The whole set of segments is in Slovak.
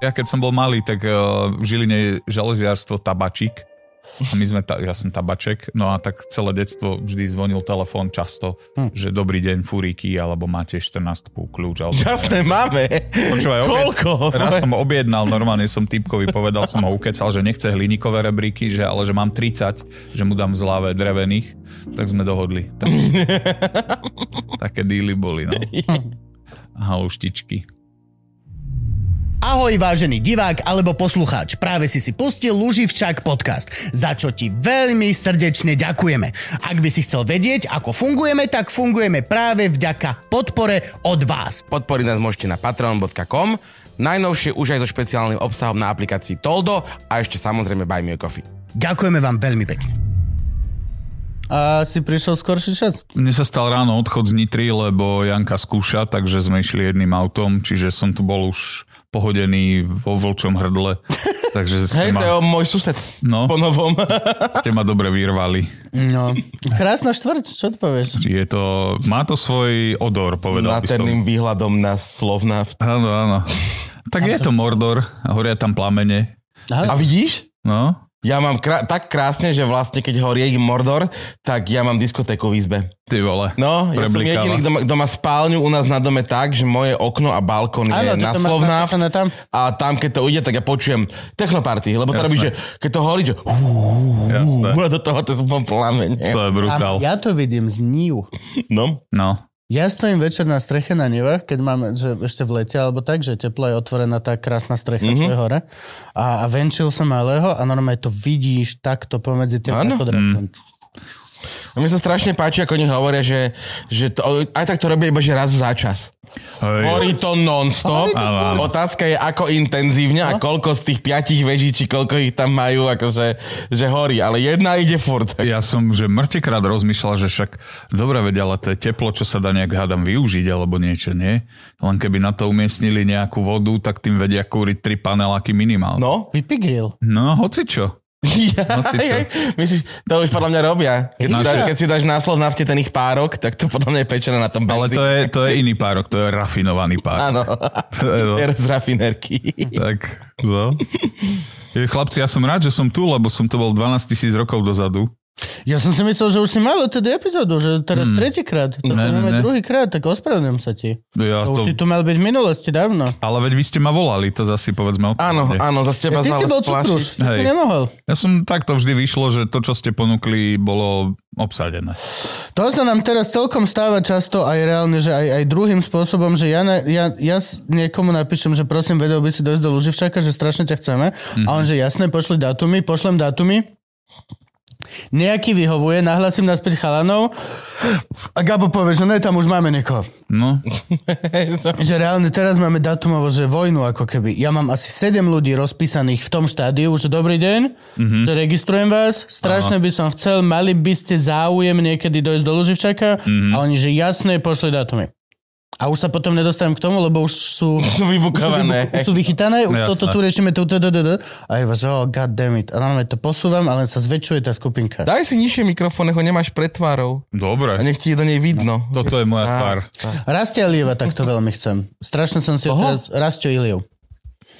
Ja keď som bol malý, tak uh, v Žiline je železiarstvo Tabačík. A my sme, ta, ja som tabaček, no a tak celé detstvo vždy zvonil telefón často, hm. že dobrý deň, furíky, alebo máte 14 kľúč. Alebo Jasné, máme. Počúvaj, obed- Koľko? Raz som objednal, normálne som typkovi povedal, som ho ukecal, že nechce hliníkové rebríky, že, ale že mám 30, že mu dám z láve drevených, tak sme dohodli. Tak, také díly boli, no. A uštičky. Ahoj vážený divák alebo poslucháč, práve si si pustil Luživčák podcast, za čo ti veľmi srdečne ďakujeme. Ak by si chcel vedieť, ako fungujeme, tak fungujeme práve vďaka podpore od vás. Podporiť nás môžete na patreon.com, najnovšie už aj so špeciálnym obsahom na aplikácii Toldo a ešte samozrejme Buy Me a Coffee. Ďakujeme vám veľmi pekne. A si prišiel skorší čas? Mne sa stal ráno odchod z Nitry, lebo Janka skúša, takže sme išli jedným autom, čiže som tu bol už pohodený vo vlčom hrdle. Takže ste Hej, to je ma, môj sused. No. Po novom. ste ma dobre vyrvali. No. Krásna štvrť, čo ty povieš? Je to, má to svoj odor, povedal by som. Nádherným výhľadom na Slovna. Áno, áno. Tak je to Mordor, horia tam plamene. A vidíš? No, Ja mám krá- tak krásne, že vlastne keď horie Mordor, tak ja mám diskotéku v izbe. ty vole. No, ja som Preblikáva. jediný, kto má, kto má spálňu u nás na dome tak, že moje okno a balkón je Áno, ty na to máš Slovnáv natočené tam. a tam, keď to ide, tak ja počujem technoparty, lebo to Jasné. robí, že keď to horí, že hú, Jasné. hú, a do toho to sú úplne plamene. To je brutál. A ja to vidím z Niu. No, No. Ja stojím večer na streche na Nivách, keď máme, že ešte v lete alebo tak, že teplo je otvorená tá krásna strecha, mm-hmm. čo je hore. A, a venčil som malého a normálne to vidíš takto pomedzi Áno. tým Mm. prechodrátom. a mne sa strašne páči, ako oni hovoria, že, že to, aj tak to robia iba, že raz za čas. Hej. Horí to non-stop. Áno, áno. Otázka je, ako intenzívne a koľko z tých piatich veží, či koľko ich tam majú, akože, že horí. Ale jedna ide furt. Ja som že mŕtekrát rozmýšľal, že však dobre vedia, ale to je teplo, čo sa dá nejak hádam využiť alebo niečo, nie? Len keby na to umiestnili nejakú vodu, tak tým vedia kúriť tri paneláky minimálne. No. Pipigril. No, hoci čo. No, ty čo? Hej, Myslíš, to už podľa mňa robia. Keď, Naše- si dá, keď si dáš náslov na vte ten ich párok, tak to podľa mňa je pečené na tom Ale to benzíne. je, to je iný párok, to je rafinovaný párok. Áno, To je, no. je z rafinerky. Tak, no. Je, Chlapci, ja som rád, že som tu, lebo som to bol 12 tisíc rokov dozadu. Ja som si myslel, že už si mal tedy epizódu, že teraz mm. tretíkrát, to Ne, ne, máme ne. druhýkrát, tak ospravedlňujem sa ti. Ja To... Už si to, tu mal byť v minulosti dávno. ale veď vy ste ma volali, to zasi povedzme. Áno, otvorene. áno, zase teba Ja, ty znala si bol splašiť. cukruš, ty si Hej. nemohol. Ja som takto vždy vyšlo, že to, čo ste ponúkli, bolo obsadené. To sa nám teraz celkom stáva často aj reálne, že aj, aj druhým spôsobom, že ja, na, ja, ja s- niekomu napíšem, že prosím, vedel by si dojsť do Luživčaka, že strašne ťa chceme. Mm-hmm. A on, že jasné, pošli dátumy, pošlem dátumy. Nejaký vyhovuje, nahlasím naspäť chalanov a Gabo povie, že ne, tam už máme niekoho. No, Že reálne teraz máme datumovo, že vojnu ako keby. Ja mám asi 7 ľudí rozpísaných v tom štádiu, že dobrý deň, mm-hmm. že registrujem vás, strašne Aha. by som chcel, mali by ste záujem niekedy dojsť do Luživčaka mm-hmm. a oni, že jasné, pošli datumy. A už sa potom nedostanem k tomu, lebo už sú, Sú vybukované. už sú vychytané, už Jasné. toto tu riešime, tu, tu, tu, tu, tu. A je že oh, god damn it. A normálne to posúvam, ale sa zväčšuje tá skupinka. Daj si nižšie mikrofón, nech ho nemáš pred tvárou. A dobre. nech ti je do nej vidno. Toto je moja Á, tvár. á. Rastia Ilieva takto veľmi chcem. Strašne som si ho Koho? teraz Rastio Iliev.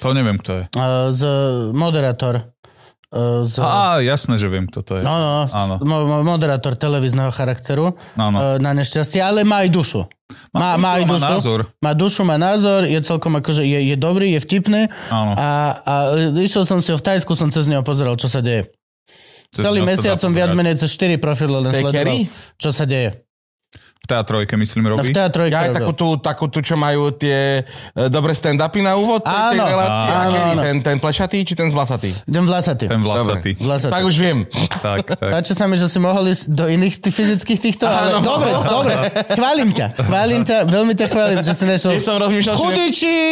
To neviem, kto je. Uh, z moderátor. Uh, z, Á, jasné, že viem, kto to je. No, no, Áno. no. Mo- mo- moderátor televízneho charakteru Áno. e, na nešťastie, ale má aj dušu. Má, má, aj dušu a má dušu. názor. Má dušu, má názor, je celkom akože, je, je dobrý, je vtipný. Áno. A, a išiel som si ho v Tajsku, som cez neho pozeral, čo sa deje. Cez Celý mňa sa mesiac dá som teda viac pozerať. menej cez 4 profily len To je sledoval, Kerry? čo sa deje. V teatrojke, myslím, No, robí. v teatrojke Ja aj robil. takú tú, takú tú, čo majú tie e, dobré stand-upy na úvod tej, tej Áno, relácie. áno, Aký je áno. Ten, ten plešatý či ten zvlasatý? Idem vlasatý. Ten vlasatý. Vlasatý. Tak už viem. Tak, tak. Páči sa mi, že si mohol ísť do iných ty fyzických týchto, Áno. ale dobre, dobre, chválim ťa, chválim ťa, veľmi ťa chválim, že si nešiel. Tiež som rozmýšľal, že- chudý, či... áno.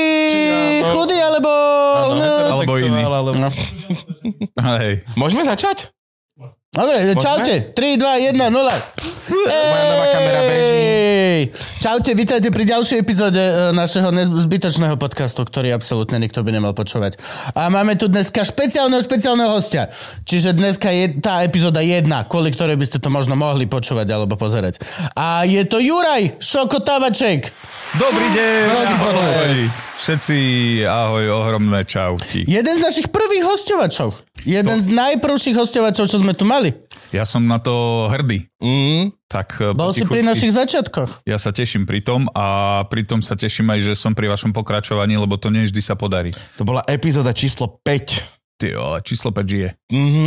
teda- Chudý, alebo... No. Alebo iný. No, Hej. Môžeme začať? Dobre, čaute, 3, 2, 1, 0. Moja nová kamera beží. Ej. Tri. Čaute, vítajte pri ďalšej epizóde e, našeho nez- zbytočného podcastu, ktorý absolútne nikto by nemal počúvať. A máme tu dneska špeciálneho, špeciálneho hostia. Čiže dneska je tá epizóda jedna, kvôli ktorej by ste to možno mohli počúvať alebo pozerať. A je to Juraj Šokotávaček. Dobrý deň, Dobrý ahoj. Všetci, ahoj, ohromné čauky. Jeden z našich prvých hostovačov. Jeden to... z najprvších hostovačov, čo sme tu mali. Ja som na to hrdý. Mm. Tak eh, Bol si potichučky. pri našich začiatkoch. Ja sa teším pri tom a pri tom sa teším aj, že som pri vašom pokračovaní, lebo to nie vždy sa podarí. To bola epizóda číslo 5. Ty vole, číslo 5 žije. Mhm.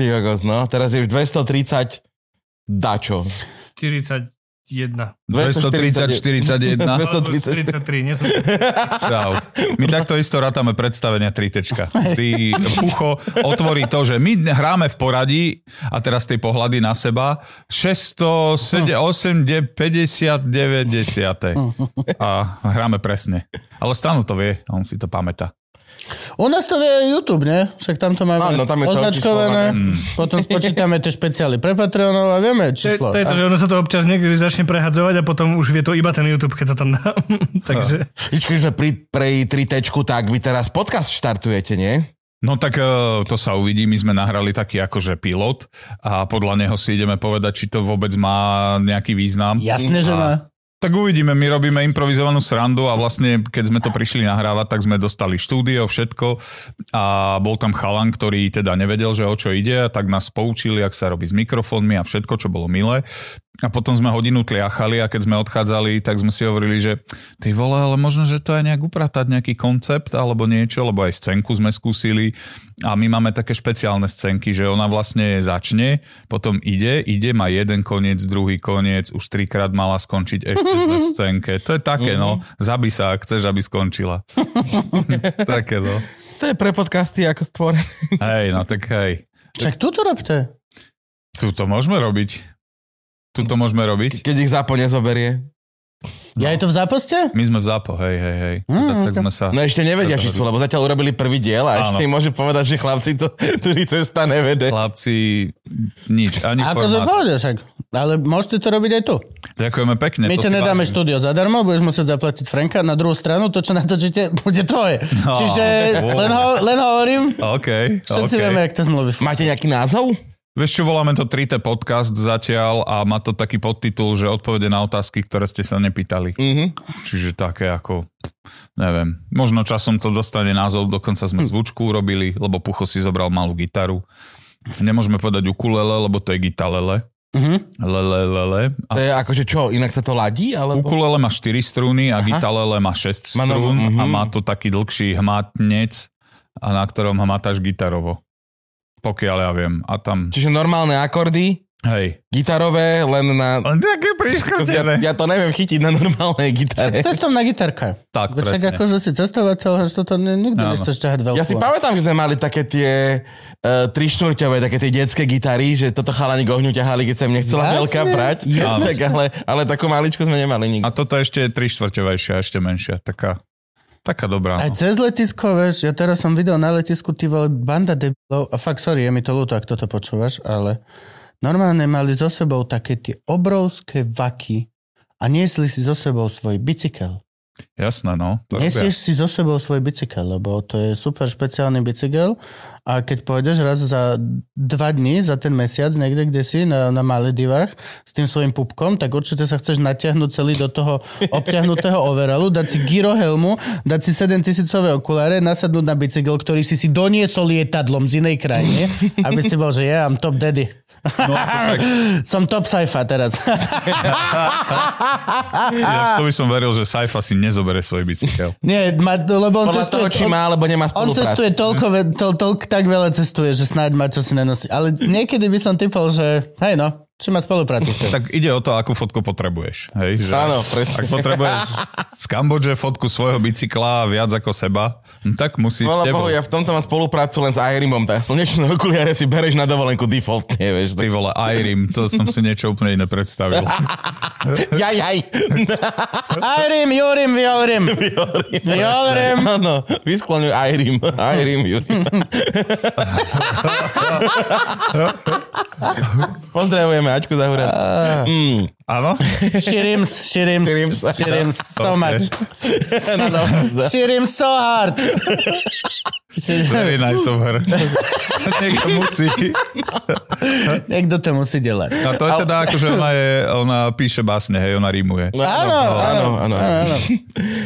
Ty kokos, no. Teraz je už 230 dačo. 41. 240, 41. 234. 33, nie som... Čau. My takto isto rátame predstavenia tritečka. Ty pucho otvorí to, že my hráme v poradí a teraz tie pohľady na seba 600, 7, 8, 9, 50, 90. A hráme presne. Ale Stano to vie, on si to pamätá. U nás to vie aj YouTube, nie? Však tam to máme Áno, tam je to označkované. Mm. Potom spočítame tie špeciály pre Patreonov a vieme To je, číslo. to je to, že ono sa to občas niekedy začne prehadzovať a potom už vie to iba ten YouTube, keď to tam dá. Takže Ič, keď sme pri, pri 3 tak vy teraz podcast štartujete, nie? No tak e, to sa uvidí, my sme nahrali taký akože pilot a podľa neho si ideme povedať, či to vôbec má nejaký význam. Jasne, že A- no, má. Tak uvidíme, my robíme improvizovanú srandu a vlastne keď sme to prišli nahrávať, tak sme dostali štúdio, všetko a bol tam chalan, ktorý teda nevedel, že o čo ide a tak nás poučili, ak sa robí s mikrofónmi a všetko, čo bolo milé. A potom sme hodinu tliachali a keď sme odchádzali, tak sme si hovorili, že ty vole, ale možno, že to aj nejak upratať nejaký koncept alebo niečo, lebo aj scénku sme skúsili a my máme také špeciálne scénky, že ona vlastne začne, potom ide, ide, má jeden koniec, druhý koniec, už trikrát mala skončiť ešte sme v scénke. To je také, no, zabi sa, ak chceš, aby skončila. také, no. To je pre podcasty ako stvor. Hej, no tak hej. Však tu to robte. Tu to môžeme robiť. Tu to môžeme robiť. Keď ich zápo nezoberie. No. Ja je to v záposte? My sme v zápo, hej, hej, hej. Mm, Mm, tak to- sme sa... No ešte nevedia, či sú, lebo zatiaľ urobili prvý diel a Áno. ešte im môže povedať, že chlapci to, ktorý cesta nevede. Chlapci, nič, ani Ako sa formát. povedal však. Ale môžete to robiť aj tu. Ďakujeme pekne. My to ti si nedáme vážim. štúdio zadarmo, budeš musieť zaplatiť Franka. Na druhú stranu to, čo natočíte, bude tvoje. No, Čiže wow. len, ho, len hovorím, OK, všetci OK. vieme, jak to zmluví. Máte nejaký názov? Vieš čo, voláme to 3T podcast zatiaľ a má to taký podtitul, že odpovede na otázky, ktoré ste sa nepýtali. Mhm. Čiže také ako, neviem, možno časom to dostane názov, dokonca sme zvučku urobili, lebo Pucho si zobral malú gitaru. Nemôžeme povedať ukulele, lebo to je gitalele. Mhm. Lele, lele. A To je akože čo, inak sa to ladí? Alebo... Ukulele má 4 strúny a gitalele má 6 Má novú, strún a mhm. má to taký dlhší hmatnec, a na ktorom hmatáš gitarovo. Pokiaľ ja viem. A tam, Čiže normálne akordy, hej. gitarové, len na... Len také Ja, ja to neviem chytiť na normálnej gitare. Cestom na gitarka. Tak, Však presne. akože si cestovateľ, že toto ni- nikdy Áno. nechceš ťahať veľkú. Ja si pamätám, že sme mali také tie uh, trišnúrťové, také tie detské gitary, že toto chalani gohňu ťahali, keď som nechcela Jasne, veľká brať. jasne. Tak, ale, ale takú maličku sme nemali nikdy. A toto ešte je 3 štvrťovejšia, ešte menšia. Taká, taká dobrá. No. Aj cez letisko, vieš, ja teraz som videl na letisku, ty vole, banda debilov, a fakt, sorry, je mi to ľúto, ak toto počúvaš, ale normálne mali so sebou také tie obrovské vaky a niesli si so sebou svoj bicykel. Jasné, no. To robia. Nesieš si so sebou svoj bicykel, lebo to je super špeciálny bicykel a keď pôjdeš raz za dva dní, za ten mesiac niekde, kde si, na, na Maledivách s tým svojim pupkom, tak určite sa chceš natiahnuť celý do toho obťahnutého overalu, dať si gyro helmu, dať si 7000 okuláre, nasadnúť na bicykel, ktorý si si doniesol lietadlom z inej krajiny, aby si bol, že ja yeah, I'm top daddy. No, Som top sajfa teraz. Ja to by som veril, že Saifa si nezobere svoj bicykel. Nie, ma, lebo on Podľa cestuje... toho, či on- má, alebo nemá On spoluprácu. cestuje toľko, ve- to, toľko, tak veľa cestuje, že snáď má čo si nenosí. Ale niekedy by som typol, že hej no, či má spoluprácu s tým. Tak ide o to, akú fotku potrebuješ. Hej, že Áno, presne. Ak potrebuješ z Kambodže fotku svojho bicykla viac ako seba, no tak musí s Veľa tebou. bohu, ja v tomto mám spoluprácu len s Irimom, tak slnečné okuliare si bereš na dovolenku defaultne, vieš. Ty Tak... vole, Irim, to som si niečo úplne iné predstavil. Jaj, jaj. Ajrim, Jurim, Viorim. Viorim. Áno, vyskloňuj Irim. Irim, Juri. Pozdravujeme Aťku Zahurát. Mm, Áno? Shirims, shirims, Šírim sa. shirims so much. Shirims so hard. Very nice of her. Niekto musí. Niekto to musí delať. No to je teda ako, že ona, je, ona píše básne, hej, ona rímuje. Áno, No, áno, áno. áno.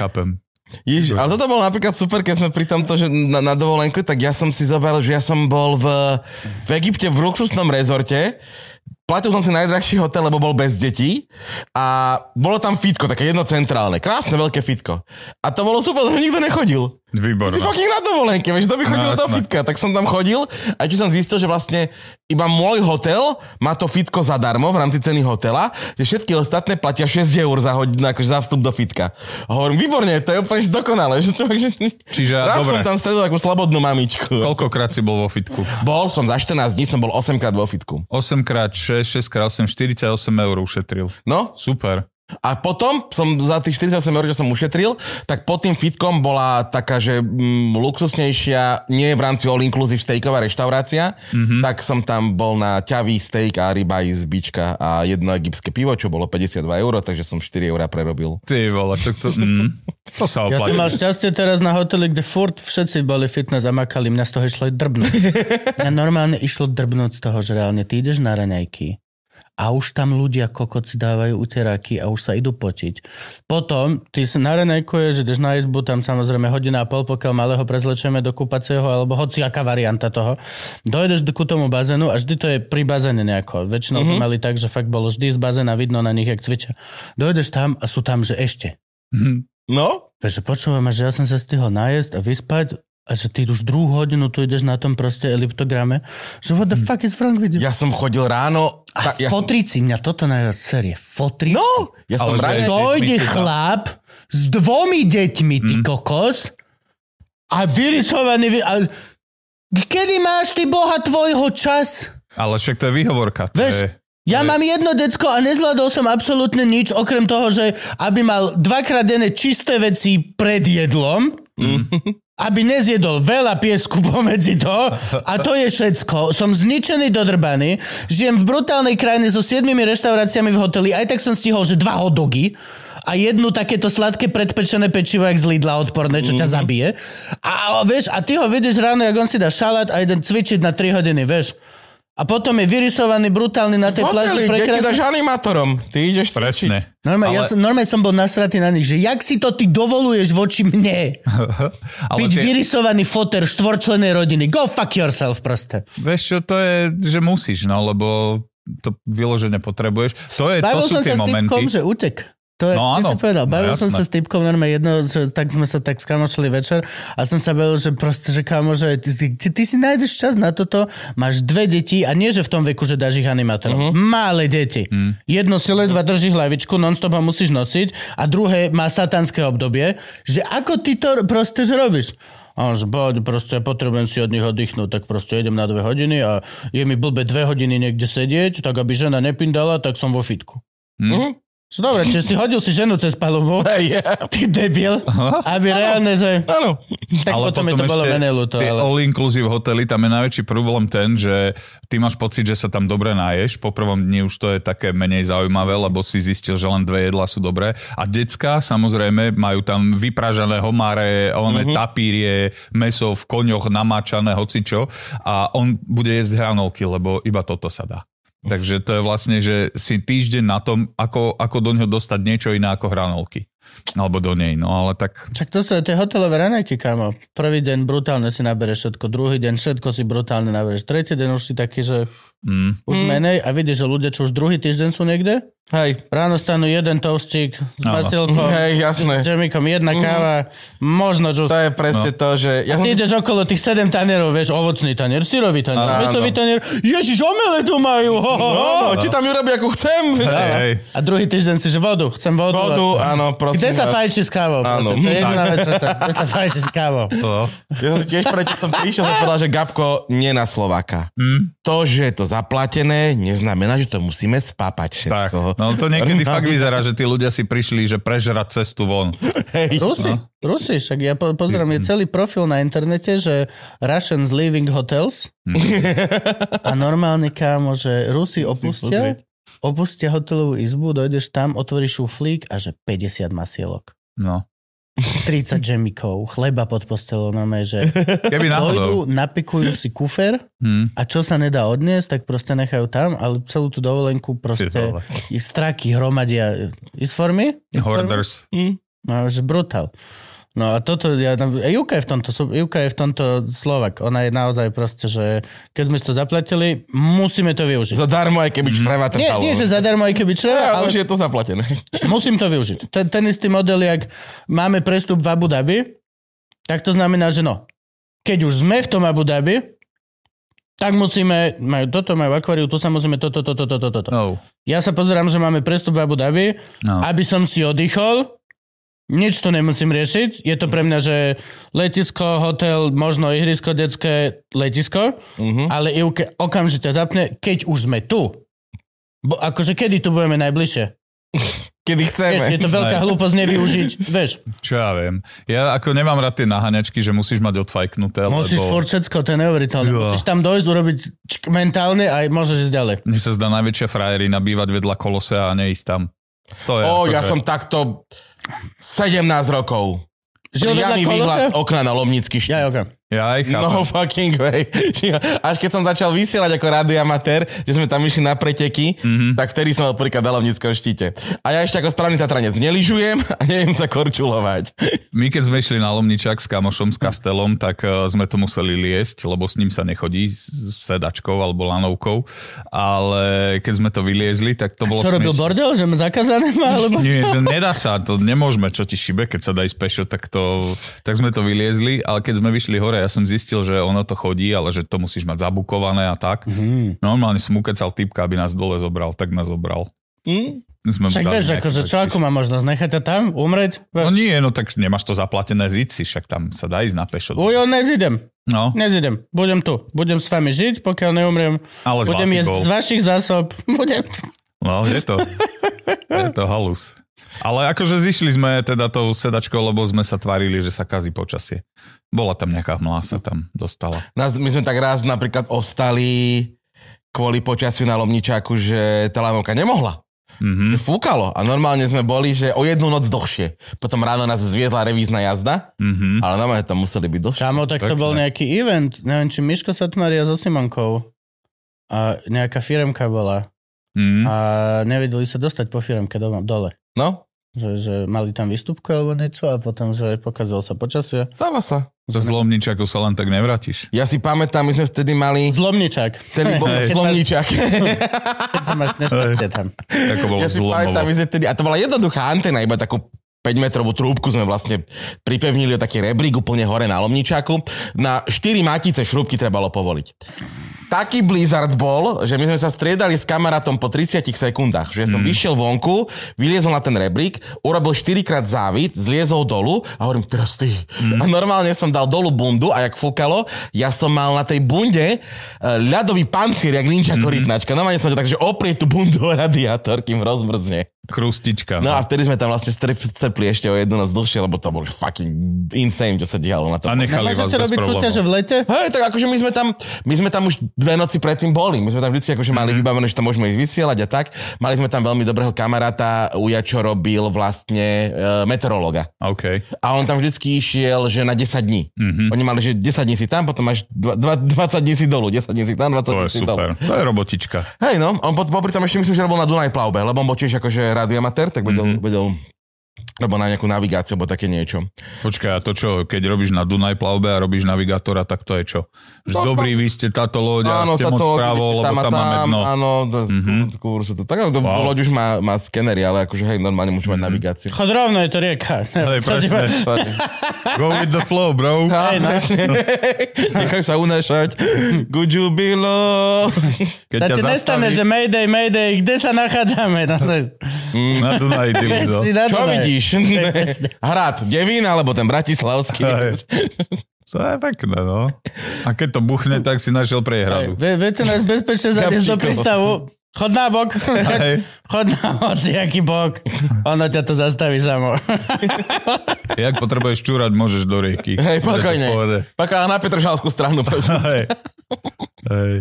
Chápem. Ježiš, ale toto bolo napríklad super, keď sme pri tomto, že na, na dovolenku, tak ja som si zobral, že ja som bol v, v Egypte v luxusnom rezorte, platil som si najdrahší hotel, lebo bol bez detí a bolo tam fitko, také jedno centrálne, krásne veľké fitko. A to bolo super, lebo nikto nechodil. Výborné. Si fucking na dovolenke, vieš, kto by chodil No, do jasné. fitka, tak som tam chodil a či som zistil, že vlastne iba môj hotel má to fitko zadarmo v rámci ceny hotela, že všetky ostatné platia 6 eur za hodinu, akože za vstup do fitka. A hovorím, výborne, to je úplne že dokonalé. Že to, že... Čiže, Raz som dobre. tam stredol takú slobodnú mamičku. Koľkokrát si bol vo fitku? Bol som za 14 dní, som bol 8 krát vo fitku. 8x6, 6x8, 48 eur ušetril. No, Super. A potom som za tých 48 eur, čo som ušetril, tak pod tým fitkom bola taká, že mm, luxusnejšia, nie v rámci all inclusive steaková reštaurácia, Mhm. mm-hmm. tak som tam bol na ťavý steak a rybaj z bička a jedno egyptské pivo, čo bolo 52 eur, takže som 4 eur prerobil. Ty vole, to, to, mm, to sa Ja oplatí. som mal šťastie teraz na hoteli, kde furt všetci boli fitness a makali, mňa z toho išlo aj drbnúť. Mňa normálne išlo drbnúť z toho, že reálne ty ideš na raňajky a už tam ľudia kokoci dávajú uteráky a už sa idú potiť. Potom, ty si na raňajku je, že ideš na izbu, tam samozrejme hodina a pol, pokiaľ malého prezlečeme do kúpacieho alebo hociaká varianta toho. Dojdeš ku tomu bazénu a vždy to je pri bazéne nejako. Väčšinou Mhm. mm-hmm. sme mali tak, že fakt bolo vždy z bazéna vidno na nich, jak cvičia. Dojdeš tam a sú tam, že ešte. Mhm. No, Takže počúvam, že ja som sa stihol najesť a vyspať a že ty už druhú hodinu tu ideš na tom proste eliptograme, že what the fuck is Frank video? Hm. ja som chodil ráno... a ta- ja, fotrici, mňa toto najviac série, fotrici. no, ja Ale som že- ráno... Dojde deťmi, chlap s dvomi deťmi, ty Hm. kokos, a vyrysovaný... vy- A... Kedy máš ty boha tvojho čas? Ale však to je výhovorka. To Veš, je, Hm. Ja mám jedno decko a nezvládol som absolútne nič, okrem toho, že aby mal dvakrát denne čisté veci pred jedlom, aby nezjedol veľa piesku pomedzi to a to je všetko. Som zničený, dodrbaný, žijem v brutálnej krajine so siedmimi reštauráciami v hoteli, aj tak som stihol, že dva hodogy a jednu takéto sladké predpečené pečivo, jak z Lidla odporné, čo ťa Mhm. zabije. A, a vieš, a ty ho vidíš ráno, jak on si dá šalát a jeden cvičiť na 3 hodiny, vieš. A potom je vyrysovaný brutálny na tej Hoteli, pláži kde ti dáš prekrásny. animátorom. Ty ideš... presne. Normálne, Ale- ja som, normálne som bol nasratý na nich, že jak si to ty dovoluješ voči mne? Ale Byť tie, vyrysovaný foter štvorčlenej rodiny. Go fuck yourself proste. vieš čo, to je, že musíš, no, lebo to vyložene potrebuješ. To, je, to Bavil sú som sa tie s typkom, momenty. že utek. To je, No no, áno. si povedal, No bavil jasné. som sa s typkom normálne jedno, že tak sme sa tak skamošili večer a som sa bavil, že proste, že kámo, že ty, ty, ty, ty si nájdeš čas na toto, máš dve deti a nie, že v tom veku, že dáš ich animátorom. Mhm. Uh-huh. Malé deti. Uh-huh. Jedno si ledva drží hlavičku, non-stop ho musíš nosiť a druhé má satanské obdobie, že ako ty to proste, že robíš? A on že poď, proste ja potrebujem si od nich oddychnúť, tak proste idem na dve hodiny a je mi blbe dve hodiny niekde sedieť, tak aby žena nepindala, tak som vo fitku. Že Dobre, čiže si hodil si ženu cez palubu, Hej, ty debil, aby reálne, že... Áno. Tak potom, mi to bolo ešte menej ľúto, tie ale... all-inclusive hotely, tam je najväčší problém ten, že ty máš pocit, že sa tam dobre naješ. Po prvom dni už to je také menej zaujímavé, lebo si zistil, že len dve jedlá sú dobré. A decka, samozrejme, majú tam vypražané homáre, oné mm-hmm. tapírie, meso v koňoch namáčané, hocičo. A on bude jesť hranolky, lebo iba toto sa dá. Takže to je vlastne, že si týždeň na tom, ako, ako do ňoho dostať niečo iné ako hranolky. Alebo do nej, no ale tak Čak to sú tie hotelové raňajky, kamo. Prvý deň brutálne si nabereš všetko, druhý deň všetko si brutálne nabereš, tretí deň už si taký, že Mm. už menej a vidíš, že ľudia, čo už druhý týždeň sú niekde, Hej. ráno stanú jeden toastík s Áno. pasilkom, Hej, jasné. Mhm. s džemikom, jedna káva, To možno džus. je No. presne to, že... Ja A som ty ideš okolo tých sedem tanierov, vieš, ovocný tanier, syrový tanier, Áno. mesový tanier, ježiš, omele tu majú, ho, ho, ho. No, ti tam ju robí, ako chcem. No. Hej, hej. A druhý týždeň si, že vodu, chcem vodu. Vodu, áno, Ty Kde sa fajči s kávou? Áno. Áno. To je jediná vec, čo sa... Kde sa fajči s kávou? To, Ja som tiež prečo som prišiel, som povedal, že Gabko nie na Slováka. Mm. To, že je to zaplatené, neznamená, že to musíme spápať tak. všetko. No to niekedy fakt vyzerá, že tí ľudia si prišli, že prežrať cestu von. Hej. Rusi, Rusi, však ja po- pozerám, je celý profil na internete, že Russians leaving hotels a normálne kámo, že Rusi opustia, opustia hotelovú izbu, dojdeš tam, otvoríš šuflík a že 50 masielok. No. 30 žemikov, chleba pod postelou, normálne, že Keby náhodou. dojdú, napikujú si kufer Hm. a čo sa nedá odniesť, tak proste nechajú tam, ale celú tú dovolenku Ty proste vole. ich straky hromadia. Is for me? Is for me? Hoarders. No, že brutál. No a toto, ja tam, e, Juka je v tomto, sú- Juka je v tomto Slovak. Ona je naozaj proste, že keď sme si to zaplatili, musíme to využiť. Zadarmo, aj Mhm. keby čreva Nie, trtalo. nie, že zadarmo, aj keby čreva, ale... ale už je to zaplatené. musím to využiť. Ten, ten istý model, jak máme prestup v Abu Dhabi, tak to znamená, že no, keď už sme v tom Abu Dhabi, tak musíme, majú toto, majú akváriu, tu sa musíme toto, toto, toto, toto. No. Ja sa pozerám, že máme prestup v Abu Dhabi, No. aby som si oddychol. Nič to nemusím riešiť. Je to pre mňa, že letisko, hotel, možno ihrisko, detské letisko, Mhm. ale Ivke okamžite zapne, keď už sme tu. Bo akože kedy tu budeme najbližšie? Kedy Vieš, chceme. je to Aj. veľká hlúposť nevyužiť, vieš. Čo ja viem. Ja ako nemám rád tie naháňačky, že musíš mať odfajknuté, Musíš lebo furt všetko, to je neuveriteľné. Jo. Musíš tam dojsť, urobiť čk, mentálne a môžeš ísť ďalej. mne sa zdá najväčšia frajerina bývať vedľa kolosea a neísť tam. To je O, akože- ja som takto 17 rokov. Žil vedľa Priamy kolose? výhľad z okna na Lomnický štít. Ja, okay. Ja aj chápem. No fucking way. Či- Až keď som začal vysielať ako radioamatér, že sme tam išli na preteky, Mhm. mm-hmm. tak vtedy som mal príklad na Lovnickom štíte. A ja ešte ako správny Tatranec neližujem a neviem sa korčulovať. My keď sme išli na Lomničak s kamošom, s Kastelom, tak eh, sme to museli liesť, lebo s ním sa nechodí s s sedačkou alebo lanovkou. Ale keď sme to vyliezli, tak to bolo Čo robil smiešné. bordel, že ma zakázané má, alebo... Nie, že nedá sa, to nemôžeme, čo ti šibe, keď sa dá ísť pešo, tak, to, tak sme to vyliezli, ale keď sme vyšli hore, ja som zistil, že ono to chodí, ale že to musíš mať zabukované a tak. Mm. Normálne som ukecal typka, aby nás dole zobral, tak nás zobral. Hm? Sme mu Však dali vieš, nejaké akože čo, ako má možnosť nechať ťa tam, umrieť? No nie, no tak nemáš to zaplatené zici, však tam sa dá ísť na pešo. Ujo, nezidem, No, nezidem. Budem tu. Budem s vami žiť, pokiaľ neumriem. ale Budem zlatý jesť bol. z vašich zásob. Budem... No, je to. je to halus. Ale akože zišli sme teda tou sedačkou, lebo sme sa tvárili, že sa kazí počasie. Bola tam nejaká mlá sa tam dostala. Nás, my sme tak raz napríklad ostali kvôli počasiu na Lomničaku, že tá lanovka nemohla. Mhm. Že Fúkalo a normálne sme boli, že o jednu noc dlhšie. Potom ráno nás zviedla revízna jazda, Mhm. ale normálne tam museli byť dlhšie. Kámo, tak to Pekné. bol nejaký event. Neviem, či Miško Satmaria so Simonkou. A nejaká firemka bola. Mhm. A nevedeli sa dostať po firemke doma, dole. No, Že, že mali tam výstupku alebo niečo a potom, že pokazilo sa počasie. stáva sa. Do zlomničaku sa len tak nevrátiš. Ja si pamätám, my sme vtedy mali... Zlomničák. Vtedy bol Hej. Lomničak. Keď sa máš nešťastie tam. Ako bolo Ja si pamätám, my zlomovo. sme tedy, a to bola jednoduchá antena, iba takú 5-metrovú trúbku sme vlastne pripevnili o taký rebrík úplne hore na lomničaku. Na 4 matice šrúbky trebalo povoliť. Taký blizzard bol, že my sme sa striedali s kamarátom po 30 sekundách, že som vyšiel vonku, vyliezol na ten rebrík, urobil 4 krát závit, zliezol dolu a hovorím, teraz ty. A normálne som dal dolu bundu a jak fúkalo, ja som mal na tej bunde e, ľadový pancier, jak ninja korytnačka. Normálne som to tak, že oprie tú bundu o radiátor, kým rozmrzne. Krustička. No No. a vtedy sme tam vlastne strep- strpli ešte o jednu noc dlhšie, lebo to bol fucking insane, čo sa dialo A na tom. nechali vás Nemôžete bez robiť súťaže problémov. v lete? Hej, tak akože my sme tam, my sme tam už dve noci predtým boli. My sme tam vždy akože Mhm. mali vybavené, že tam môžeme ísť vysielať a tak. Mali sme tam veľmi dobrého kamaráta, Uja, čo robil vlastne e, meteorológa. OK. A on tam vždycky išiel, že na 10 dní. Mhm. Oni mali, že 10 dní si tam, potom máš dva- dva- 20 dní si dolu, 10 dní si tam, 20 To je dní si dolu. super. To je robotička. Hej, no, on pot- popri tom ešte myslím, že robil na Dunaj plavbe, lebo on bol tiež akože radioamatér, tak Mhm. vedel, mm-hmm. vedel robil na nejakú navigáciu, alebo také niečo. Počkaj, a to čo, keď robíš na Dunaj plavbe a robíš navigátora, tak to je čo? Že To- dobrý, vy ste táto loď a ste moc táto loď, právo, lebo a tam máme dno. Mhm. Áno, mm-hmm. sa to. Tak to, Wow. Mhm. loď už má, má skenery, ale akože hej, normálne musí mať navigáciu. Chod rovno, je to rieka. Hej, Čo ti presne. ma- Go with the flow, bro. Hej, no. Nechaj sa unášať. Good you below. Keď Sa ťa ti nestane, zastaví že Mayday, Mayday, kde sa nachádzame? No, to je- na Dunaji, ty Vec ľudo. si na Čo Dunaj. vidíš? Tradičné. Hrad Devín, alebo ten bratislavský. Hej. To je pekné, no. A keď to buchne, tak si našiel priehradu. Vie, viete nás bezpečne zadiesť do Gabčíkov. prístavu. Chod na bok. Chod na hociaký bok. Ono ťa to zastaví samo. Jak potrebuješ čúrať, môžeš do rieky. Hej, Že to povede. pokojne. Paká na Petržalskú stranu, prosím. Hej. Hej.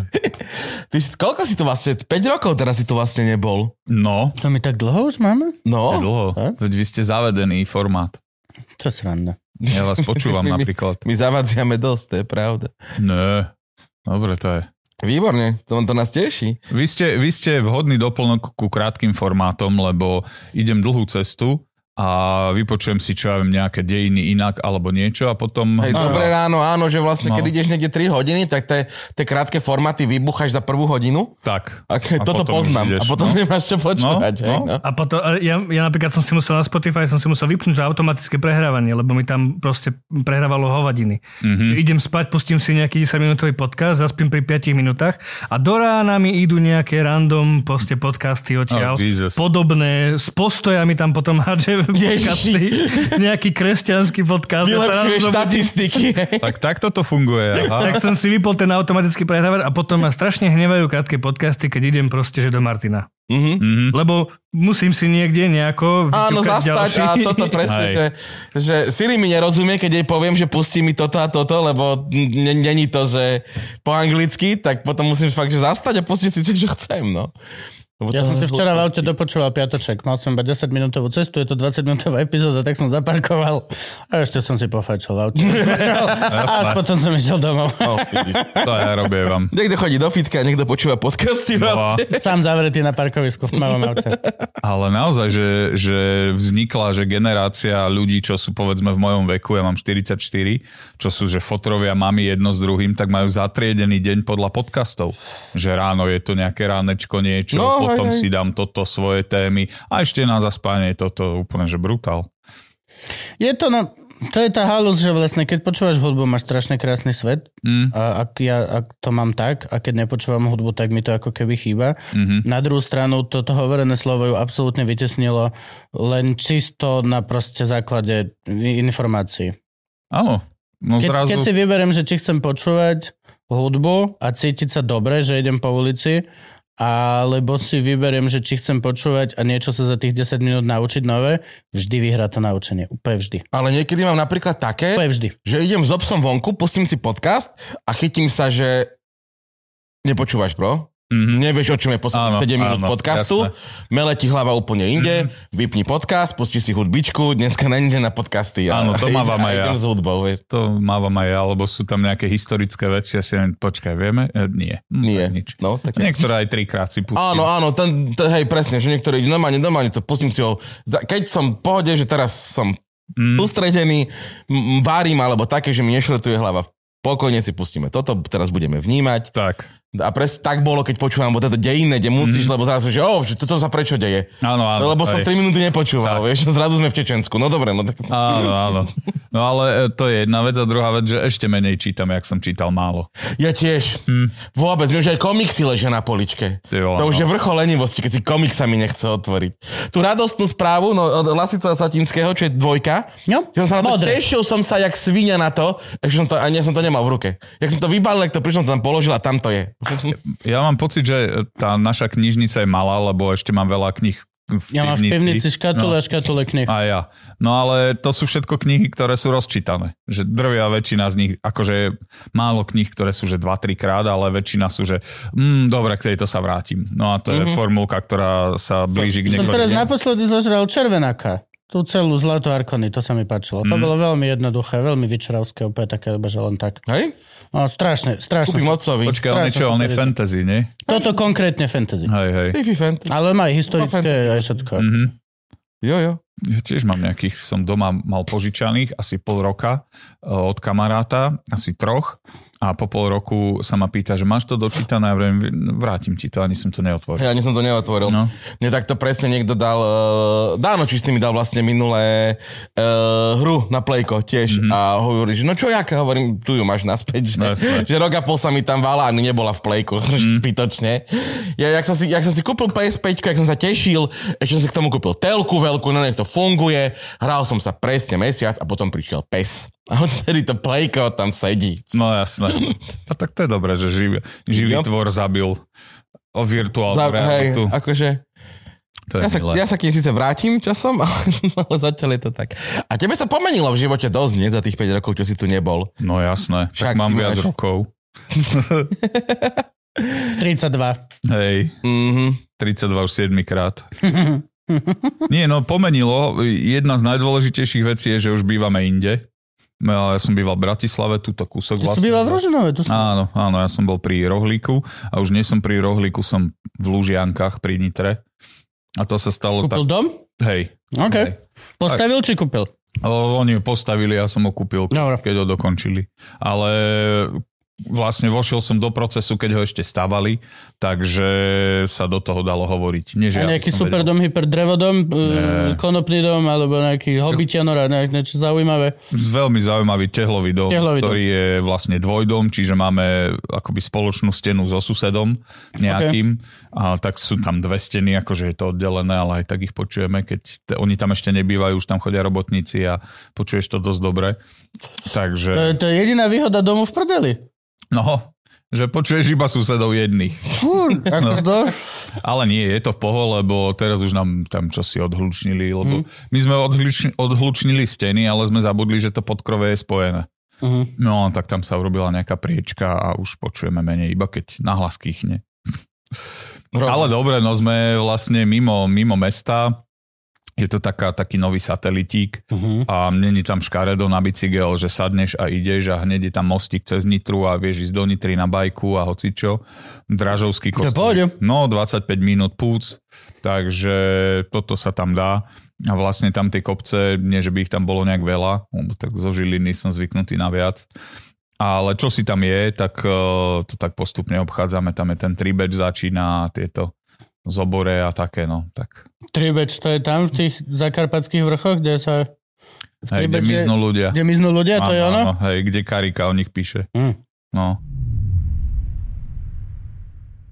Ty si, koľko si tu vlastne, 5 rokov teraz si tu vlastne nebol. No, To my tak dlho už máme? je No, dlho. tak? Veď vy ste zavedený formát. To sranda. Ja vás počúvam My- my- napríklad. my zavadziame dosť, to je pravda. Ne. Dobre, to je. Výborne, to, to nás teší. Vy ste, vy ste vhodný doplnok ku krátkým formátom, lebo idem dlhú cestu a vypočujem si, čo ja viem, nejaké dejiny inak alebo niečo a potom... Hej, No. dobré ráno, áno, že vlastne, No. keď ideš niekde 3 hodiny, tak tie- tie krátke formáty vybucháš za prvú hodinu. Tak. A, A ke- toto potom už poznám. ideš, a potom no. nemáš čo počúvať. No, hej, no. no. A potom, a ja, ja napríklad som si musel na Spotify, som si musel vypnúť to automatické prehrávanie, lebo mi tam proste prehrávalo hovadiny. Mhm. Mm-hmm. Idem spať, pustím si nejaký 10-minútový podcast, zaspím pri 5 minútach a do rána mi idú nejaké random proste podcasty odtiaľ. Oh, Jesus. podobné, s postojami tam potom hádže podcasty, nejaký kresťanský podcast. Ja sa Vylepšuješ ráno zobudím, štatistiky. hej. Tak takto to funguje. Aha. tak som si vypol ten automatický prehrávač a potom ma strašne hnevajú krátke podcasty, keď idem proste že do Martina. Mhm. Mhm. Lebo musím si niekde nejako Áno, vyťukať zastať ďalší. a toto presne, Hej. že, že Siri mi nerozumie, keď jej poviem, že pustí mi toto a toto, lebo n- není to, že po anglicky, tak potom musím fakt, že zastať a pustiť si, čo, čo chcem, no. Lebo Ja to som si je včera v hlúposti. aute dopočúval piatoček. Mal som iba 10 minútovú cestu, je to 20 minútová epizóda, tak som zaparkoval a ešte som si pofajčil v aute. A až potom som išiel domov. No, To ja robím vám. Niekto chodí do fitka, niekto počúva podcasty. No a- No. Sám zavretý na parkovisku v tmavom aute. Ale naozaj, že, že vznikla že generácia ľudí, čo sú povedzme v mojom veku, ja mám 44, čo sú že fotrovia mami jedno s druhým, tak majú zatriedený deň podľa podcastov. Že ráno je to nejaké ránečko niečo, No, hej, no, potom hej, hej. si dám toto svoje témy a ešte na zaspanie toto úplne že brutál. Je to na... To je tá halus, že vlastne keď počúvaš hudbu, máš strašne krásny svet. Mm. A ak ja ak to mám tak, a keď nepočúvam hudbu, tak mi to ako keby chýba. Mhm. Na druhú stranu toto hovorené slovo ju absolútne vytesnilo len čisto na proste základe i- informácií. Áno. No Keď, zrazu, keď si vyberiem, že či chcem počúvať hudbu a cítiť sa dobre, že idem po ulici, alebo si vyberiem, že či chcem počúvať a niečo sa za tých 10 minút naučiť nové, vždy vyhrá to naučenie. Úplne vždy. Ale niekedy mám napríklad také, Úplne vždy. že idem s obsom vonku, pustím si podcast a chytím sa, že nepočúvaš, bro. Mhm. Nevieš, o čom je Áno, posledných 7 minút áno, Mhm. podcastu. Mele ti hlava úplne inde. Vypni podcast, pusti si hudbičku. Dneska nejde na podcasty. a- Áno, to a mávam idem- a aj ja. idem s hudbou. vie. to mávam aj ja, lebo sú tam nejaké historické veci, ja si len, počkaj, vieme? E, nie. Hm, Nie. tak Nič. No, tak... Niektoré aj trikrát si pustím. Áno, áno, ten, to, hej, presne, že niektorí normálne, normálne to pustím si ho. Za, keď som v pohode, že teraz som Mhm. mm. sústredený, m- m, varím alebo také, že mi nešrotuje hlava, pokojne si pustíme toto, teraz budeme vnímať. Tak. A presne tak bolo, keď počúvam, bo toto dejinné, kde musíš, mm. lebo zrazu, že o, že toto sa prečo deje? Mhm. Áno, áno. Lebo som hej. 3 minúty nepočúval, Tak. vieš, zrazu sme v Čečensku. No dobre, no tak... Áno, áno. No ale e, to je jedna vec a druhá vec, že ešte menej čítam, jak som čítal málo. Ja tiež. Vôbec, mne už aj komiksy ležia na poličke. Mhm. Ty vole, to už no. je vrchol lenivosti, keď si komiksami nechce otvoriť. Tú radostnú správu no, od Lasicova Satinského, čo je dvojka. No, že som sa na to, modré. tešil som sa jak svinia na to, že som to, a nie som to nemal v ruke. Jak som to vybalil, jak to prišlo, som to tam položil a tam to je. Ja mám pocit, že e, tá naša knižnica je malá, lebo ešte mám veľa kníh v Ja mám v pivnici škatule a No. škatule knih. A ja. No ale to sú všetko knihy, ktoré sú rozčítané. Že drvia väčšina z nich, akože je málo kníh, ktoré sú že 2-3 krát, ale väčšina sú, že mm, dobre, k tejto sa vrátim. No a to mm-hmm. je formulka, ktorá sa blíži k Mhm. Som teraz nekonečne. naposledy zožral červenáka. Tú celú zlatú arkony, to sa mi páčilo. Mm. To bolo veľmi jednoduché, veľmi vyčeravské, úplne také, že len tak. Hej? No, strašne, strašne. Kúpim som- otcovi. Počkaj, on je Krásne čo, on je som to fantasy, nie? Toto konkrétne fantasy. Hej, hej. Fifi Fent. Ale má aj historické, aj No. všetko. Mhm. Jo, jo. Ja tiež mám nejakých, som doma mal požičaných asi pol roka e, od kamaráta, asi troch. A po pol roku sa ma pýta, že máš to dočítané, ja vrem, vrátim ti to, ani som to neotvoril. Ja ani som to neotvoril. No. Mne takto presne niekto dal, uh, Dáno Čistý mi dal vlastne minulé uh, hru na Playko tiež mm-hmm. a hovorí, že no čo jaká, hovorím, tu ju máš naspäť, Mhm. že, No, jasné. Mhm. že rok a pol sa mi tam vala a nebola v Playku, mm. zbytočne. Ja, jak som, si, jak som si kúpil PS5, jak som sa tešil, ešte som si k tomu kúpil telku veľkú, no nech to funguje, hral som sa presne mesiac a potom prišiel pes. A odtedy to plejko tam sedí. No jasné. A tak to je dobré, že živý, živý Jo. tvor zabil o virtuálnu Za, hej, realitu. akože, To je ja sa, milé. ja sa k nej síce vrátim časom, ale, ale zatiaľ je to tak. A tebe sa pomenilo v živote dosť, nie? Za tých 5 rokov, čo si tu nebol. No jasné, tak Však mám ty viac máš- rokov. 32. Hej, Mhm. 32 už 7 krát. Nie, no pomenilo. Jedna z najdôležitejších vecí je, že už bývame inde. No, Ja som býval v Bratislave, túto kúsok Ty si vlastne. býval v Rožinove, tu som... Áno, áno, ja som bol pri Rohlíku a už nie som pri Rohlíku, som v Lužiankách pri Nitre. A to sa stalo Kúpil tak, dom? hej. OK. hej. Postavil či kúpil? O, oni ju postavili, ja som ho kúpil, Dobre. keď ho dokončili. Ale vlastne vošiel som do procesu, keď ho ešte stavali, takže sa do toho dalo hovoriť. Nie, že ja A by nejaký som super vedel. dom, hyperdrevodom, Nie. eh, konopný dom, alebo nejaký hobbitianor, a nejak niečo zaujímavé. Veľmi zaujímavý tehlový dom, tehlový Tehlový dom. ktorý je vlastne dvojdom, čiže máme akoby spoločnú stenu so susedom nejakým. A tak sú tam dve steny, akože je to oddelené, ale aj tak ich počujeme, keď te, oni tam ešte nebývajú, už tam chodia robotníci a počuješ to dosť dobre. Takže... To je, E, to je jediná výhoda domu v prdeli. No, že počuješ iba susedov jedných. Fúr, No. ako to? Ale nie, je to v poho, lebo teraz už nám tam čosi odhlučnili, Mhm. lebo my sme odhluč- odhlučnili steny, ale sme zabudli, že to podkrové je spojené. Mhm. No, tak tam sa urobila nejaká priečka a už počujeme menej, iba keď nahlas kýchne. Ale dobre, no sme vlastne mimo, mimo mesta, je to taká, taký nový satelitík mhm. a není tam škaredo na bicykel, že sadneš a ideš a hneď je tam mostík cez Nitru a vieš ísť do Nitry na bajku a hocičo. Dražovský To je kostol. pohode. No, 25 minút púc, takže toto sa tam dá. A vlastne tam tie kopce, nie že by ich tam bolo nejak veľa, lebo tak zo Žiliny som zvyknutý na viac. Ale čo si tam je, tak eh, to tak postupne obchádzame. Tam je ten tribeč začína a tieto zobore a také, no. Tak, Tribeč, to je tam v tých zakarpatských vrchoch, kde sa... V hej, kde Tribeče- miznú ľudia. Kde miznú ľudia, to je ono? áno, hej, kde Karika o nich píše. Hm. No.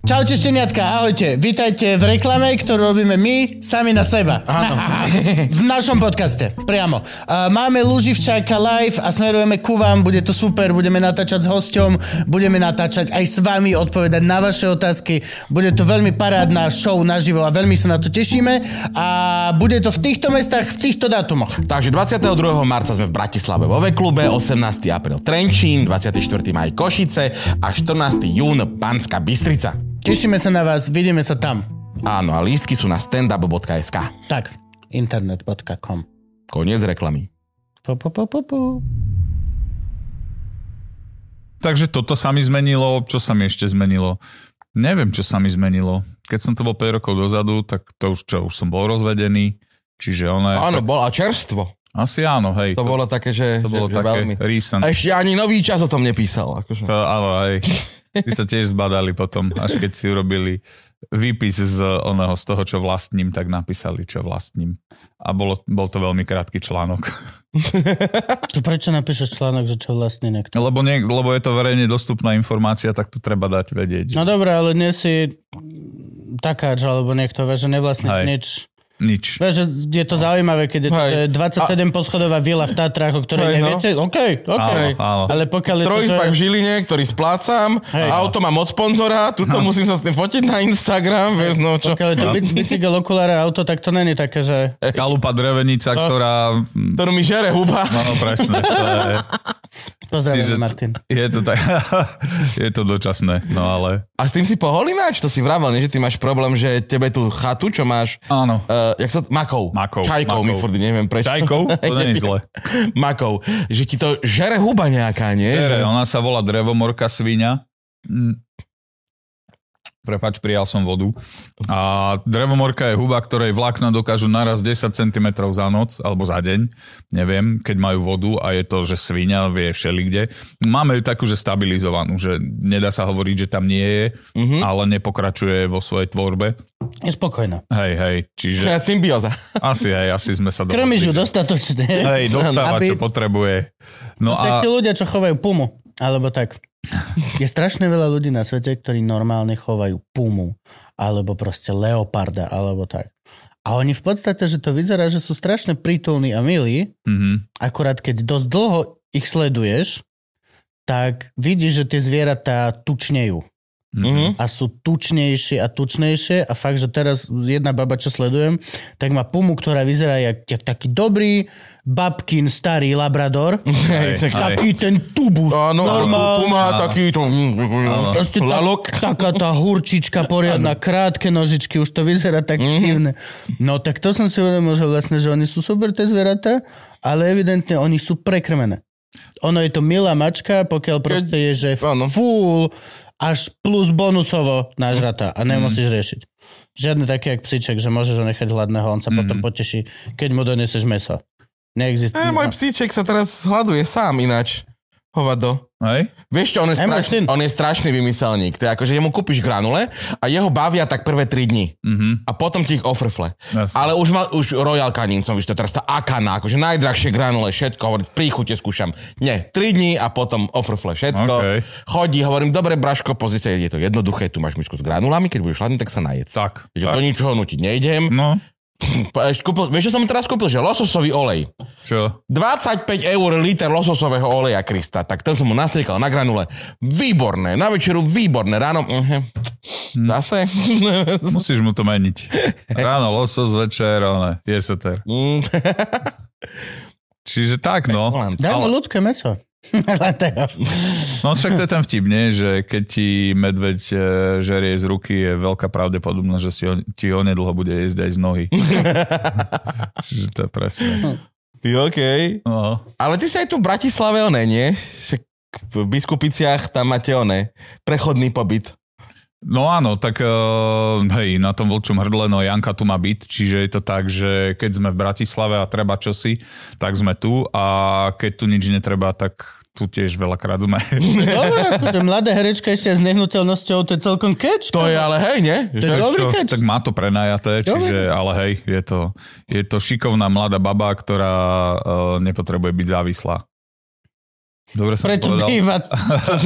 Čaute šteniatka, ahojte. Vítajte v reklame, ktorú robíme my sami na seba. Áno. v našom podcaste, priamo. A Máme Luživčáka live a smerujeme ku vám, bude to super, budeme natáčať s hosťom, budeme natáčať aj s vami, odpovedať na vaše otázky. Bude to veľmi parádna show naživo a veľmi sa na to tešíme a bude to v týchto mestách, v týchto dátumoch. Takže 22. marca sme v Bratislave vo V-klube, 18. apríl Trenčín, 24. maj Košice a 14. jún Banská Bystrica. Tešíme sa na vás, vidíme sa tam. Áno, a lístky sú na standup.sk. Tak, internet.com. Koniec reklamy. Po, po, po, po, po. Takže toto sa mi zmenilo. Čo sa mi ešte zmenilo? Neviem, čo sa mi zmenilo. Keď som to bol 5 rokov dozadu, tak to už čo, už som bol rozvedený. Čiže ono je... Áno, bolo a čerstvo. Asi áno, hej. To bolo také, že, to bolo že, že také veľmi. recent. A ešte ani nový čas o tom nepísal. Akože. To, áno, aj. Ty sa tiež zbadali potom, až keď si urobili výpis z oného, z toho, čo vlastním, tak napísali, čo vlastním. A bolo, bol to veľmi krátky článok. Tu prečo napíšeš článok, že čo vlastne niekto? Lebo, nie, lebo je to verejne dostupná informácia, tak to treba dať vedieť. No dobré, ale nie si takáč alebo niekto, vieš, že nevlastníš Hej. nič. Nič. Vieš, že je to zaujímavé, keď je to, Hej. že 27 poschodová vila v Tatrách, o ktorej Hej, no. neviete. OK, OK. Áno, áno. Ale pokiaľ je to, že... Trojizbak v Žiline, ktorý splácam, Akože- Hej. auto mám od sponzora, tuto musím sa s tým fotiť na Instagram, vieš, no čo. Pokiaľ je to bi- bicykel, okuláre, auto, tak to není také, že... Eh, Kalupa drevenica, ktorá... Ktorú mi žere huba. No presne, to je, Pozdravujeme, Čiže- Martin. je to tak, je to dočasné, no ale... A s tým si poholináč? To si vravel, nie? že ty máš problém, že tebe tú chatu, čo máš... Áno. Uh, jak sa... Makou. Makou, Čajkou makou. mi furt, neviem prečo. Čajkou? To není zle. Makou. Že ti to žere huba nejaká, nie? Tere, Že- ona sa volá drevomorka svinia. Mm. Prepač, prijal som vodu. A drevomorka je huba, ktorej vlákna dokážu naraz 10 cm za noc, alebo za deň, neviem, keď majú vodu a je to, že svinia vie všelikde. Máme ju takú, že stabilizovanú, že nedá sa hovoriť, že tam nie je, Mhm. mm-hmm. ale nepokračuje vo svojej tvorbe. Je spokojná. Hej, hej, čiže Symbioza. asi aj, asi sme sa dohodli. Krmiš ju že- dostatočne. Hej, dostáva, čo Aby- potrebuje. No To sú jak a tí ľudia, čo chovajú pumu. Alebo tak. Je strašne veľa ľudí na svete, ktorí normálne chovajú pumu. Alebo proste leoparda. Alebo tak. A oni v podstate, že to vyzerá, že sú strašne prítulní a milí, Mm-hmm. akurát keď dosť dlho ich sleduješ, tak vidíš, že tie zvieratá tučnejú. Mhm. a sú tučnejšie a tučnejšie a fakt, že teraz jedna baba, čo sledujem, tak má pumu, ktorá vyzerá jak, jak taký dobrý babkin starý labrador. Hej, tak- Aj. Taký ten tubus. Áno, normálne. tu má taký to... Mm, Proste tá, Lalok. taká tá hurčička poriadna, krátke nožičky, už to vyzerá tak Mhm. divne. No tak to som si uvedomil, že vlastne, že oni sú super tie zvieratá, ale evidentne oni sú prekrmené. Ono je to milá mačka, pokiaľ proste je, že áno. full až plus bonusovo nažratá a Mhm. nemusíš riešiť. Žiadne také, jak psíček, že môžeš ho nechať hladného, on sa potom poteší, keď mu donesieš meso. Neexistuje. Mhm. No. E, môj psíček sa teraz hľaduje sám ináč. Hovado. Hej? Vieš čo, on je, Aj môj strašný, syn. on je strašný vymyselník. To je ako, že jemu kúpiš granule a jeho bavia tak prvé 3 dní. Mhm. No, A potom ti ich ofrfle. Jasne. Ale už mal, už Royal Canin som videl, to je teraz tá Akana, akože najdrahšie granule, všetko, hovorím, príchute skúšam. Nie, 3 dní a potom ofrfle všetko. Okej. Chodí, hovorím, dobre, Braško, pozrite, je to jednoduché, tu máš misku s granulami, keď budeš hladný, tak sa najedz. Tak. Že do tak. ničoho nutiť nejdem. No, Pa- ešte Kúpil, vieš, čo som teraz kúpil? Že lososový olej. čo? 25 eur liter lososového oleja, Krista. Tak ten som mu nastriekal na granule. Výborné. Na večeru výborné. Ráno... mhm. Zase? Musíš mu to meniť. Ráno losos, večer, one, jeseter. Mm, Čiže tak, no. Holand. Daj mu Ale- ľudské meso. Hladného. No však to je ten vtip, nie? že keď ti medveď e, žerie z ruky, je veľká pravdepodobnosť, že si on, ti onedlho bude jesť aj z nohy. Čiže to je presne. Ty, okej. No. Ale ty si aj tu v Bratislave, one, nie? Však v Biskupiciach tam máte, one, prechodný pobyt. No áno, tak uh, hej, na tom vlčom hrdle, no Janka tu má byt, čiže je to tak, že keď sme v Bratislave a treba čosi, tak sme tu a keď tu nič netreba, tak tu tiež veľakrát sme. Dobre, akože mladá herečka ešte aj s nehnuteľnosťou, to je celkom catch. To je ale hej, nie? Že, je dobrý Čo, catch. tak má to prenajaté, čiže, ale hej, je to, je to šikovná mladá baba, ktorá uh, nepotrebuje byť závislá. Dobre som Preto to povedal. býva.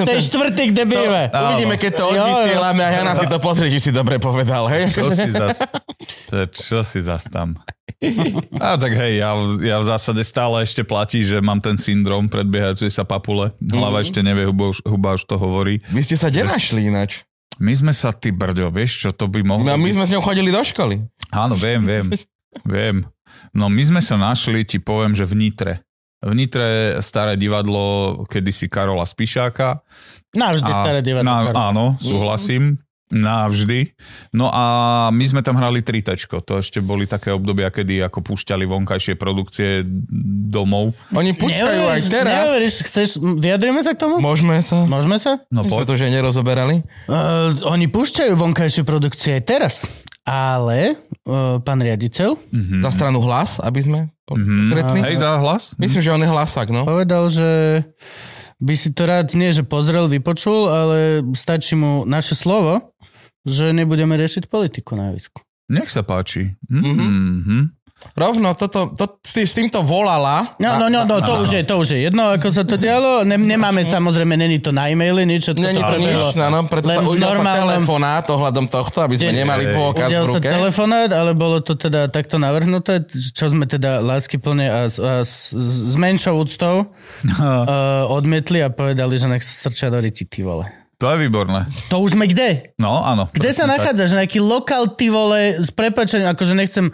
To je štvrtý, kde býva. uvidíme, keď to Jo, jo. odvysielame a Jana si to pozrie, či si dobre povedal, hej? Čo si zas, to je- čo si zas tam? A tak hej, ja, v- ja v zásade stále ešte platí, že mám ten syndrom predbiehajúcej sa papule. Hlava ešte nevie, huba už, huba už to hovorí. Vy ste sa nenašli ináč. My sme sa, ty brďo, vieš čo, to by mohlo... No my byť- sme s ňou chodili do školy. Áno, viem, viem, viem. No my sme sa našli, ti poviem, že v Nitre. V Nitre staré divadlo kedysi Karola Spišáka. Navždy staré divadlo. na- Karol. Áno, súhlasím. Navždy. No a my sme tam hrali tritečko. To ešte boli také obdobia, kedy ako púšťali vonkajšie produkcie domov. Oni puťkajú aj Neuveríš, teraz. neuveríš, chceš, vyjadrime sa k tomu? Môžeme sa? Môžeme sa? No poď. Pretože nerozoberali? Uh, oni púšťajú vonkajšie produkcie aj teraz, ale uh, pán riaditeľ Za stranu hlas, aby sme po- konkrétni. Mhm. Hej, za hlas? Myslím, že on je hlasák, no. povedal, že by si to rád nie, že pozrel, vypočul, ale stačí mu naše slovo, že nebudeme riešiť politiku na javisku. Nech sa páči. Mhm. Mm-hmm. Rovno toto, to, s tým- s týmto volala. No, no, no, no, to už je, to už je jedno, ako sa to dialo. Ne, nemáme samozrejme, není to na e-maily, nič. Mhm. Není to nič, no, no preto Len sa v udial sa normálnom- telefonát ohľadom tohto, aby sme Deň- nemali Hej. dôkaz v Udial sa ruke. telefonát, ale bolo to teda takto navrhnuté, čo sme teda láskyplne a, s- a s, s menšou úctou uh, odmietli a povedali, že nech sa strčia do riti, ty vole. To je výborné. To už sme kde? No, áno. Kde Presne sa tak. nachádzaš? Nejaký lokál, ty vole, s prepačením, akože nechcem uh,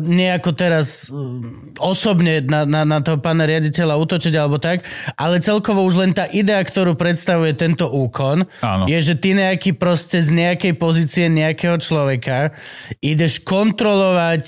nejako teraz uh, osobne na, na, na toho pána riaditeľa útočiť alebo tak, ale celkovo už len tá idea, ktorú predstavuje tento úkon, Áno. je, že ty nejaký proste z nejakej pozície nejakého človeka ideš kontrolovať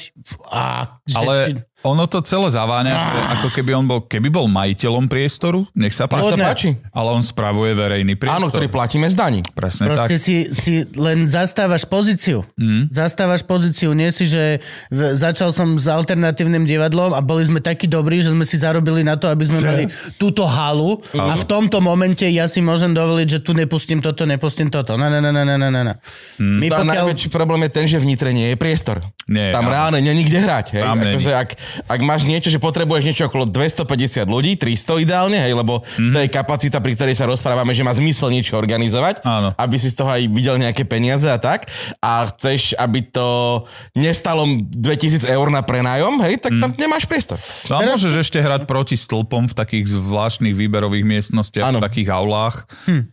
a, že, Ale či, ono to celé zaváňa, ako, ako keby on bol, keby bol majiteľom priestoru, nech sa páči. Nech sa páči. Ale on spravuje verejný priestor. Áno, ktorý platíme z daní. Presne tak. Proste si, si len zastávaš pozíciu. Mm. Zastávaš pozíciu. Nie si, že v, začal som s alternatívnym divadlom a boli sme takí dobrí, že sme si zarobili na to, aby sme mali túto halu a v tomto momente ja si môžem dovoliť, že tu nepustím toto, nepustím toto. Na, na, na, na, na, na, na. Mm. My Tam pokiaľ... najväčší problém je ten, že vnitre nie je priestor. Nie, tam áno. reálne nie je nikde hrať. Hej? Tam není. Akože ak ak máš niečo, že potrebuješ niečo okolo 250 ľudí, 300 ideálne, hej, lebo mm-hmm. Mhm. to je kapacita, pri ktorej sa rozprávame, že má zmysel niečo organizovať, Áno. aby si z toho aj videl nejaké peniaze a tak. A chceš, aby to nestalo 2000 eur na prenájom, hej, tak Mhm. tam nemáš priestor. No a môžeš ešte hrať proti stĺpom v takých zvláštnych výberových miestnostiach, Áno. v takých aulách,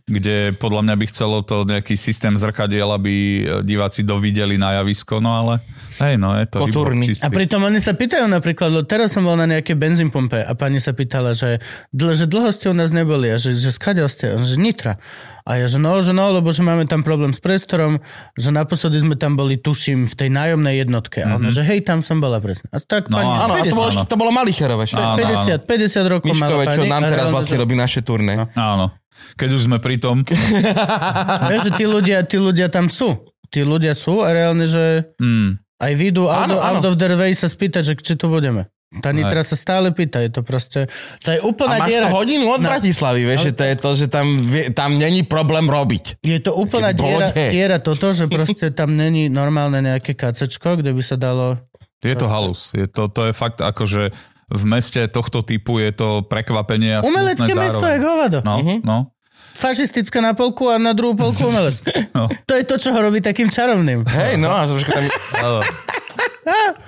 kde podľa mňa by chcelo to nejaký systém zrkadiel, aby e, diváci dovideli na javisko, no ale hej, no je to Kotúrny. výbor čistý. A pritom oni sa pýtajú napríklad, lebo teraz som bol na nejakej benzínpumpe a pani sa pýtala, že, dl- že dlho ste u nás neboli a že, že skadiaľ ste, a on, že Nitra. A ja, že no, že no, lebo že máme tam problém s priestorom, že naposledy sme tam boli, tuším, v tej nájomnej jednotke. A ona, že hej, tam som bola presne. A tak No, pani, že Mhm. Áno, a to 50, bolo, Áno. to bolo Malicherové. čo? Áno, áno. 50, 50 rokov mala Miškové, čo pani. nám a teraz reálne, vlastne že- robí naše turné. Áno. Keď už sme pri tom, Vieš, že tí ľudia, tí ľudia tam sú. Tí ľudia sú a reálne, že mm, aj vidú out, Áno, áno, áno. out of their way sa spýtať, že či tu budeme. Tá Nitra sa stále pýta, je to proste... To je A úplná máš diera. to hodinu od No. Bratislavy, vieš, že to je to, že tam, vie- tam není problém robiť. Je to úplná Také diera, blode. diera toto, že proste tam není normálne nejaké kacečko, kde by sa dalo... je to halus. Je to, to je fakt akože v meste tohto typu je to prekvapenie a smutné Umelecké mesto je zároveň. hovado. No, Mhm. no, Fašistické na polku a na druhú polku umelecké. No. To je to, čo ho robí takým čarovným. Hej, no a som všetko tam...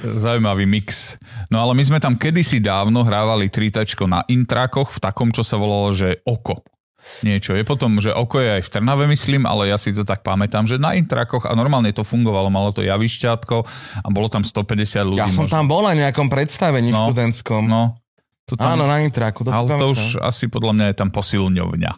Zaujímavý mix. No ale my sme tam kedysi dávno hrávali tritačko na intrakoch v takom, čo sa volalo, že oko. Niečo. Je potom, že oko je aj v Trnave, myslím, ale ja si to tak pamätám, že na intrakoch a normálne to fungovalo, malo to javišťátko a bolo tam 150 ľudí. Ja som možno. tam bol na nejakom predstavení No. no, študentskom. No, No, to tam, Áno, na Nitraku. To si ale to pamätám. už asi podľa mňa je tam posilňovňa.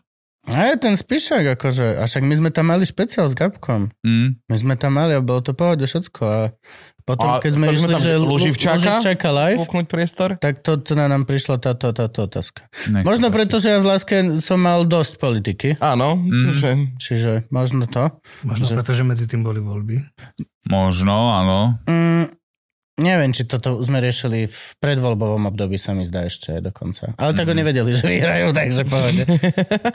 A je ten spíšak, akože. A však my sme tam mali špeciál s Gabkom. Mm. My sme tam mali a bolo to pohode všetko. A potom, A keď sme tak sme išli, tam že Lu- Luživčáka? Luživčáka live, Kúknuť priestor? tak to, to na nám prišla táto, táto otázka. Nech sa Možno páči. preto, že ja v Láske som mal dosť politiky. Áno. Že... Čiže možno to. Možno preto, že medzi tým boli voľby. Možno, áno. Mm, neviem, či toto sme riešili v predvoľbovom období, sa mi zdá ešte aj dokonca. Ale tak mm. Mhm. oni vedeli, že vyhrajú, takže povede.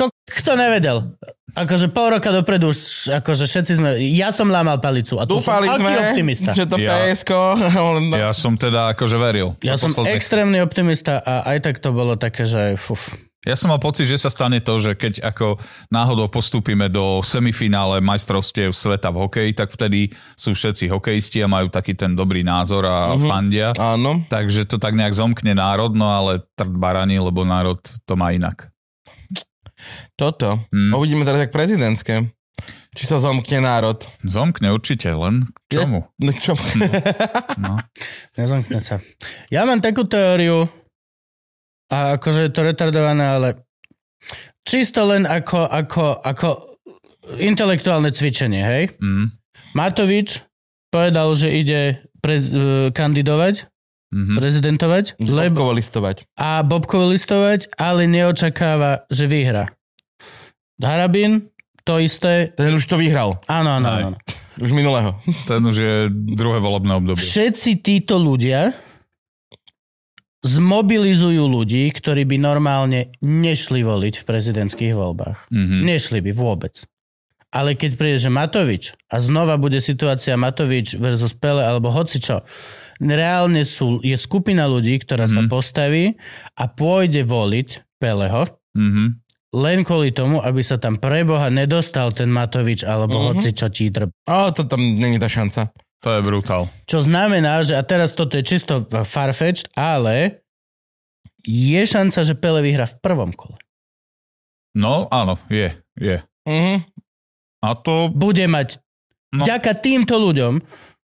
Ko- Kto nevedel? Akože pol roka dopredu už, akože všetci sme... Ja som lámal palicu. A tu Dúfali som, sme, aký optimista. že to Ja. PSK... No, Ja som teda akože veril. Ja Do som poslednej extrémny optimista a aj tak to bolo také, že fuf. Ja som mal pocit, že sa stane to, že keď ako náhodou postúpime do semifinále majstrovstiev sveta v hokeji, tak vtedy sú všetci hokejisti a majú taký ten dobrý názor a Mhm. mm-hmm. fandia. Áno. Takže to tak nejak zomkne národ, no ale trd barani, lebo národ to má inak. Toto. Mm. Uvidíme teraz jak prezidentské. Či sa zomkne národ. Zomkne určite, len k čomu? No k čomu? Nezamkne sa. Ja mám takú teóriu, a akože je to retardované, ale čisto len ako, ako, ako intelektuálne cvičenie, hej? Mm. Matovič povedal, že ide prez, eh, kandidovať, Mhm. prezidentovať lebo, Lebo... listovať. a Bobkovi listovať, ale neočakáva, že vyhra. Harabin, to isté. Ten už to vyhral. Áno, áno, Aj. áno. áno. Už minulého. Ten už je druhé volebné obdobie. Všetci títo ľudia zmobilizujú ľudí, ktorí by normálne nešli voliť v prezidentských voľbách. Mhm. Nešli by vôbec. Ale keď príde, že Matovič a znova bude situácia Matovič versus Pele alebo hocičo, reálne sú, je skupina ľudí, ktorá mm. sa Mhm. postaví a pôjde voliť Peleho Mhm. len kvôli tomu, aby sa tam preboha nedostal ten Matovič Mhm. alebo mm-hmm. hocičo tídr. Ale to tam není tá šanca. To je brutál. Čo znamená, že a teraz toto je čisto farfetched, ale je šanca, že Pele vyhra v prvom kole. No áno, je, je. Mhm. A to... Bude mať No. no. vďaka týmto ľuďom,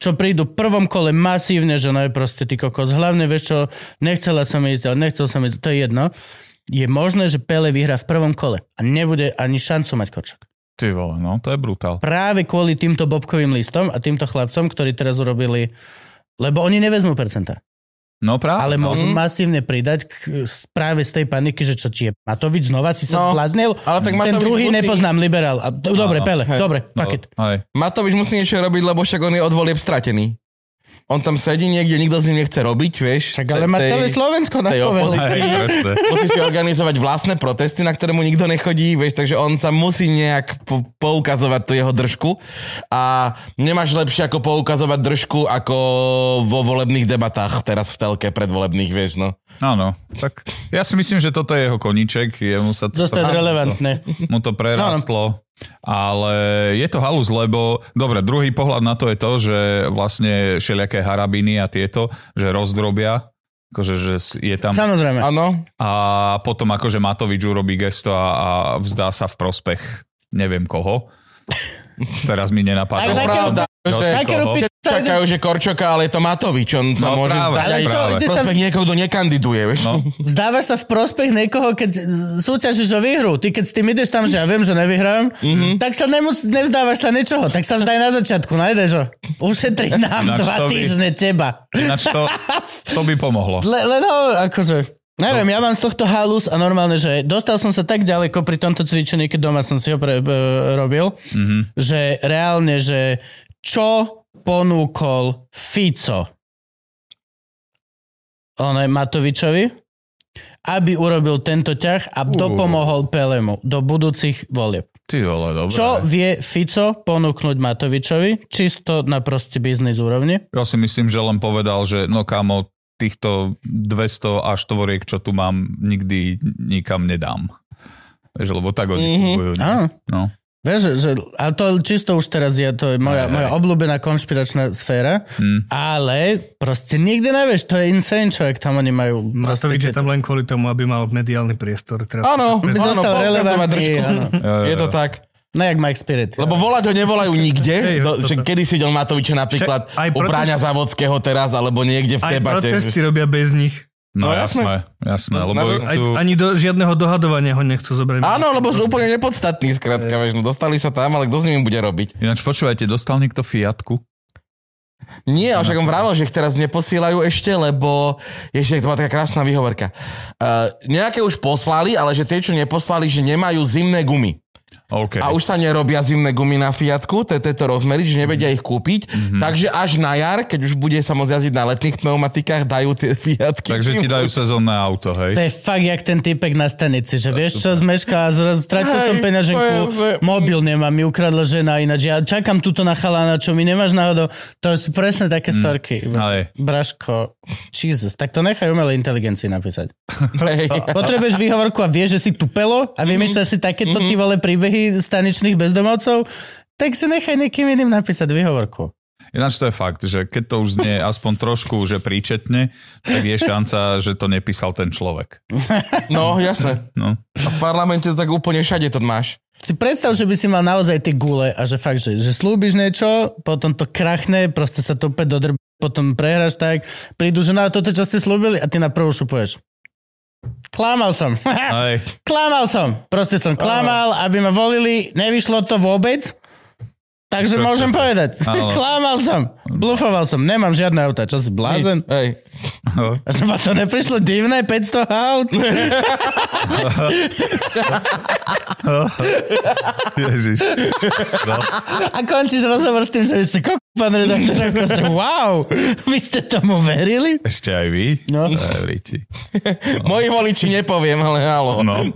čo prídu v prvom kole masívne, že no je proste ty kokos. Hlavne vieš čo, nechcela som ísť, ale nechcel som ísť, to je jedno. Je možné, že Pele vyhrá v prvom kole a nebude ani šancu mať kočok. Ty vole, no to je brutál. Práve kvôli týmto bobkovým listom a týmto chlapcom, ktorí teraz urobili, lebo oni nevezmú percenta. No práve. Ale no. môžu masívne pridať k, z- práve z tej paniky, že čo ti je Matovič, znova si No, sa no, sbláznil. ale tak Ten Matovič druhý musí- nepoznám liberál. A, Áno. dobre, Pele, Hej. dobre, no, fuck it. Aj. Matovič musí niečo robiť, lebo však on je od volieb stratený. on tam sedí niekde, nikto s ním nechce robiť, vieš. Čak, ale má celé Slovensko na tej poveli. Hej, presne. Musí si organizovať vlastné protesty, na ktoré mu nikto nechodí, vieš, takže on sa musí nejak po- poukazovať tú jeho držku a nemáš lepšie ako poukazovať držku ako vo volebných debatách teraz v telke predvolebných, vieš, no. Áno, tak ja si myslím, že toto je jeho koníček, jemu sa to, Zostať relevantné. No. mu to prerastlo. Ale je to halus, lebo... Dobre, druhý pohľad na to je to, že vlastne všelijaké harabiny a tieto, že rozdrobia, akože že s- je tam... Samozrejme. Áno, A potom akože Matovič urobí gesto a, a vzdá sa v prospech neviem koho. Teraz mi Ale nenapadá. takého- pravda, že Takeru koho? piču sa no. čakajú, že Korčoka, ale je to Matovič, on sa No môže práve, vzdať aj práve. Ty sa- prospech niekoho, kto nekandiduje, vieš. No, Vzdávaš sa v prospech niekoho, keď súťažíš o výhru. Ty keď s tým ideš tam, že ja viem, že nevyhrám, Mhm. mm-hmm. tak sa nemus- nevzdávaš sa ničoho. Tak sa vzdaj na začiatku, nájdeš ho. Ušetri nám Ináč to dva by- týždne teba. ináč to, to by pomohlo. Le, len ho, akože... Neviem, ja mám z tohto halus a normálne, že dostal som sa tak ďaleko pri tomto cvičení, keď doma som si ho pre, e, robil, mm-hmm. že reálne, že čo ponúkol Fico one Matovičovi, aby urobil tento ťah a dopomohol Pelemu do budúcich volieb. Ty vole, dobre. Čo vie Fico ponúknuť Matovičovi, čisto na proste biznis úrovni? Ja si myslím, že len povedal, že no kamo, týchto 200 až tvoriek, čo tu mám, nikdy nikam nedám. Vieš, lebo tak oni mm-hmm. fungujú. nie? Áno. No. Vieš, že, že, a to čisto už teraz je, to je moja, moja obľúbená konšpiračná sféra, mm. ale proste nikdy nevieš, to je insane, čo ak tam oni majú. Proste, Matovič je tam len kvôli tomu, aby mal mediálny priestor. Teda Teraz Áno, Aby áno, zostal poukazovať relevantný, držku. áno. Je to tak. No jak Mike Spirit. Lebo volať ho nevolajú nikde. Hej, Do, toto. že kedy si idel Matoviče napríklad Však aj u protest- Bráňa Závodského teraz, alebo niekde v aj debate. protesty robia bez nich. No, No, jasné, jasné, lebo Na- Aj, tu, ani do žiadneho dohadovania ho nechcú zobrať. Áno, lebo sú úplne nepodstatní, skrátka, vieš, no dostali sa tam, ale kto s nimi bude robiť? ináč počúvajte, dostal niekto Fiatku? Nie, ale však on vravel, že ich teraz neposielajú ešte, lebo ešte to má taká krásna výhovorka. Uh, nejaké už poslali, ale že tie, čo neposlali, že nemajú zimné gumy. OK. A už sa nerobia zimné gumy na Fiatku, to je tieto rozmery, že nevedia Mhm. ich kúpiť. Takže až na jar, keď už bude sa môcť jazdiť na letných pneumatikách, dajú tie Fiatky. Takže ti dajú sezónne auto, To hej? je fakt jak ten typek na stanici, že vieš čo, zmeška a zraz stratil Hej, som peňaženku, to je, že- mobil nemám, mi ukradla žena ináč. Ja čakám tuto na chalána, čo mi nemáš náhodou. To sú presne také Mm. storky. Ale- Braško, Jesus, tak to nechaj umelej inteligencii napísať. Hej. Potrebuješ výhovorku a vieš, že si tupelo a vymýšľaš si takéto ty vole príbehy staničných bezdomovcov, tak si nechaj niekým iným napísať výhovorku. Ináč to je fakt, že keď to už znie aspoň trošku, že príčetne, tak je šanca, že to nepísal ten človek. No, jasné. No. A v parlamente to tak úplne všade to máš. Si predstav, že by si mal naozaj tie gule a že fakt, že, že slúbiš niečo, potom to krachne, proste sa to opäť dodrb, potom prehráš tak, prídu, že na toto, čo ste slúbili a ty na prvú šupuješ. Klamal som. Aj, klamal som. Proste som klamal, aby ma volili, nevyšlo to vôbec. Takže Čo- môžem čo- povedať. Áno. klamal som. Blufoval som. Nemám žiadne auta. Čo si blázen? Hej. A že ma to neprišlo divné, 500 aut. ježiš. No. A končíš rozhovor s tým, že vy ste kok, pán redaktor, ako že wow, vy ste tomu verili? Ešte aj vy? No. Dobrý ti. Moji voliči nepoviem, ale halo. No.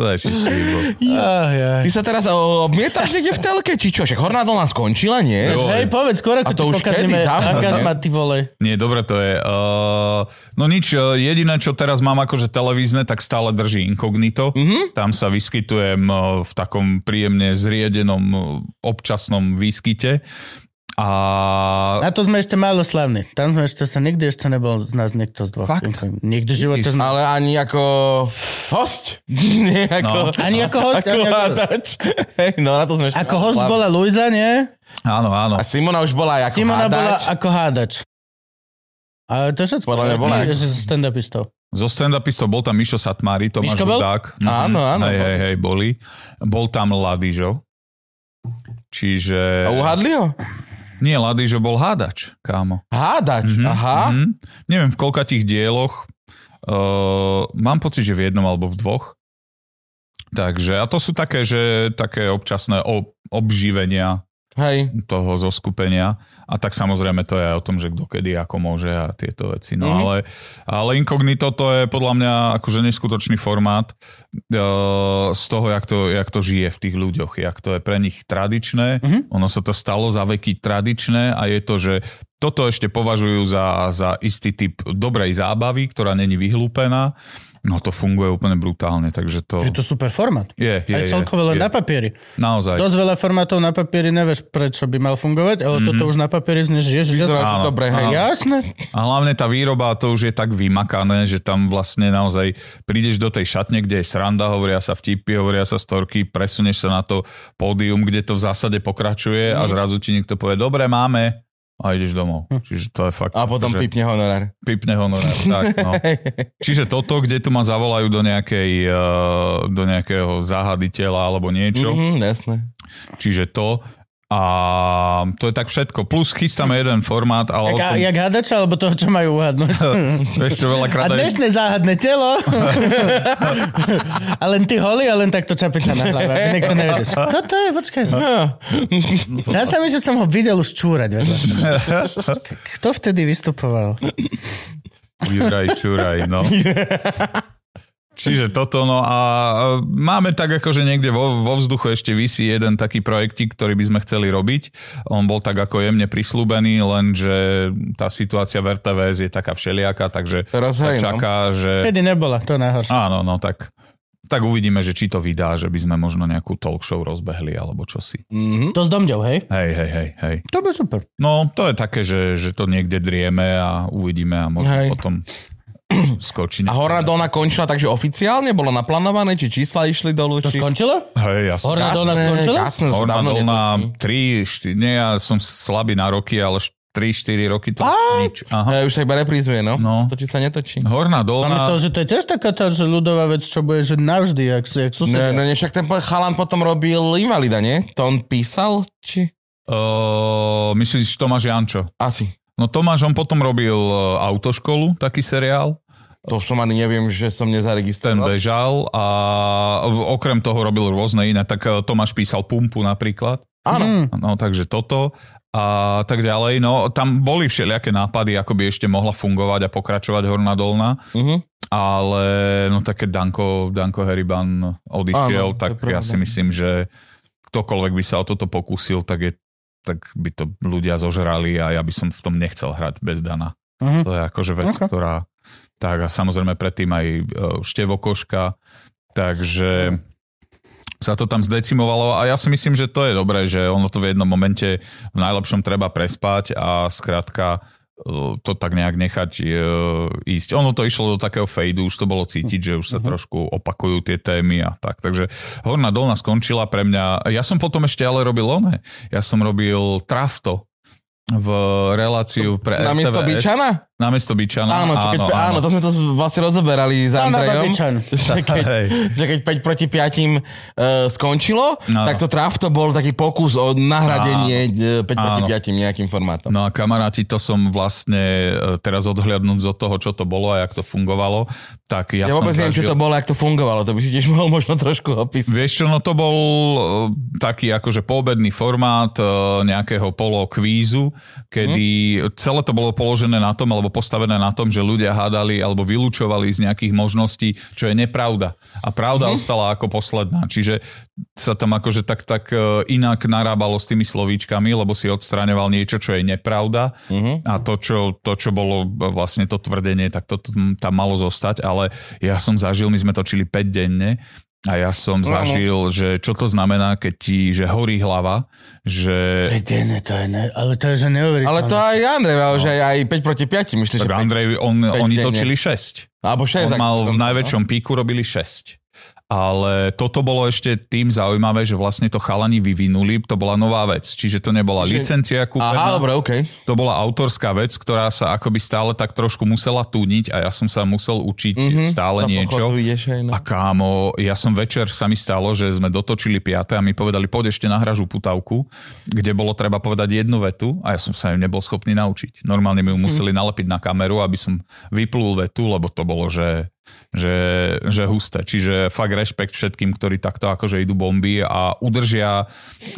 To je šišíbo. Ach, jaj. Ty sa teraz o, obmietaš niekde v telke, či čo? Však Horná dolná skončila, nie? Jo. Hej, povedz, skôr ako A ti to už pokazíme kedy? Dávno, orgazma, nie? ty vole. Nie, dobre to je. Uh, no nič, eh, jediné, čo teraz mám akože televízne, tak stále drží inkognito. Mhm. Mm-hmm. Tam sa vyskytujem eh, v takom príjemne zriedenom eh, občasnom výskyte. A... Na to sme ešte málo slavní. Tam sme ešte sa nikdy ešte nebol z nás niekto z dvoch. Fakt? Nikdy v živote sme... Ale ani ako host. Nie No. ako... Ani ako host, Ako ani ako... hádač. Hej, no na to sme ešte- Ako host Slavný. bola Luisa, nie? Áno, áno. A Simona už bola aj ako Simona hádač. bola ako hádač. Ale to všetko. Podľa mňa bola Nie, ako- že stand-upistov. Zo stand-upistov bol tam Mišo Satmári, Tomáš Miško bol? Budák. Áno, áno. Hej, hej, hej, boli. Bol tam Ladižo. Čiže... A uhadli ho? Nie, Ladižo bol hádač, kámo. Hádač, aha. Mm-hmm. Neviem, v koľkatých dieloch. Uh, mám pocit, že v jednom alebo v dvoch. Takže, a to sú také, že také občasné ob, obživenia Hej. toho zoskupenia. A tak samozrejme to je aj o tom, že kto kedy ako môže a tieto veci. Mhm. No ale, ale inkognito to je podľa mňa akože neskutočný formát e, z toho, jak to, jak to žije v tých ľuďoch, jak to je pre nich tradičné. Mhm. Ono sa to stalo za veky tradičné a je to, že toto ešte považujú za, za istý typ dobrej zábavy, ktorá není vyhlúpená. No to funguje úplne brutálne, takže to... Je to super format. Je, je, je, Aj celkovo len je. na papieri. Naozaj. Dosť veľa formátov na papieri nevieš, prečo by mal fungovať, ale mm-hmm. toto už na papieri znežiješ. Mhm. Vyzerá to Áno, dobre, hej. áno. Jasné. A hlavne tá výroba, to už je tak vymakané, že tam vlastne naozaj prídeš do tej šatne, kde je sranda, hovoria sa vtipy, hovoria sa storky, presunieš sa na to pódium, kde to v zásade pokračuje Mhm. a zrazu ti niekto povie, dobre, máme a ideš domov. Čiže to je fakt. Hm. A potom akože- pipne honorár. pipne honorár. Tak, no. Čiže toto, kde tu ma zavolajú do, nejakej, eh, do nejakého záhaditeľa alebo niečo, Mhm, jasné. čiže to. A to je tak všetko. Plus chystáme jeden formát, ale o Jak, tom, jak hádača, alebo toho, čo majú uhadnúť. vieš čo, A veľakrát aj- dnešné záhadné telo. a len ty holý a len takto čapiča na hlave, aby nikto nevedel. Kto to je? Počkaj. že- Zdá sa mi, že som ho videl už čúrať. Vedľa. Kto vtedy vystupoval? Juraj Čuraj, no. Čiže toto, no a e, máme tak akože niekde vo, vo vzduchu ešte vysí jeden taký projektík, ktorý by sme chceli robiť. On bol tak ako jemne prislúbený, lenže tá situácia v RTVS je taká všelijaká, takže Teraz sa hej, no. čaká, že... Kedy nebola, to je najhoršie. Áno, no tak, tak uvidíme, že či to vydá, že by sme možno nejakú talk show rozbehli alebo čosi. Mm. To s domďou, hej? Hej, hej, hej, hej. To by super. No, to je také, že, že to niekde drieme a uvidíme a možno Hej. potom skočí. A nejaká- horná dolná končila, takže oficiálne bolo naplánované, či čísla išli dolu, To či... skončilo? Hej, jasne. Horná dolná Jasné, skončila? Jasné, Horná dávno dolná 3, netočí. 4, nie, ja som slabý na roky, ale 3-4 roky to nič. Aha. Ja už tak iba reprízuje, no. No. Točí sa netočí. Horná A dolná, myslel, že to je tiež taká tá, že ľudová vec, čo bude, že navždy, jak, jak Ne, susedia. no nie, však ten po- chalan potom robil Invalida, nie? To on písal, či? uh, myslíš Tomáš Jančo? Asi. No Tomáš, on potom robil eh, autoškolu, taký seriál, To som ani neviem, že som ten nezaregistroval. bežal a okrem toho robil rôzne iné, tak eh, Tomáš písal Pumpu napríklad. Áno. Mm. No takže toto a tak ďalej. No tam boli všelijaké nápady, ako by ešte mohla fungovať a pokračovať Horná dolná. Mhm. Ale no také Danko, Danko Heriban odišiel, Áno, to je tak pravda. ja si myslím, že ktokoľvek by sa o toto pokúsil, tak, je, tak by to ľudia zožrali a ja by som v tom nechcel hrať bez Dana. Mhm. To je akože vec, Ok. ktorá... Tak a samozrejme predtým aj e, Števo Koška, takže sa to tam zdecimovalo a ja si myslím, že to je dobré, že ono to v jednom momente v najlepšom treba prespať a skrátka e, to tak nejak nechať e, ísť. Ono to išlo do takého fejdu, už to bolo cítiť, že už sa Mhm. trošku opakujú tie témy a tak. Takže Horná dolna skončila pre mňa. Ja som potom ešte ale robil oné. Ja som robil trafto v reláciu pre Namiesto RTVS. Byčana? Namiesto Byčana. Áno, čo keď, áno, áno, to sme to vlastne rozoberali s Áno, Andrejom. Babičan. Že keď, Hej. že keď 5 proti 5 uh, skončilo, Áno. tak to traf to bol taký pokus o nahradenie 5 proti Áno. 5 nejakým formátom. No a kamaráti, to som vlastne e, teraz odhliadnúť od toho, čo to bolo a jak to fungovalo, tak ja, Ja, vôbec som neviem, čo zažil- to bolo, jak to fungovalo. To by si tiež mohol možno trošku opísať. Vieš čo, no to bol e, taký akože poobedný formát e, nejakého polo kvízu, kedy celé to bolo položené na tom, alebo postavené na tom, že ľudia hádali alebo vylúčovali z nejakých možností, čo je nepravda. A pravda ostala ako posledná. Čiže sa tam akože tak, tak e, inak narábalo s tými slovíčkami, lebo si odstraňoval niečo, čo je nepravda. A to čo, to, čo bolo vlastne to tvrdenie, tak to tam tam malo zostať. Ale ja som zažil, my sme točili 5 denne a ja som No, zažil, že čo to znamená, keď ti, že horí hlava, že... Vedené to je, ne, ale to je, že neuveriteľné. Ale to aj Andrej, no. že aj, aj 5 proti 5, myslím, že Tak 5, Andrej, on, päť oni denne. točili 6. alebo 6. On mal v najväčšom píku, robili 6. Ale toto bolo ešte tým zaujímavé, že vlastne to chalani vyvinuli, to bola nová vec. Čiže to nebola Čiže- licencia kúpená. Aha, dobre, OK. to bola autorská vec, ktorá sa akoby stále tak trošku musela tuniť a ja som sa musel učiť Mhm, mm-hmm, stále Na niečo. pochodu ideš aj, no. A kámo, ja som večer, sa mi stalo, že sme dotočili piaté a mi povedali, poď ešte nahraž putavku, kde bolo treba povedať jednu vetu a ja som sa ju nebol Mhm. schopný naučiť. Normálne mi ju museli nalepiť na kameru, aby som vyplul vetu, lebo to bolo, že že, že husté. Čiže fakt rešpekt všetkým, ktorí takto akože idú bomby a udržia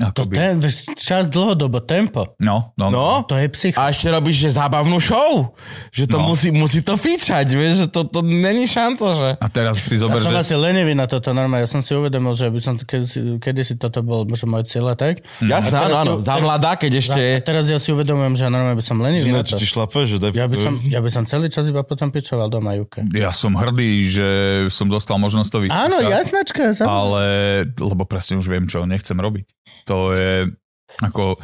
To akoby... ten, vieš, čas dlhodobo, tempo. No, no, no. No? To je psycho. A ešte robíš, že zábavnú show. Že to No. musí, musí to fičať, vieš, že to, to není šanca, že... A teraz si Ja zober, som asi že... lenivý na toto normálne. Ja som si uvedomil, že by som kedysi, kedysi toto bol možno môj cieľ Mm. a tak. Jasné, áno, áno, teraz- zavládá, keď ešte... A teraz ja si uvedomujem, že ja normálne by som lenivý na Ináč to. ti šlape, že daj... Ja by, som, ja by som celý čas iba potom pičoval doma Juke. Ja som hrdý, že som dostal možnosť to vyskúšať. Áno, jasnačka, samozrejme. Ale, lebo presne už viem, čo nechcem robiť. To je ako...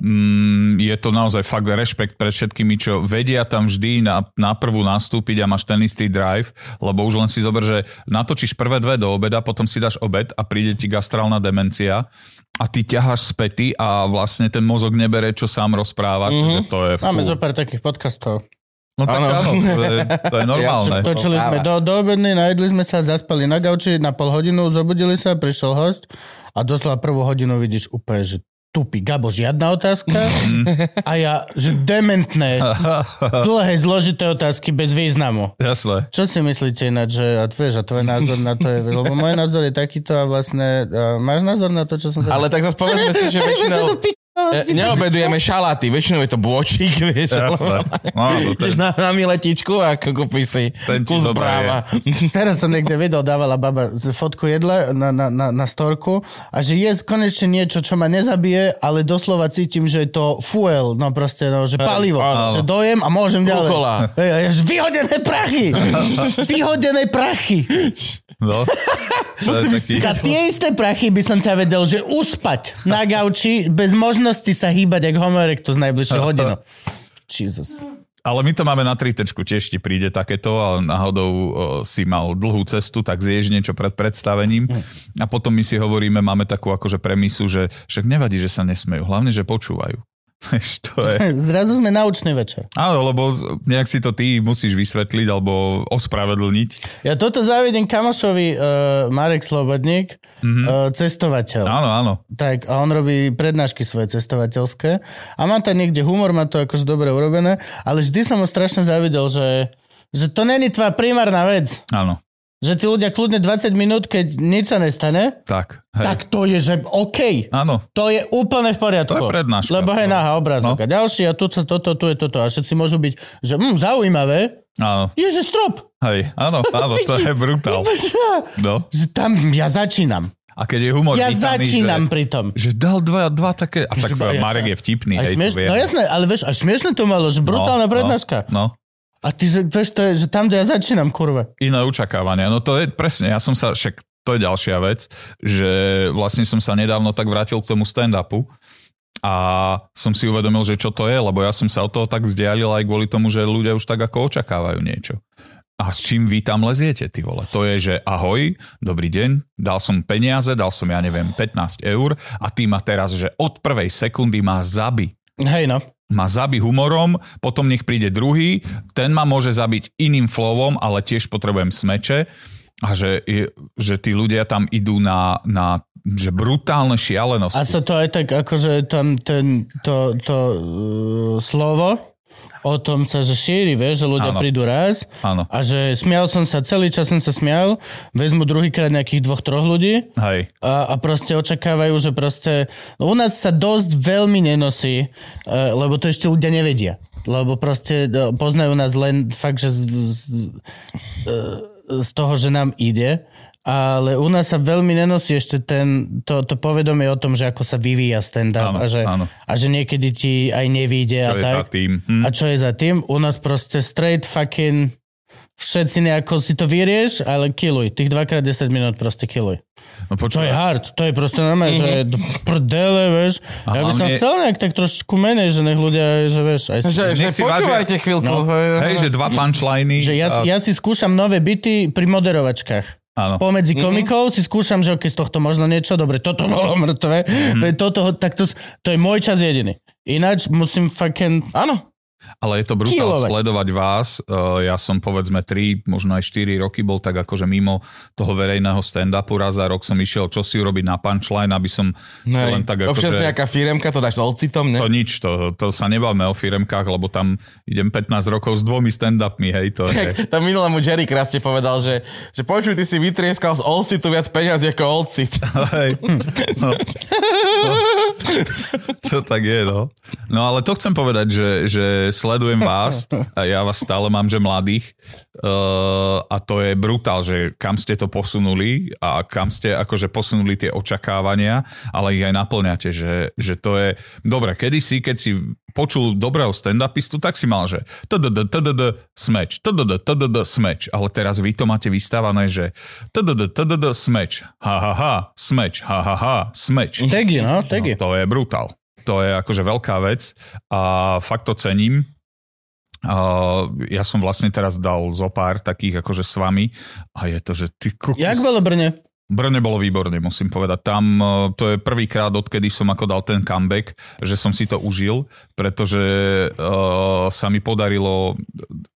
Mm, je to naozaj fakt rešpekt pred všetkými, čo vedia tam vždy na, na prvú nastúpiť a máš ten istý drive, lebo už len si zober, že natočíš prvé dve do obeda, potom si dáš obed a príde ti gastrálna demencia a ty ťaháš späty a vlastne ten mozog nebere, čo sám rozprávaš. Mm-hmm. Že to je fú. Mhm. Máme zo pár takých podcastov. No tak Áno. áno, to je, to je normálne. Točili sme do, do obednej, najedli sme sa, zaspali na gauči na pol hodinu, zobudili sa, prišiel host a doslova prvú hodinu vidíš úplne, že tupý Gabo, žiadna otázka. a ja, že dementné, dlhé, zložité otázky bez významu. Jasné. Čo si myslíte ináč, že a vieš, a tvoj názor na to je, lebo môj názor je takýto a vlastne a máš názor na to, čo som No, Ale tak zase povedzme si, že väčšinou... E, Neobedujeme šaláty, väčšinou je to bôčik, vieš. Jasné. No, to je, Ideš na, na miletičku a k- kúpiš si Ten ti kus zoberie. bráva. Teraz som niekde video dávala baba z fotku jedla na, na, na, na storku a že je konečne niečo, čo ma nezabije, ale doslova cítim, že je to fuel, no proste, no, že palivo. áno. Že dojem a môžem ďalej. Kukola. Hej, a ja, že vyhodené prachy! vyhodené prachy! no. To je taký... Za tie isté prachy by som ťa vedel, že uspať na gauči bez možnosti sa hýbať, jak homerek to z najbližšie hodinu. Jesus. Ale my to máme na tritečku, tiež ti príde takéto, ale náhodou o, si mal dlhú cestu, tak zješ niečo pred predstavením Hm. a potom my si hovoríme, máme takú akože premisu, že však nevadí, že sa nesmejú, hlavne, že počúvajú. Vieš, to je. Zrazu sme naučný večer. Áno, lebo nejak si to ty musíš vysvetliť alebo ospravedlniť. Ja toto závidím kamošovi uh, Marek Slobodník, Mhm. mm-hmm. uh, cestovateľ. Áno, áno. Tak, a on robí prednášky svoje cestovateľské. A má tam niekde humor, má to akože dobre urobené, ale vždy som ho strašne závidel, že, že to není tvoja primárna vec. Áno, Že tí ľudia kľudne 20 minút, keď nič sa nestane, tak. Hej. tak to je, že OK. Áno, To je úplne v poriadku. To je prednáška. Lebo je No. náha No. obrázok. No. A ďalší, a tu, sa- toto, tu je toto. A všetci môžu byť, že hm, zaujímavé. áno, Je, že strop. hej, áno, áno, to je brutál. No. Že tam ja začínam. A keď je humor Ja vítaný, začínam pri tom. Že, že dal dva, dva také... A tak Že- Marek je vtipný, Aj hej, smieš... to viem. No jasné, ale vieš, až smiešne to malo, že brutálna prednáška. No, no. A ty, že, vieš, to je, že tam, kde ja začínam, kurva. iné očakávania. No to je presne, ja som sa však, to je ďalšia vec, že vlastne som sa nedávno tak vrátil k tomu stand-upu a som si uvedomil, že čo to je, lebo ja som sa od toho tak vzdialil aj kvôli tomu, že ľudia už tak ako očakávajú niečo. A s čím vy tam leziete, ty vole? To je, že ahoj, dobrý deň, dal som peniaze, dal som, ja neviem, 15 eur a ty ma teraz, že od prvej sekundy má zabi Hej no. ma zabi humorom, potom nech príde druhý, ten ma môže zabiť iným flovom, ale tiež potrebujem smeče a že, je- že tí ľudia tam idú na, na že brutálne šialenosti. A sa to aj tak, akože tam ten, to, to uh, slovo o tom sa, že šíri, vieš, že ľudia Áno. prídu raz Áno, a že smial som sa, celý čas som sa smial, vezmu druhýkrát nejakých dvoch, troch ľudí hej, a, a proste očakávajú, že proste... no U nás sa dosť veľmi nenosí, e, lebo to ešte ľudia nevedia. Lebo proste e, poznajú nás len fakt, že z, z, e, z toho, že nám ide. Ale u nás sa veľmi nenosí ešte ten, to, to povedomie o tom, že ako sa vyvíja stand-up Áno, a, že, áno. a že niekedy ti aj čo nevíde a je tak. za tým. Hm. A čo je za tým? U nás proste straight fucking všetci nejako si to vyrieš, ale killuj. Tých 2x10 minút proste killuj. No To je počúvaj, hard, to je proste normálne, že do prdele, vieš. Mhm. A Ja by som hlavne- chcel nejak tak trošku menej, že nech ľudia, že vieš, aj Že, že Nech si počúvajte chvíľku. No. hej, že dva eh, punchliny. že ja, a, ja si skúšam nové byty pri moderovačkách. áno. Mhm. Pomedzi komikov si skúšam, že okay, z tohto možno niečho, dobre, toto bolo Mhm. mŕtve, mm-hmm. toto, tak to, s- to je môj čas jediný. Ináč musím fucking Áno. Ale je to brutál Kilové. sledovať vás. Eh, Ja som povedzme 3, možno aj 4 roky bol tak akože mimo toho verejného stand-upu. Raz za rok som išiel čo si urobiť na punchline, aby som no, Hej. len tak Občas akože... nejaká firemka, to dáš s olcitom, ne? To nič, to, to sa nebavme o firemkách, lebo tam idem 15 rokov s dvomi stand-upmi, hej, to je... Tak, tam minulé mu Jerry krásne povedal, že, že počuj, ty si vytrieskal z Olcitu viac peňazí ako Olcit. Hej. No. To, to tak je, no. No ale to chcem povedať, že, že sledujem vás a ja vás stále mám, že mladých uh, a to je brutál, že kam ste to posunuli a kam ste akože posunuli tie očakávania, ale ich aj naplňate, že, že to je... Dobre, kedysi, keď si počul dobrého stand-upistu, tak si mal, že tdd, tdd, smeč, tdd, tdd, smeč. Ale teraz vy to máte vystávané, že tdd, tdd, smeč, ha, ha, ha, smeč, ha, ha, ha, smeč. Tagy, no, No, tagy. to je brutál. To je akože veľká vec a fakt to cením. A ja som vlastne teraz dal zo pár takých akože s vami a je to, že ty kokos. Jak bolo Brne? Brne bolo výborné, musím povedať. Tam eh, to je prvýkrát, odkedy som ako dal ten comeback, že som si to užil, pretože uh, sa mi podarilo,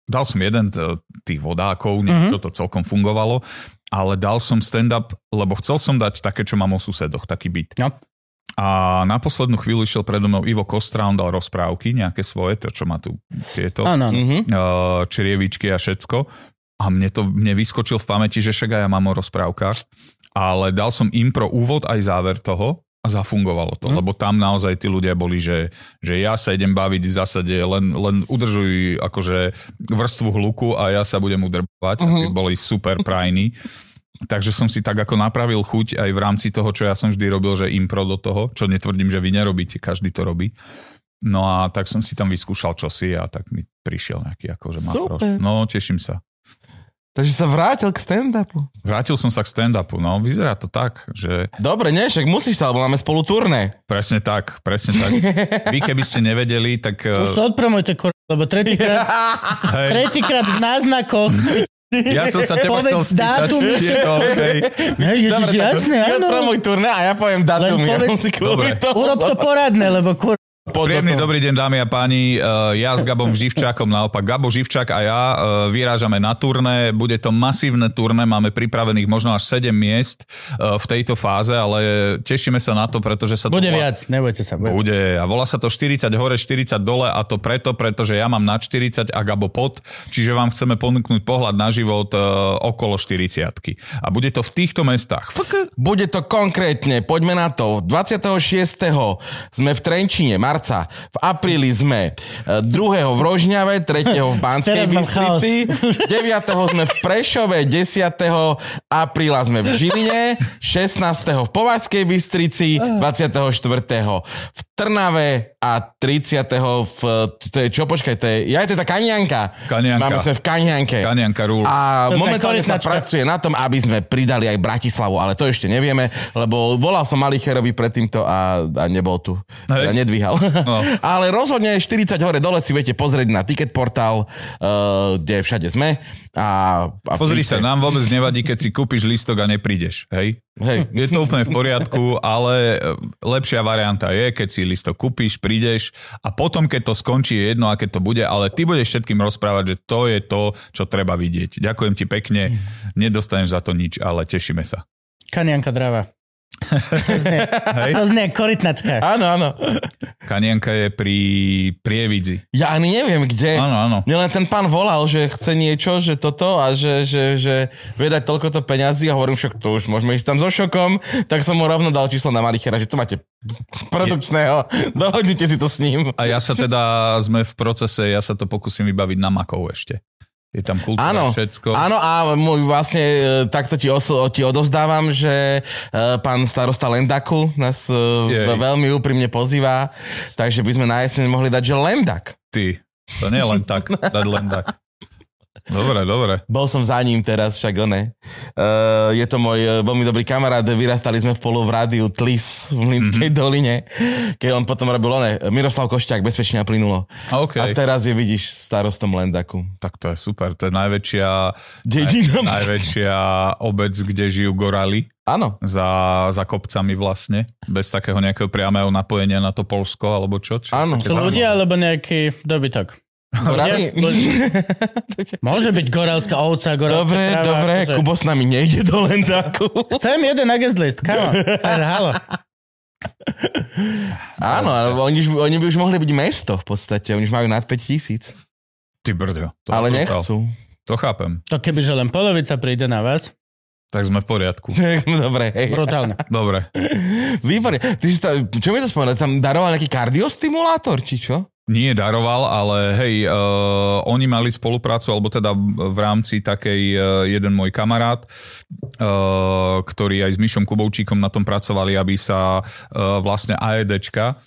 dal som jeden t- tých vodákov, Mhm. niečo to celkom fungovalo, ale dal som stand-up, lebo chcel som dať také, čo mám o susedoch, taký byt. No. A na poslednú chvíľu išiel predo mnou Ivo Kostrán, dal rozprávky, nejaké svoje, to čo má tu tieto Áno, áno. Mhm. uh, črievičky a všetko. A mne to mne vyskočil v pamäti, že však aj ja mám o rozprávkach. Ale dal som im pro úvod aj záver toho a zafungovalo to, lebo tam naozaj tí ľudia boli, že, že ja sa idem baviť v zásade, len, len udržuj akože vrstvu hluku a ja sa budem udrbovať. A tí boli super prajní. Takže som si tak ako napravil chuť aj v rámci toho, čo ja som vždy robil, že impro do toho, čo netvrdím, že vy nerobíte, každý to robí. No a tak som si tam vyskúšal čosi a tak mi prišiel nejaký akože Super. matroš. No, teším sa. Takže sa vrátil k stand-upu. Vrátil som sa k stand-upu, no vyzerá to tak, že Dobre, nie, však musíš sa, lebo máme spolu turné. presne tak, presne tak. Vy keby ste nevedeli, tak... eh, Už to odpromujte, kur... lebo tretíkrát, No. Hej, tretíkrát v náznakoch. ja som sa teba chcel povedz spýtať. dátum, či je to okej. Ne, ježiš, tak jasné, ty áno. odpromuj turné a ja poviem datum. Len ja povedz- si kvôli Dobre. tomu Urob to poradne, lebo kur... pod- Príjemný do toho. dobrý deň, dámy a páni. Eh, Ja s Gabom Živčákom, naopak Gabo Živčák a ja eh, vyrážame na turné. Bude to masívne turné, máme pripravených možno až 7 miest eh, v tejto fáze, ale tešíme sa na to, pretože sa to Bude volá- viac, nebojte sa. Bude. Bude. A volá sa to 40 hore, 40 dole a to preto, pretože ja mám na 40 a Gabo pod, čiže vám chceme ponúknuť pohľad na život e, okolo 40 A bude to v týchto mestách. Fk. Bude to konkrétne, poďme na to. 26. sme v Trenčine, marca. V apríli sme e, 2. v Rožňave, 3. v Banskej Teraz mám Bystrici, 9. sme v Prešove, 10. apríla sme v Žiline, 16. v Povazkej Bystrici, 24. v Trnave a 30. v... To je čo? Počkaj, to je... Ja, to je tá Kanianka. Kanianka. Máme sme v Kanianke. Kanianka rule. A To je momentálne sa konečnačka. pracuje na tom, aby sme pridali aj Bratislavu, ale to ešte nevieme, lebo volal som Malicherovi pred týmto a, a nebol tu. Hej. Hej. Nedvíhal. No. No. ale rozhodne 40 hore dole si viete pozrieť na Ticket Portal, uh, kde všade sme. A, a Pozri príďte. sa, nám vôbec nevadí, keď si kúpiš listok a neprídeš. Hej? Hej. Je to úplne v poriadku, ale e, lepšia varianta je, keď si listok kúpiš, prídeš a potom, keď to skončí, je jedno, aké to bude, ale ty budeš všetkým rozprávať, že to je to, čo treba vidieť. Ďakujem ti pekne, nedostaneš za to nič, ale tešíme sa. Kanianka drava. To znie, Hej. to znie korytnačka. Áno, áno. Kanianka je pri Prievidzi. Ja ani neviem, kde. Áno, áno. Mne len ten pán volal, že chce niečo, že toto a že, že, že vie dať toľkoto peňazí a hovorím, však to už môžeme ísť tam so šokom, tak som mu rovno dal číslo na Malichera, že to máte produkčného, dohodnite si to s ním. A ja sa teda, sme v procese, ja sa to pokúsim vybaviť na makov ešte. Je tam kultúra, Áno, všetko. áno a môj vlastne e, takto ti, oso, ti odovzdávam, že e, pán starosta Lendaku nás e, Jej. veľmi úprimne pozýva, takže by sme na jeseň mohli dať, že Lendak. Ty, to nie je len tak, dať len tak. Dobre, dobre. Bol som za ním teraz, však one. Uh, je to môj uh, veľmi dobrý kamarát, vyrastali sme spolu v rádiu Tlis v Mlinskej Mhm. mm-hmm. doline, keď on potom robil one. Miroslav Košťák, bezpečne a plynulo. A OK, A teraz je vidíš starostom Lendaku. tak to je super. To je najväčšia, Dedina. najväčšia obec, kde žijú gorali. Áno. Za, za kopcami vlastne. Bez takého nejakého priamého napojenia na to Polsko alebo čo. čo Áno. také Sú zaujímavé. ľudia alebo nejaký dobytok. Gorami? Môže byť goralská ovca, goralská Dobre, kráva, dobre, akože- Kubo s nami nejde do lendáku. Chcem jeden na guest list, come on. Her, halo. Áno, ale oni, už- oni by už mohli byť mesto v podstate, oni už majú nad 5 tisíc. Ty brďo. To Ale je brutál. nechcú. To chápem. To kebyže len polovica príde na vás. Tak sme v poriadku. Dobre, hej. Brutálne. Dobre. Výborne. Ty si tam, čo mi to spomínal? Si Tam daroval nejaký kardiostimulátor, či čo? Nie daroval, ale hej, uh, oni mali spoluprácu, alebo teda v rámci takej, uh, jeden môj kamarát, uh, ktorý aj s Mišom Kubovčíkom na tom pracovali, aby sa uh, vlastne AEDčka,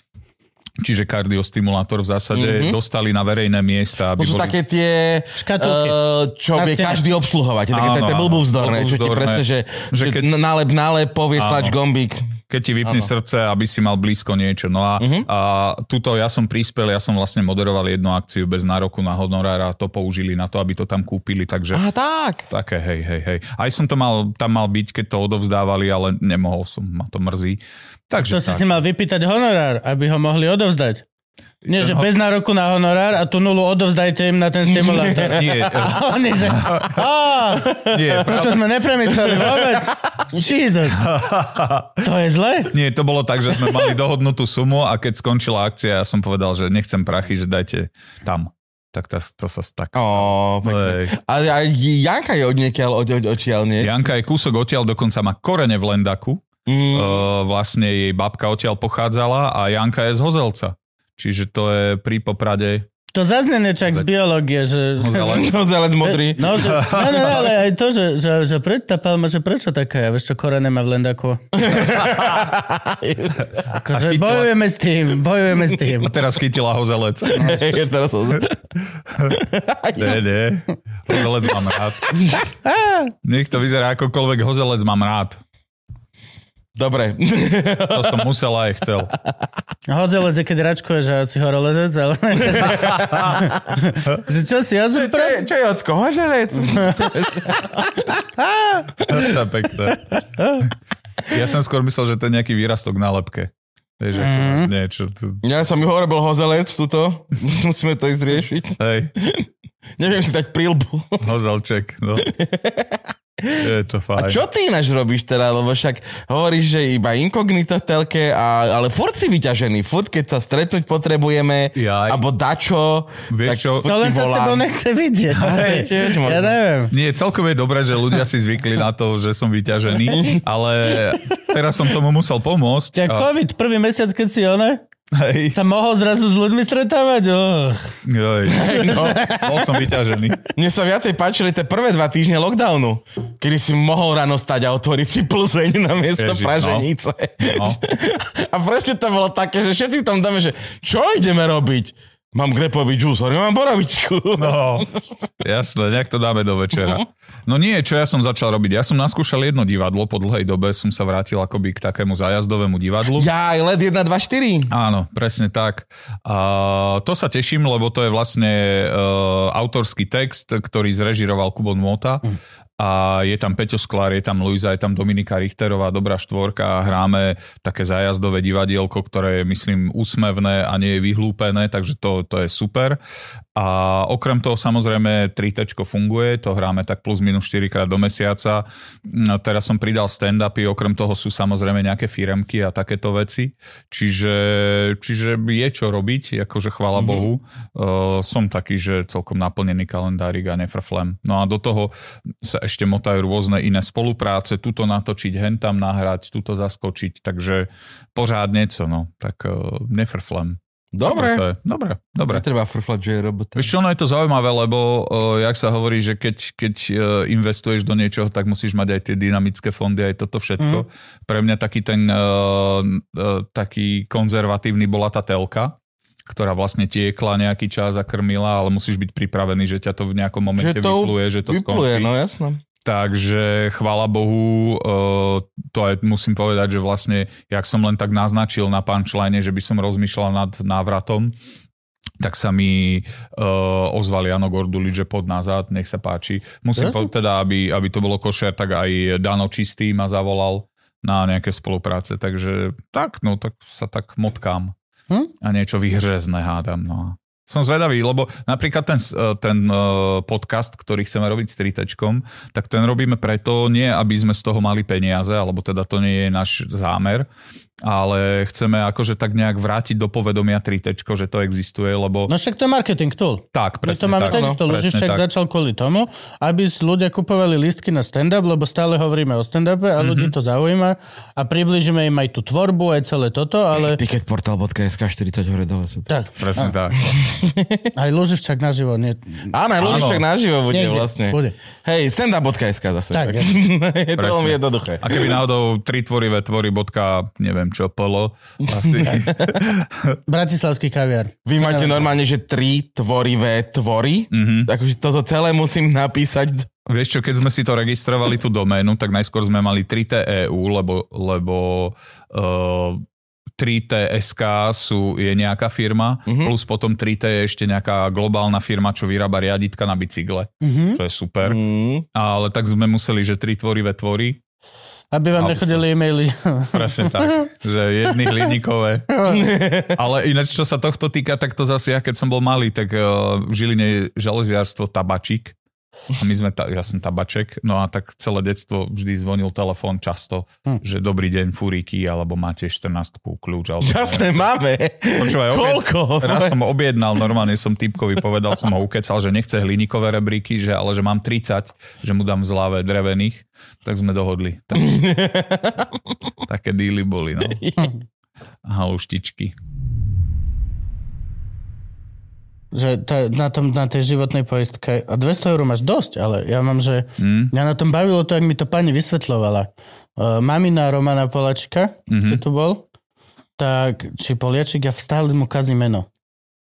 čiže kardiostimulátor v zásade, mm-hmm. dostali na verejné miesta. Mhm. To Aby sú boli... také tie, Škatulky. eh, čo Na vie stene. každý obsluhovať. Také Áno, tie áno. blbúvzdorné, čo ti Blbúvzdorné. presne, že, Že že keď- nálep, nálep, povie Áno. slač gombík. keď ti vypne srdce, aby si mal blízko niečo. No a, Mhm. uh-huh. a tuto ja som prispel, ja som vlastne moderoval jednu akciu bez nároku na honorár a to použili na to, aby to tam kúpili, takže Aha, tak. také hej, hej, hej. Aj som to mal, tam mal byť, keď to odovzdávali, ale nemohol som, ma to mrzí. Takže To si tak. si mal vypýtať honorár, aby ho mohli odovzdať. Nie, že bez nároku na honorár a tú nulu odovzdajte im na ten stimulátor. Nie, A oni, že... Á, nie, toto sme nepremysleli vôbec. Jesus. To je zle? nie, to bolo tak, že sme mali dohodnutú sumu a keď skončila akcia, ja som povedal, že nechcem prachy, že dajte tam. Tak to, to sa tak... Ó, pekne. Hej. A, a Janka je od niekiaľ, od, od, odtiaľ, nie? Janka je kúsok odtiaľ, dokonca má korene v Lendaku. Mm. Uh, vlastne jej babka odtiaľ pochádzala a Janka je z Hozelca. Čiže to je pri Poprade. To zaznie čak z biológie, že... Hozelec. No, zelec modrý. No, že, no, no, no, ale aj to, že, že, že preč tá palma, že prečo taká je, vieš čo, korene má v lendaku. akože bojujeme s tým, bojujeme s tým. A teraz chytila Hozelec. Je teraz oz- Nie, No. nie. Hozelec mám rád. Nech to vyzerá akokoľvek, Hozelec mám rád. Dobre. To som musel a aj chcel. Hozelec je, keď račkuješ a si horolezec, ale... že čo si, ja Čo som je, pre... čo je Ocko? Hoželec? To je Pekné. Ja som skôr myslel, že to je nejaký výrastok na lepke. Vieš, ako Mhm. niečo. to- Ja som ju hovoril, bol hozelec, tuto. Musíme to ísť riešiť. Hej, Neviem si dať prílbu. hozelček. No. Je to fajn. A čo ty ináč robíš teda, lebo však hovoríš, že iba inkognito v telke, a, ale furt si vyťažený, furt keď sa stretnúť potrebujeme, Jaj. alebo dačo, Vieš čo? furt To ti len sa s volám. tebou nechce vidieť. tiež možno. ja neviem. Nie, celkom je dobré, že ľudia si zvykli na to, že som vyťažený, ale teraz som tomu musel pomôcť. Ťa A- COVID, prvý mesiac, keď si ona, Hej, sa mohol zrazu s ľuďmi stretávať. Oh. joj, no, bol som vyťažený. Mne sa viacej páčili tie prvé dva týždne lockdownu, kedy si mohol ráno stať a otvoriť si plzeň na miesto Ježiš, no. praženice. No. A presne to bolo také, že všetci v tom dome, že čo ideme robiť? Mám grepový džús, hovorím, mám borovičku. No, jasné, nejak to dáme do večera. No nie, čo ja som začal robiť? Ja som naskúšal jedno divadlo, po dlhej dobe som sa vrátil akoby k takému zájazdovému divadlu. Ja, LED 1, 2, 4. Áno, presne tak. A to sa teším, lebo to je vlastne e, autorský text, ktorý zrežiroval Kubo Nvota. A je tam Peťo Sklár, je tam Luisa, je tam Dominika Richterová, dobrá štvorka a hráme také zájazdové divadielko, ktoré je, myslím, úsmevné a nie je vyhlúpené, takže to, to je super. A okrem toho samozrejme 3 funguje, to hráme tak plus minus 4 krát do mesiaca. No, teraz som pridal stand-upy, okrem toho sú samozrejme nejaké firemky a takéto veci. Čiže, čiže je čo robiť, akože chvála mm-hmm. Bohu. Uh, som taký, že celkom naplnený kalendárik a nefrflem. No a do toho sa ešte motajú rôzne iné spolupráce, tuto natočiť, hen tam nahrať, tuto zaskočiť, takže pořád niečo, no. Tak uh, nefrflem. To Dobre. je. Dobre, dobre. Netreba frflať, že je robota. Vieš čo, ono je to zaujímavé, lebo uh, jak sa hovorí, že keď, keď uh, investuješ do niečoho, tak musíš mať aj tie dynamické fondy, aj toto Mhm. všetko. Mm. Pre mňa taký ten uh, uh, taký konzervatívny bola tá telka, ktorá vlastne tiekla nejaký čas a krmila, ale musíš byť pripravený, že ťa to v nejakom momente Že to vypluje, že to skončí. Vypluje, no jasné. Takže chvála Bohu, e, to aj musím povedať, že vlastne, jak som len tak naznačil na punchline, že by som rozmýšľal nad návratom, tak sa mi uh, ozval Jano Gordulič, že pod nazad, nech sa páči. Musím povedať, teda, aby, aby to bolo košer, tak aj Dano Čistý ma zavolal na nejaké spolupráce, takže tak, no tak sa tak motkám Hm? a niečo vyhřezne hádam, no a Som zvedavý, lebo napríklad ten, s- eh, ten eh, podcast, ktorý chceme robiť s tritečkom, tak ten robíme preto nie, aby sme z toho mali peniaze, alebo teda to nie je náš zámer, ale chceme akože tak nejak vrátiť do povedomia tritečko, že to existuje, lebo... No však to je marketing tool. tak, My presne to máme tak. takisto, no, presne Lužiček tak. začal kvôli tomu, aby s- ľudia kupovali listky na stand-up, lebo stále hovoríme o stand-upe a ľudí Mhm. to zaujíma a približíme im aj tú tvorbu, aj celé toto, ale... Ticketportal.sk 40 hore dole. super. Tak, Presne tak. aj Luživčak naživo. Nie, Áno, aj Lužičak Áno. naživo bude Niekde, vlastne. bude. Hej, standup.sk zase. Tak, ja. je to Presne. veľmi jednoduché. A keby náhodou tri tvorivé tvory bodka, neviem čo, polo, asi Bratislavský kaviar. Vy máte normálne, že tri tvorivé tvory? Mhm. Mm-hmm. Takže toto celé musím napísať. Vieš čo, keď sme si to registrovali, tú doménu, tak najskôr sme mali 3TEU, lebo, lebo uh, 3TSK sú, je nejaká firma, Mhm. mm-hmm. plus potom 3T je ešte nejaká globálna firma, čo vyrába riaditka na bicykle, mm-hmm. Mhm. čo je super. Mm. Ale tak sme museli, že tri tvorivé tvory, Aby vám nechodili e-maily. Presne tak, že jedných liníkové. Ale ináč, čo sa tohto týka, tak to zase ja, keď som bol malý, tak uh, v Žiline je železiarstvo Tabačík. A my sme, ta, ja som tabaček, no a tak celé detstvo vždy zvonil telefón často, hm. že dobrý deň, furíky, alebo máte 14 kľúč. Alebo Jasné, máme. Počúvaj, obie- Koľko? Raz som objednal, normálne som typkovi povedal, som ho ukecal, že nechce hliníkové rebríky, že, ale že mám 30, že mu dám v zláve drevených, tak sme dohodli. Tak, také díly boli, no. Haluštičky. že tá, na, tom, na tej životnej poistke a 200 eur máš dosť, ale ja mám, že mm. Hm? mňa na tom bavilo to, jak mi to pani vysvetľovala. Uh, mamina Romana Polačka, mm-hmm. tu bol, tak, či Poliačik, ja stále mu kazím meno.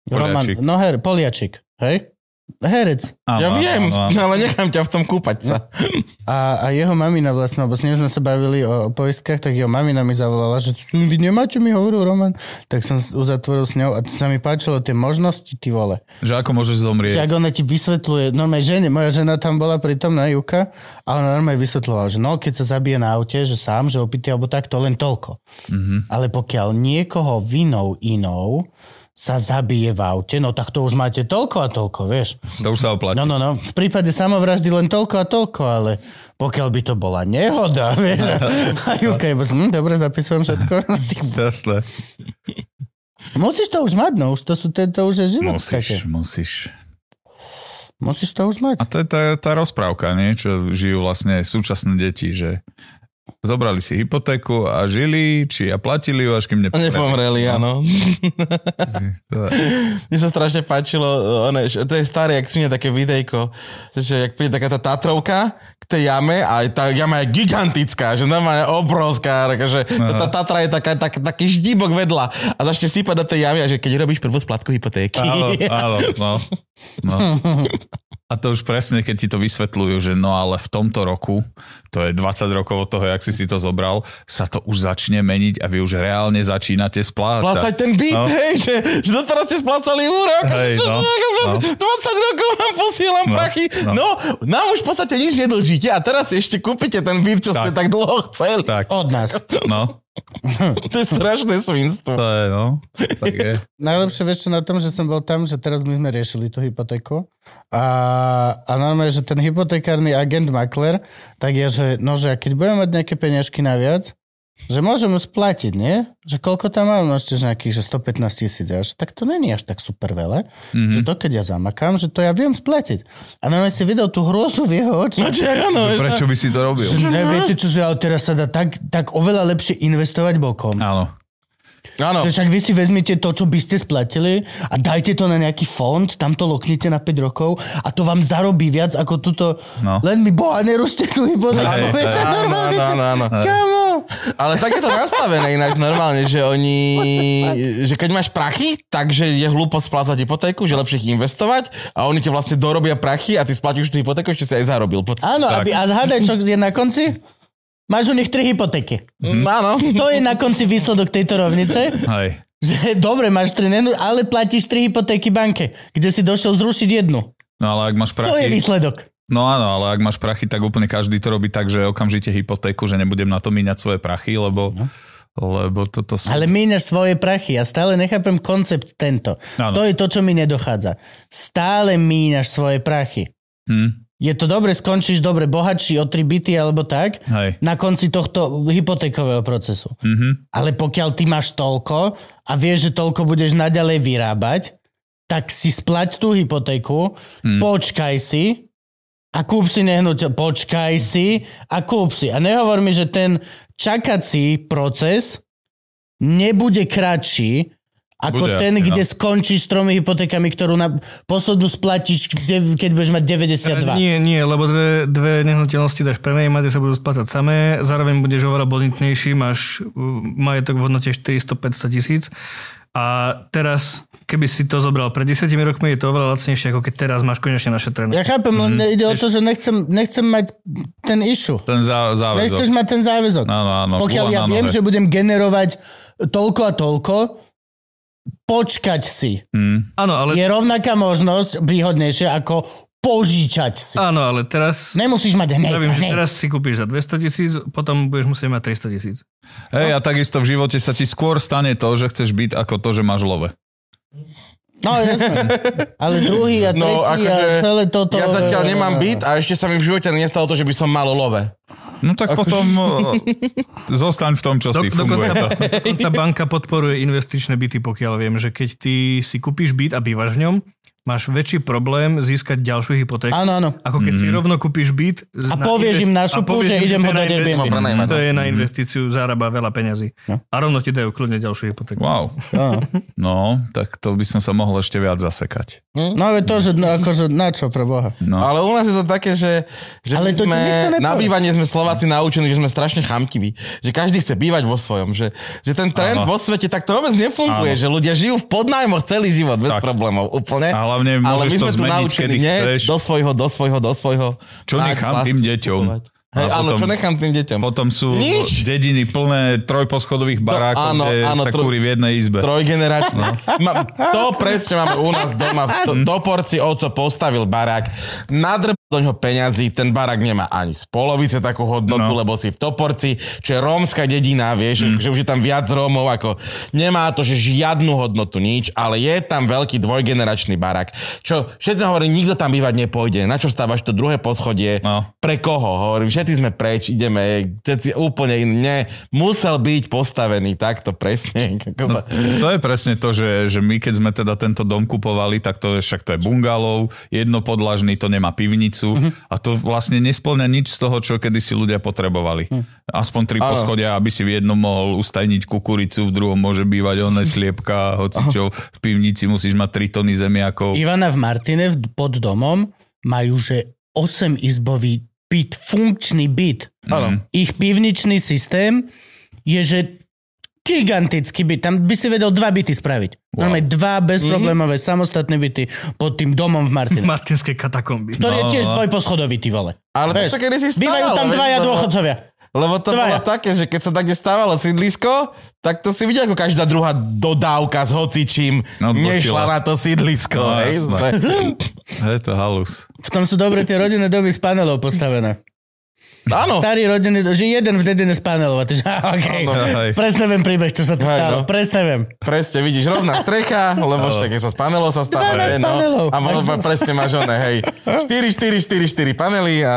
Poliačik. no her, Poliačik, hej? Herec. Áno, Ja viem, áno, áno. ale nechám ťa v tom kúpať sa. A, a jeho mamina vlastne, lebo s ním sme sa bavili o, o poistkách, tak jeho mamina mi zavolala, že "Tu vy nemáte, mi hovoril Roman. Tak som s- uzatvoril s ňou a sa mi páčilo tie možnosti, ty vole. Že ako môžeš Že zomrieť. ako ona ti vysvetľuje, normálne žene, moja žena tam bola pritom na Juka a ona normálne vysvetľovala, že no, keď sa zabije na aute, že sám, že opitý alebo tak, to len toľko. Mhm. Mm-hmm. Ale pokiaľ niekoho vinou inou sa zabije v aute, no tak to už máte toľko a toľko, vieš. To už sa oplatí. No, no, no, v prípade samovraždy len toľko a toľko, ale pokiaľ by to bola nehoda, vieš. A Juka je, bože, hm, dobre, zapisujem všetko. Ty, Jasné. musíš to už mať, no, už to, sú, to, to už je život. Musíš, Musíš. musíš. musíš to už mať. A to je tá, tá rozprávka, nie? čo žijú vlastne súčasné deti, že zobrali si hypotéku a žili, či a platili ju, až kým A Nepomreli, áno. To je- Mne sa strašne páčilo, uh, one, že- to je staré, jak svinia také videjko, že jak príde taká tá Tatrovka k tej jame a aj tá jama je gigantická, že normálne obrovská, takže No. tá, tá Tatra je taká, tak, taký ždíbok vedľa a začne sípať do tej jamy a že keď robíš prvú splátku hypotéky. Áno, áno, no. no. A to už presne, keď ti to vysvetľujú, že no ale v tomto roku, to je 20 rokov od toho, jak si si to zobral, sa to už začne meniť a vy už reálne začínate splácať. Plácať ten byt, No. no. hej, že, že doteraz ste splácali úrok. Hej, Hej, no, no, no. 20 rokov vám posielam No, no, prachy. no. No. no, nám už v podstate nič nedlžíte a teraz ešte kúpite ten byt, čo tak. ste Tak. tak dlho chceli. Tak, Od nás. no, To je strašné svinstvo. to je, no, tak je. Najlepšie vieš čo na tom, že som bol tam, že teraz my sme riešili tú hypotéku a, a normálne, že ten hypotekárny agent makler, tak je, že no, že keď budem mať nejaké peniažky naviac, že môžem ju splatiť, nie? Že koľko tam mám, no ešte že nejakých, že 115 tisíc, až, tak to není až tak super veľa, mm-hmm. že to keď ja zamakám, že to ja viem splatiť. A normálne si videl tú hrozu v jeho očiach. Čiže áno, že- Prečo by si to robil? Že Ne, viete čo, že ale teraz sa dá tak, tak oveľa lepšie investovať bokom. Áno, áno. Že však vy si vezmete to, čo by ste splatili a dajte to na nejaký fond, tam to loknite na 5 rokov a to vám zarobí viac ako tuto. No. No. Len mi boha nerušte tú hypotéku. Hej, Vieš, áno, normálne, áno, že- áno, áno. Kamo. Ale tak je to nastavené ináč normálne, že oni, že keď máš prachy, takže je hlúpo splácať hypotéku, že lepšie ich investovať a oni ti vlastne dorobia prachy a ty splatíš tú hypotéku, ešte si aj zarobil. Potom. Áno, Tak. aby, a zhádaj, čo je na konci? Máš u nich tri hypotéky. Mm, áno. To je na konci výsledok tejto rovnice, hej. že dobre, máš tri, nenú- ale platíš tri hypotéky banke, kde si došiel zrušiť jednu. No ale ak máš prachy... To je výsledok. No áno, ale ak máš prachy, tak úplne každý to robí tak, že okamžite hypotéku, že nebudem na to míňať svoje prachy, lebo Lebo toto sú... No. Ale míňaš svoje prachy. Ja stále nechápem koncept tento. Áno. To je to, čo mi nedochádza. Stále míňaš svoje prachy. Hm? Je to dobre, skončíš dobre, bohatší o tri byty alebo tak, Hej. na konci tohto hypotékového procesu. Mhm. Ale pokiaľ ty máš toľko a vieš, že toľko budeš naďalej vyrábať, tak si splať tú hypotéku, Mm. počkaj si a kúp si nehnuteľ, počkaj si a kúp si. A nehovor mi, že ten čakací proces nebude kratší ako Bude ten, asi, kde no. skončíš s tromi hypotékami, ktorú na poslednú splatíš, kde- keď budeš mať 92. Nie, nie, lebo dve, dve nehnuteľnosti dáš prenajímať, tie sa budú splácať samé, zároveň budeš oveľa bonitnejší, máš uh, majetok v hodnote 400-500 tisíc a teraz, keby si to zobral pred 10 rokmi, je to oveľa lacnejšie, ako keď teraz máš konečne našetrené. Ja chápem, len Mhm. ide o to, že nechcem, nechcem mať ten issue. Ten zá, záväzok. Nechceš mať ten záväzok. No, Áno, áno. Pokiaľ gula ja na viem, nohe. že budem generovať toľko a toľko, počkať si. Hm. Áno, ale, Je rovnaká možnosť výhodnejšia ako požičať si. áno, ale teraz... Nemusíš mať hneď. Pravím, že hneď. teraz si kúpiš za 200 tisíc, potom budeš musieť mať 300 tisíc. Hej, a takisto v živote sa ti skôr stane to, že chceš byť ako to, že máš love. No jasné. Ale druhý a tretí No, a akože celé toto... ja zatiaľ nemám byt a ešte sa mi v živote nestalo to, že by som mal love. No tak potom eh, zostaň v tom, čo Do, si funguje. dokonca, to. dokonca banka podporuje investičné byty, pokiaľ viem, že keď ty si kúpiš byt a bývaš v ňom, máš väčší problém získať ďalšiu hypotéku. Áno, áno. Ako keď mm. si rovno kúpiš byt A z- na povieš im na a šupu, povieš že im, idem ho to je na dať inve- Airbnb. No. Prenajmať, To Teda je na investíciu, zarába veľa peňazí. A rovno ti dajú kľudne ďalšiu hypotéku. Wow. Áno. No, tak to by som sa mohol ešte viac zasekať. No ale to, že no, akože na čo pre Boha. No. Ale u nás je to také, že, že Ale ale to ti sme, nikto nepovie. na bývanie sme Slováci naučení, že sme strašne chamtiví. Že každý chce bývať vo svojom. Že, že ten trend Áno. vo svete tak to vôbec nefunguje. Áno. Že ľudia žijú v podnájmoch celý život bez Tak. problémov. Úplne. A hlavne môžeš ale my to sme tu zmeniť, naučení, kedy nie? chceš. Do svojho, do svojho, do svojho. Čo Tak, nechám vlastne tým deťom? kupovať. Hej, A áno, potom- čo nechám tým deťom? Potom sú Nič. dediny plné trojposchodových barákov, áno, kde áno, sa tro- kúri v jednej izbe. Trojgeneračný. Ma, to presne máme u nás doma. V To, do porci oco postavil barák. Nadrb do ňoho peňazí, ten barák nemá ani z polovice takú hodnotu, No. no. lebo si v Toporci, čo je rómska dedina, vieš, mm. že už je tam viac Rómov, ako nemá to, že žiadnu hodnotu, nič, ale je tam veľký dvojgeneračný barák. Čo všetci hovorí, nikto tam bývať nepôjde, na čo stávaš to druhé poschodie, No. pre koho, hovorím, všetci sme preč, ideme, všetci úplne iné, musel byť postavený takto presne. Ako sa... To je presne to, že, že my keď sme teda tento dom kupovali, tak to je však to je bungalov, jednopodlažný, to nemá pivnicu Mhm. a to vlastne nesplňa nič z toho, čo kedysi ľudia potrebovali. Aspoň tri Mhm. Áno. poschodia, aby si v jednom mohol ustajniť kukuricu, v druhom môže bývať oné sliepka, hoci čo, v pivnici musíš mať tri tony zemiakov. Ivana v Martine v- pod domom majú, že 8 izbový byt, funkčný byt. Mhm. Áno. ich pivničný systém je, že gigantický byt. Tam by si vedel dva byty spraviť. Wow. Normálne dva bezproblémové mm-hmm. samostatné byty pod tým domom v Martine. Martinské katakomby. Ktorý je No, tiež no. dvojposchodový, ty vole. Ale to Vieš, sa kedy si stávalo. Bývajú tam vieš, dvaja lebo- dôchodcovia. Lebo to Dvaja. bolo také, že keď sa tak kde stávalo sídlisko, tak to si videl, ako každá druhá dodávka s hocičím No, no, odbočila. nešla na to sídlisko. No, No, hej, jasné. Že- Je to halus. V tom sú dobre tie rodinné domy s panelov postavené. Áno. Starý rodinný dom, že jeden v dedine s panelov. A ty, že, aha, okay. Áno. Hej. Presne viem príbeh, čo sa tu Hej, stalo. no. Presne viem. Presne, vidíš, rovná strecha, lebo však keď sa z panelov sa stáva, Dvanásť hej, no. panelov. A možno Máš- ma- presne máš oné, hej. 4, 4, 4, 4 panely a...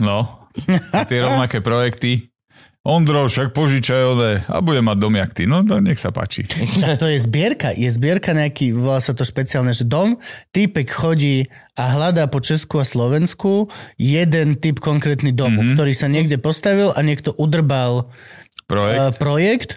No, a tie rovnaké projekty. Ondro, však požičaj one a bude mať dom jak ty. No, no nech sa páči. Však to je zbierka, je zbierka nejaký, volá sa to špeciálne, že dom, týpek chodí a hľadá po Česku a Slovensku jeden typ konkrétny domu, mm-hmm. ktorý sa niekde postavil a niekto udrbal Projekt. Eh, projekt. Eh, projekt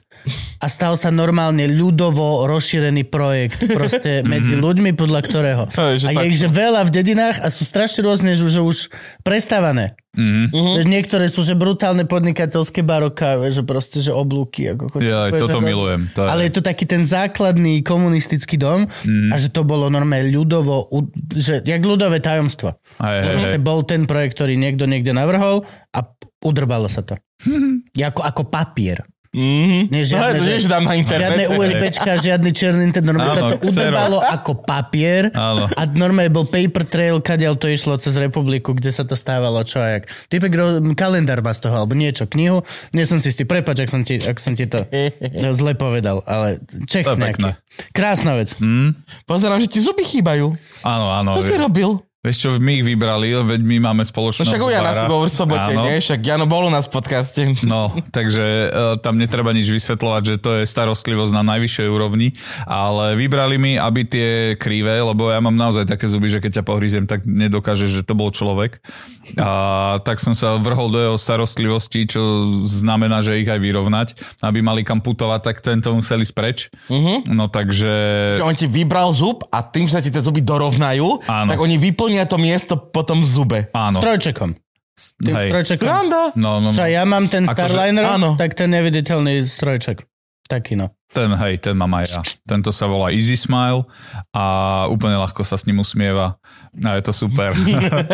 a stal sa normálne ľudovo rozšírený projekt proste medzi ľuďmi, podľa ktorého. To je, že A je tak. ich že veľa v dedinách a sú strašne rôzne, že, že už prestávané. Mm-hmm. Niektoré sú že brutálne podnikateľské baroka, že proste, že oblúky. Ako chodí, Ja, že toto hrozné. milujem. To je- Ale je to taký ten základný komunistický dom mm. a že to bolo normálne ľudovo, u- že jak ľudové tajomstvo. Hej, hej, hej. Proste bol ten projekt, ktorý niekto niekde navrhol a p- udrbalo sa to. Jako, ako papier. Mm-hmm. No, Nie, žiadne, to že- tiež dám na internet. Žiadne USBčka, žiadny černý Nintendo, normálne sa Áno, to uberbalo ako papier Áno. a normálne bol paper trail, kadeľ to išlo cez republiku, kde sa to stávalo, čo a jak. Typek ro- kalendár má z toho, alebo niečo, knihu, nie som si istý, prepač, ak som ti, ak som ti to zle povedal, ale Čech To je nejaký. pekné. No. Krásna vec. Pozerám, že ti zuby chýbajú. Áno, áno. Čo eh, si vie- robil? Vieš čo, my ich vybrali, veď my máme No spoločného však ja na zubára. sebou v sobote, Áno. nie? Však Jano bol u nás v podcaste. No, takže e, tam netreba nič vysvetľovať, že to je starostlivosť na najvyššej úrovni, ale vybrali mi, aby tie krivé, lebo ja mám naozaj také zuby, že keď ťa pohryziem, tak nedokážeš, že to bol človek. A tak som sa vrhol do jeho starostlivosti, čo znamená, že ich aj vyrovnať. Aby mali kam putovať, tak tento museli spreč. Mhm. Uh-huh. No takže... Že on ti vybral zub a tým, že sa ti tie zuby dorovnajú, Áno. tak oni vyplnia to miesto potom v zube. Áno, Strojčekom. Tým hej. strojčekom. Sranda! No, no, Čo ja mám ten Akože- Starliner, áno. tak ten neviditeľný strojček. Taký no. Ten, hej, ten mám aj ja. Tento sa volá Easy Smile a úplne ľahko sa s ním usmieva. A je to super.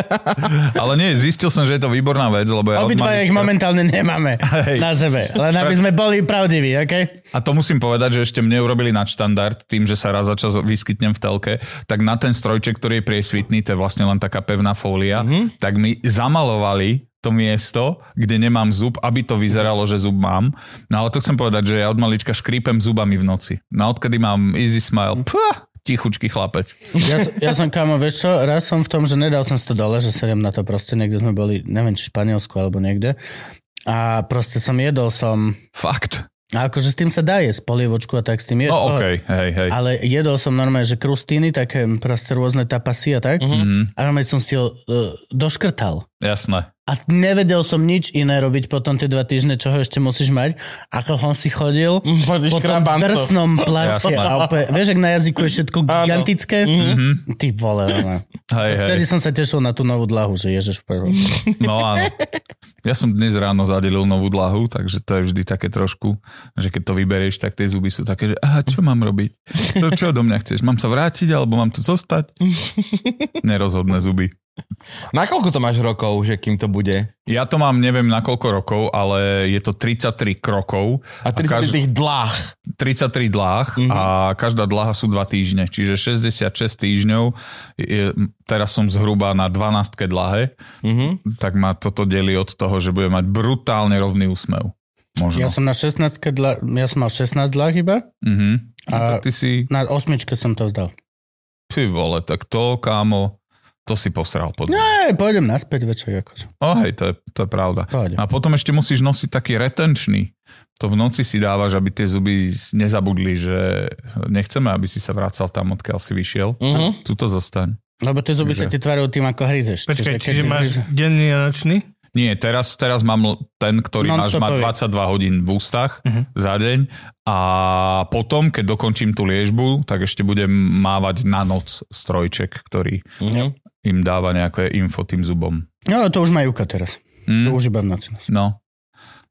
Ale nie, zistil som, že je to výborná vec, lebo ja od Obidva ich malička- momentálne nemáme Hej. na sebe, len aby sme boli pravdiví, OK? A to musím povedať, že ešte mne urobili na štandard tým, že sa raz za čas vyskytnem v telke, tak na ten strojček, ktorý je priesvitný, to je vlastne len taká pevná fólia, mm-hmm. tak mi zamalovali to miesto, kde nemám zub, aby to vyzeralo, že zub mám. No ale to chcem povedať, že ja od malička škrípem zubami v noci. No odkedy mám Easy Smile, pua, tichučký chlapec. Ja, s- ja som kamo, vieš čo, raz som v tom, že nedal som 100 dole, že sedem na to proste, niekde sme boli, neviem, či v Španielsku alebo niekde. A proste som jedol som, Fakt. a akože s tým sa dá jesť polievočku a tak s tým ješ. No pohod. okej, hej, hej. Ale jedol som normálne, že krustíny, také proste rôzne tapasy a tak. Mhm, A normálne som si ho uh, doškrtal. jasné. A nevedel som nič iné robiť potom tie dva týždne, čo ho ešte musíš mať. Ako on si chodil Chodíš po tom krabanco. drsnom plase. Mhm. Jasné. A opäť, vieš, ak na jazyku je všetko gigantické? Mhm. Ty vole, no. Hej, hej. Vtedy som sa tešil na tú novú dlahu, že ježiš. prvo. No áno. Ja som dnes ráno zadelil novú dlahu, takže to je vždy také trošku, že keď to vyberieš, tak tie zuby sú také, že aha, čo mám robiť? To, čo odo mňa chceš? Mám sa vrátiť, alebo mám tu zostať? Nerozhodné zuby. Na koľko to máš rokov, že kým to bude? Ja to mám neviem na koľko rokov, ale je to 33 krokov. A 30 kaž- tých dlách. 33 dláh mm-hmm. a každá dláha sú 2 týždne, čiže 66 týždňov. Je, teraz som zhruba na 12 dlahe, Mhm, mm-hmm. tak ma toto delí od toho, že budem mať brutálne rovný úsmev. Možno. Ja som na 16 dla, ja som mal 16 dlah iba. Mm-hmm. A... No, A- tak ty si, Na osmičke som to vzdal. ty vole, tak to, kámo, to si posral pod mňa. Ej, E, pôjdem naspäť večer, akože. Oh, hej, to je, to je pravda. Pôjdem. A potom ešte musíš nosiť taký retenčný. To v noci si dávaš, aby tie zuby s- nezabudli, že nechceme, aby si sa vracal tam, odkiaľ si vyšiel. Mhm. Tuto zostaň. Lebo tie zuby sa Takže- ti tvarujú tým, ako hryzeš. Počkaj, keď čiže ty máš hryzeš- denný a nočný? Nie, teraz, teraz mám l- ten, ktorý máš, má Non-stopový. 22 hodín v ústach uh-huh. za deň a potom, keď dokončím tú liežbu, tak ešte budem mávať na noc strojček, ktorý Mhm. im dáva nejaké info tým zubom. No, to už má Juka teraz. Mm, Že už iba v noci. nosí. no.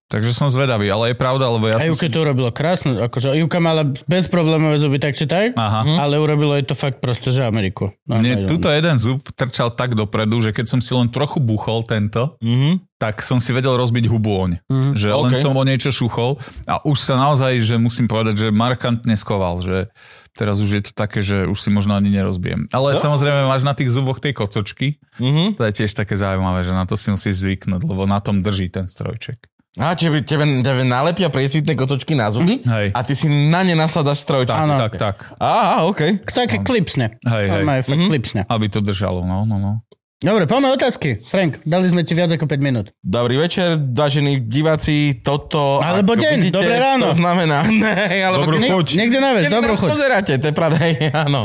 Takže som zvedavý, ale je pravda, lebo ja A som... Juka to urobilo krásne. Akože Juka mala bezproblémové zuby, tak či tak. Aha. Hm? Ale urobilo jej to fakt proste, že Ameriku. No, Mne Normálne. tuto jeden zub trčal tak dopredu, že keď som si len trochu buchol tento, Mhm. tak som si vedel rozbiť hubu oň. Mhm. Že len Hm, OK. som o niečo šuchol a už sa naozaj, že musím povedať, že markantne skoval, že teraz už je to také, že už si možno ani nerozbijem. Ale samozrejme máš na tých zuboch tej kocočky, No. Mhm. to je tiež také zaujímavé, že na to si musíš zvyknúť, lebo na tom drží ten strojček. A tebe, tebe, tebe nalepia priesvitné kotočky na zuby Hej. a ty si na ne nasadáš strojček. Tak, Áno. tak, tak. Á, OK. Také klipsne. Hej, hej. Normálne fakt Mhm. klipsne. Aby to držalo, no, no, no. Dobre, poďme otázky. Frank, dali sme ti viac ako 5 minút. Dobrý večer, vážení diváci, toto... Alebo ako deň, dobré ráno. To znamená... Ne, alebo Dobrú keď- chuť. Niek- niekde na veš, Keď dobrú nás chuť. pozeráte, to je pravda, hej, áno.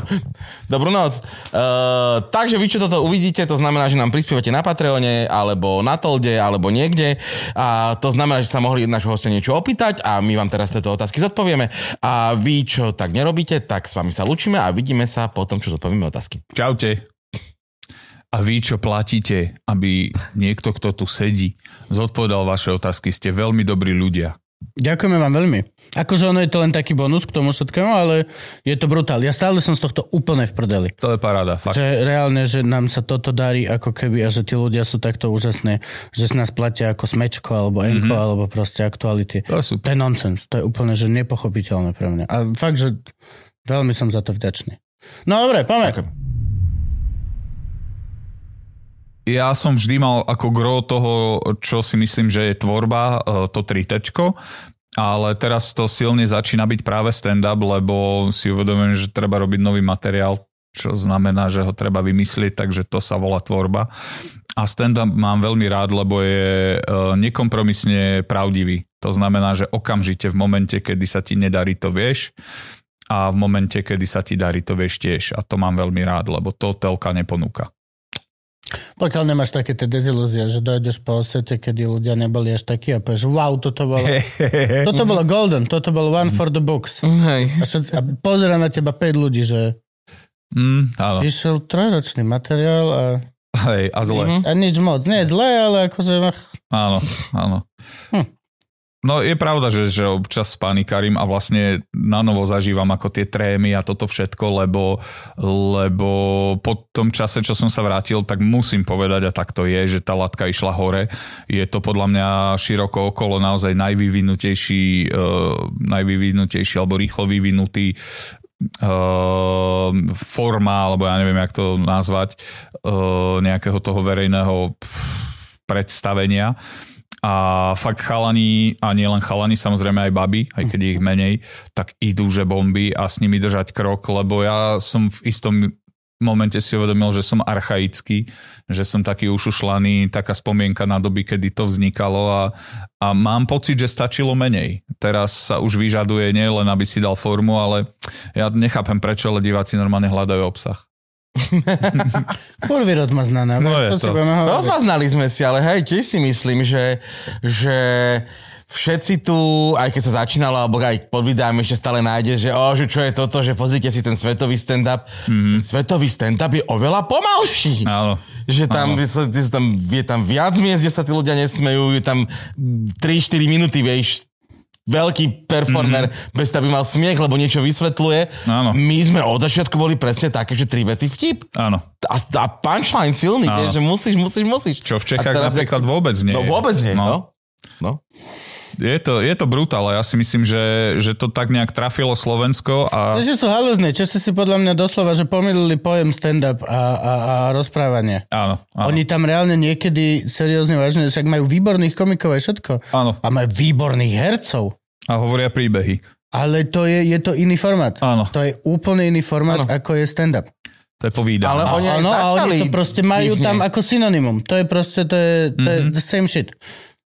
Dobrú noc. Uh, takže vy, čo toto uvidíte, to znamená, že nám prispievate na Patreone, alebo na Tolde, alebo niekde. A to znamená, že sa mohli našho hostia niečo opýtať a my vám teraz tieto otázky zodpovieme. A vy, čo tak nerobíte, tak s vami sa lučíme a vidíme sa potom, čo zodpovieme otázky. Čaute. A vy, čo platíte, aby niekto, kto tu sedí, zodpovedal vaše otázky, ste veľmi dobrí ľudia. Ďakujeme vám veľmi. Akože ono je to len taký bonus k tomu všetkému, ale je to brutál. Ja stále som z tohto úplne v prdeli. To je paráda, fakt. Že reálne, že nám sa toto darí ako keby a že tí ľudia sú takto úžasné, že si nás platia ako smečko alebo enko mm-hmm. alebo proste aktuality. Mhm. To je To super. je nonsens. To je úplne, že nepochopiteľné pre mňa. A fakt, že veľmi som za to vďačný. No dobre, poďme. Ďakujem. Ja som vždy mal ako gro toho, čo si myslím, že je tvorba, e, to tritečko, ale teraz to silne začína byť práve stand-up, lebo si uvedomujem, že treba robiť nový materiál, čo znamená, že ho treba vymyslieť, takže to sa volá tvorba. A stand-up mám veľmi rád, lebo je e, nekompromisne pravdivý. To znamená, že okamžite v momente, kedy sa ti nedarí, to vieš a v momente, kedy sa ti darí, to vieš tiež. A to mám veľmi rád, lebo to telka neponúka. Pokiaľ nemáš také tie dezilúzie, že dojdeš po osete, kedy ľudia neboli až takí a povieš, wow, toto bolo, toto bolo golden, toto bolo Mhm. one for the books. Hej. A, všetci, a pozera na teba 5 ľudí, že Mm, áno. išiel trojročný materiál a, Hej, a zle. Mm-hmm. a nič moc. Nie je zlé, ale akože... Ach, Áno, áno. No je pravda, že, že občas panikarím a vlastne na novo zažívam ako tie trémy a toto všetko, lebo, lebo po tom čase, čo som sa vrátil, tak musím povedať, a tak to je, že tá latka išla hore. Je to podľa mňa široko okolo naozaj najvyvinutejší, uh, najvyvinutejší alebo rýchlo vyvinutý ehm, forma, alebo ja neviem, jak to nazvať, eh, nejakého toho verejného pff, predstavenia. A fakt chalani, a nielen chalani, samozrejme aj baby, aj keď je ich menej, tak idú, že bomby a s nimi držať krok, lebo ja som v istom momente si uvedomil, že som archaický, že som taký ušušlaný, taká spomienka na doby, kedy to vznikalo a, a mám pocit, že stačilo menej. Teraz sa už vyžaduje nie len, aby si dal formu, ale ja nechápem prečo, ale diváci normálne hľadajú obsah. kurvy rozmaznaná, No no je vieš, to, si to. budeme hovoriť. Rozmaznali sme si, ale hej, tiež si myslím, že, že všetci tu, aj keď sa začínalo, alebo aj pod videami ešte stále nájde, že, o, že čo je toto, že pozrite si ten svetový stand-up. Mm. Svetový stand-up je oveľa Mhm. pomalší. Áno. Že tam, je, sa- je, tam, je tam viac miest, kde sa tí ľudia nesmejú, je tam 3-4 minúty, vieš, veľký performer, mm-hmm. bez toho by mal smiech, lebo niečo vysvetľuje. Mhm. Áno. My sme od začiatku boli presne také, že tri vety vtip. Áno. A, a punchline silný, Áno. vieš, že musíš, musíš, musíš. No. Čo v Čechách A teraz, jak napríklad si- vôbec nie. No je. vôbec nie, no. no. Je to, je to brutál a ja si myslím, že, že to tak nejak trafilo Slovensko a Češi sú halúzne, Česi si podľa mňa doslova, že pomýlili pojem stand-up a, a, a rozprávanie. áno, áno. Oni tam reálne niekedy seriózne vážne, však majú výborných komikov aj všetko. Áno. A majú výborných hercov. a hovoria príbehy. Ale to je, je to iný formát. Áno. To je úplne iný Áno. formát, ako je stand-up. To je povídané. Ale oni aj Áno, a začali. oni to proste majú divne. tam ako synonymum. To je proste, to je, to je the same shit.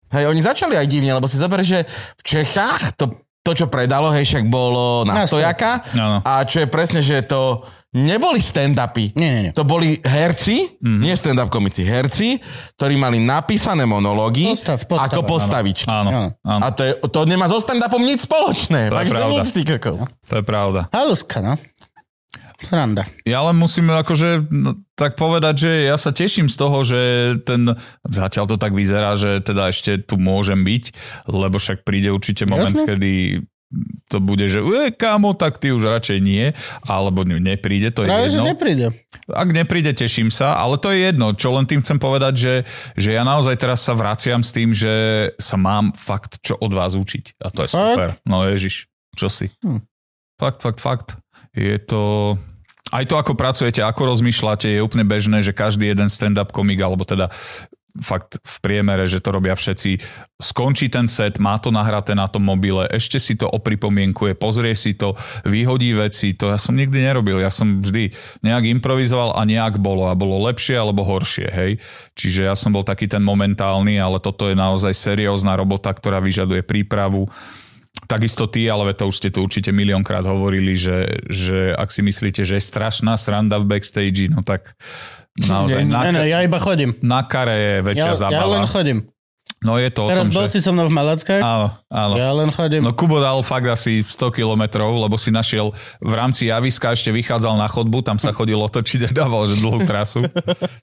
Hej, oni začali aj divne, lebo si zober, že v Čechách to, to čo predalo, hej, však bolo na Na stojaka. Áno. A čo je presne, že to neboli stand-upy. Nie, nie, nie. To boli herci, Mhm. mm-hmm. nie stand-up komici, herci, ktorí mali napísané monológy Postav, postava, ako áno. postavičky. Áno, Áno. áno, A to, je, to nemá so stand-upom nič spoločné. To je Takže pravda. nič, ty No. kokos. to je pravda. Haluska, no. Randa. Ja len musím akože no, tak povedať, že ja sa teším z toho, že ten, zatiaľ to tak vyzerá, že teda ešte tu môžem byť, lebo však príde určite moment, Jasne. kedy to bude, že e, kámo, tak ty už radšej nie, alebo ne- nepríde, to je Práve, že jedno. nepríde. Ak nepríde, teším sa, ale to je jedno. Čo len tým chcem povedať, že, že ja naozaj teraz sa vraciam s tým, že sa mám fakt čo od vás učiť. A to je super. No ježiš, čo si. Hm. Fakt, fakt, fakt. Je to... Aj to, ako pracujete, ako rozmýšľate, je úplne bežné, že každý jeden stand-up komik, alebo teda fakt v priemere, že to robia všetci, skončí ten set, má to nahraté na tom mobile, ešte si to opripomienkuje, pozrie si to, vyhodí veci, to ja som nikdy nerobil, ja som vždy nejak improvizoval a nejak bolo a bolo lepšie alebo horšie, hej. Čiže ja som bol taký ten momentálny, ale toto je naozaj seriózna robota, ktorá vyžaduje prípravu. Takisto ty, ale to už ste tu určite miliónkrát hovorili, že, že ak si myslíte, že je strašná sranda v backstage, no tak naozaj Ne, na, ne, ja iba chodím. na kare je väčšia Ja, ja zabava. len chodím. No je to o Teraz tom, bol že... si so mnou v Malackách. Áno, áno. Ja len chodím. No Kubo dal fakt asi 100 kilometrov, lebo si našiel v rámci javiska, ešte vychádzal na chodbu, tam sa chodilo točiť a dával že dlhú trasu.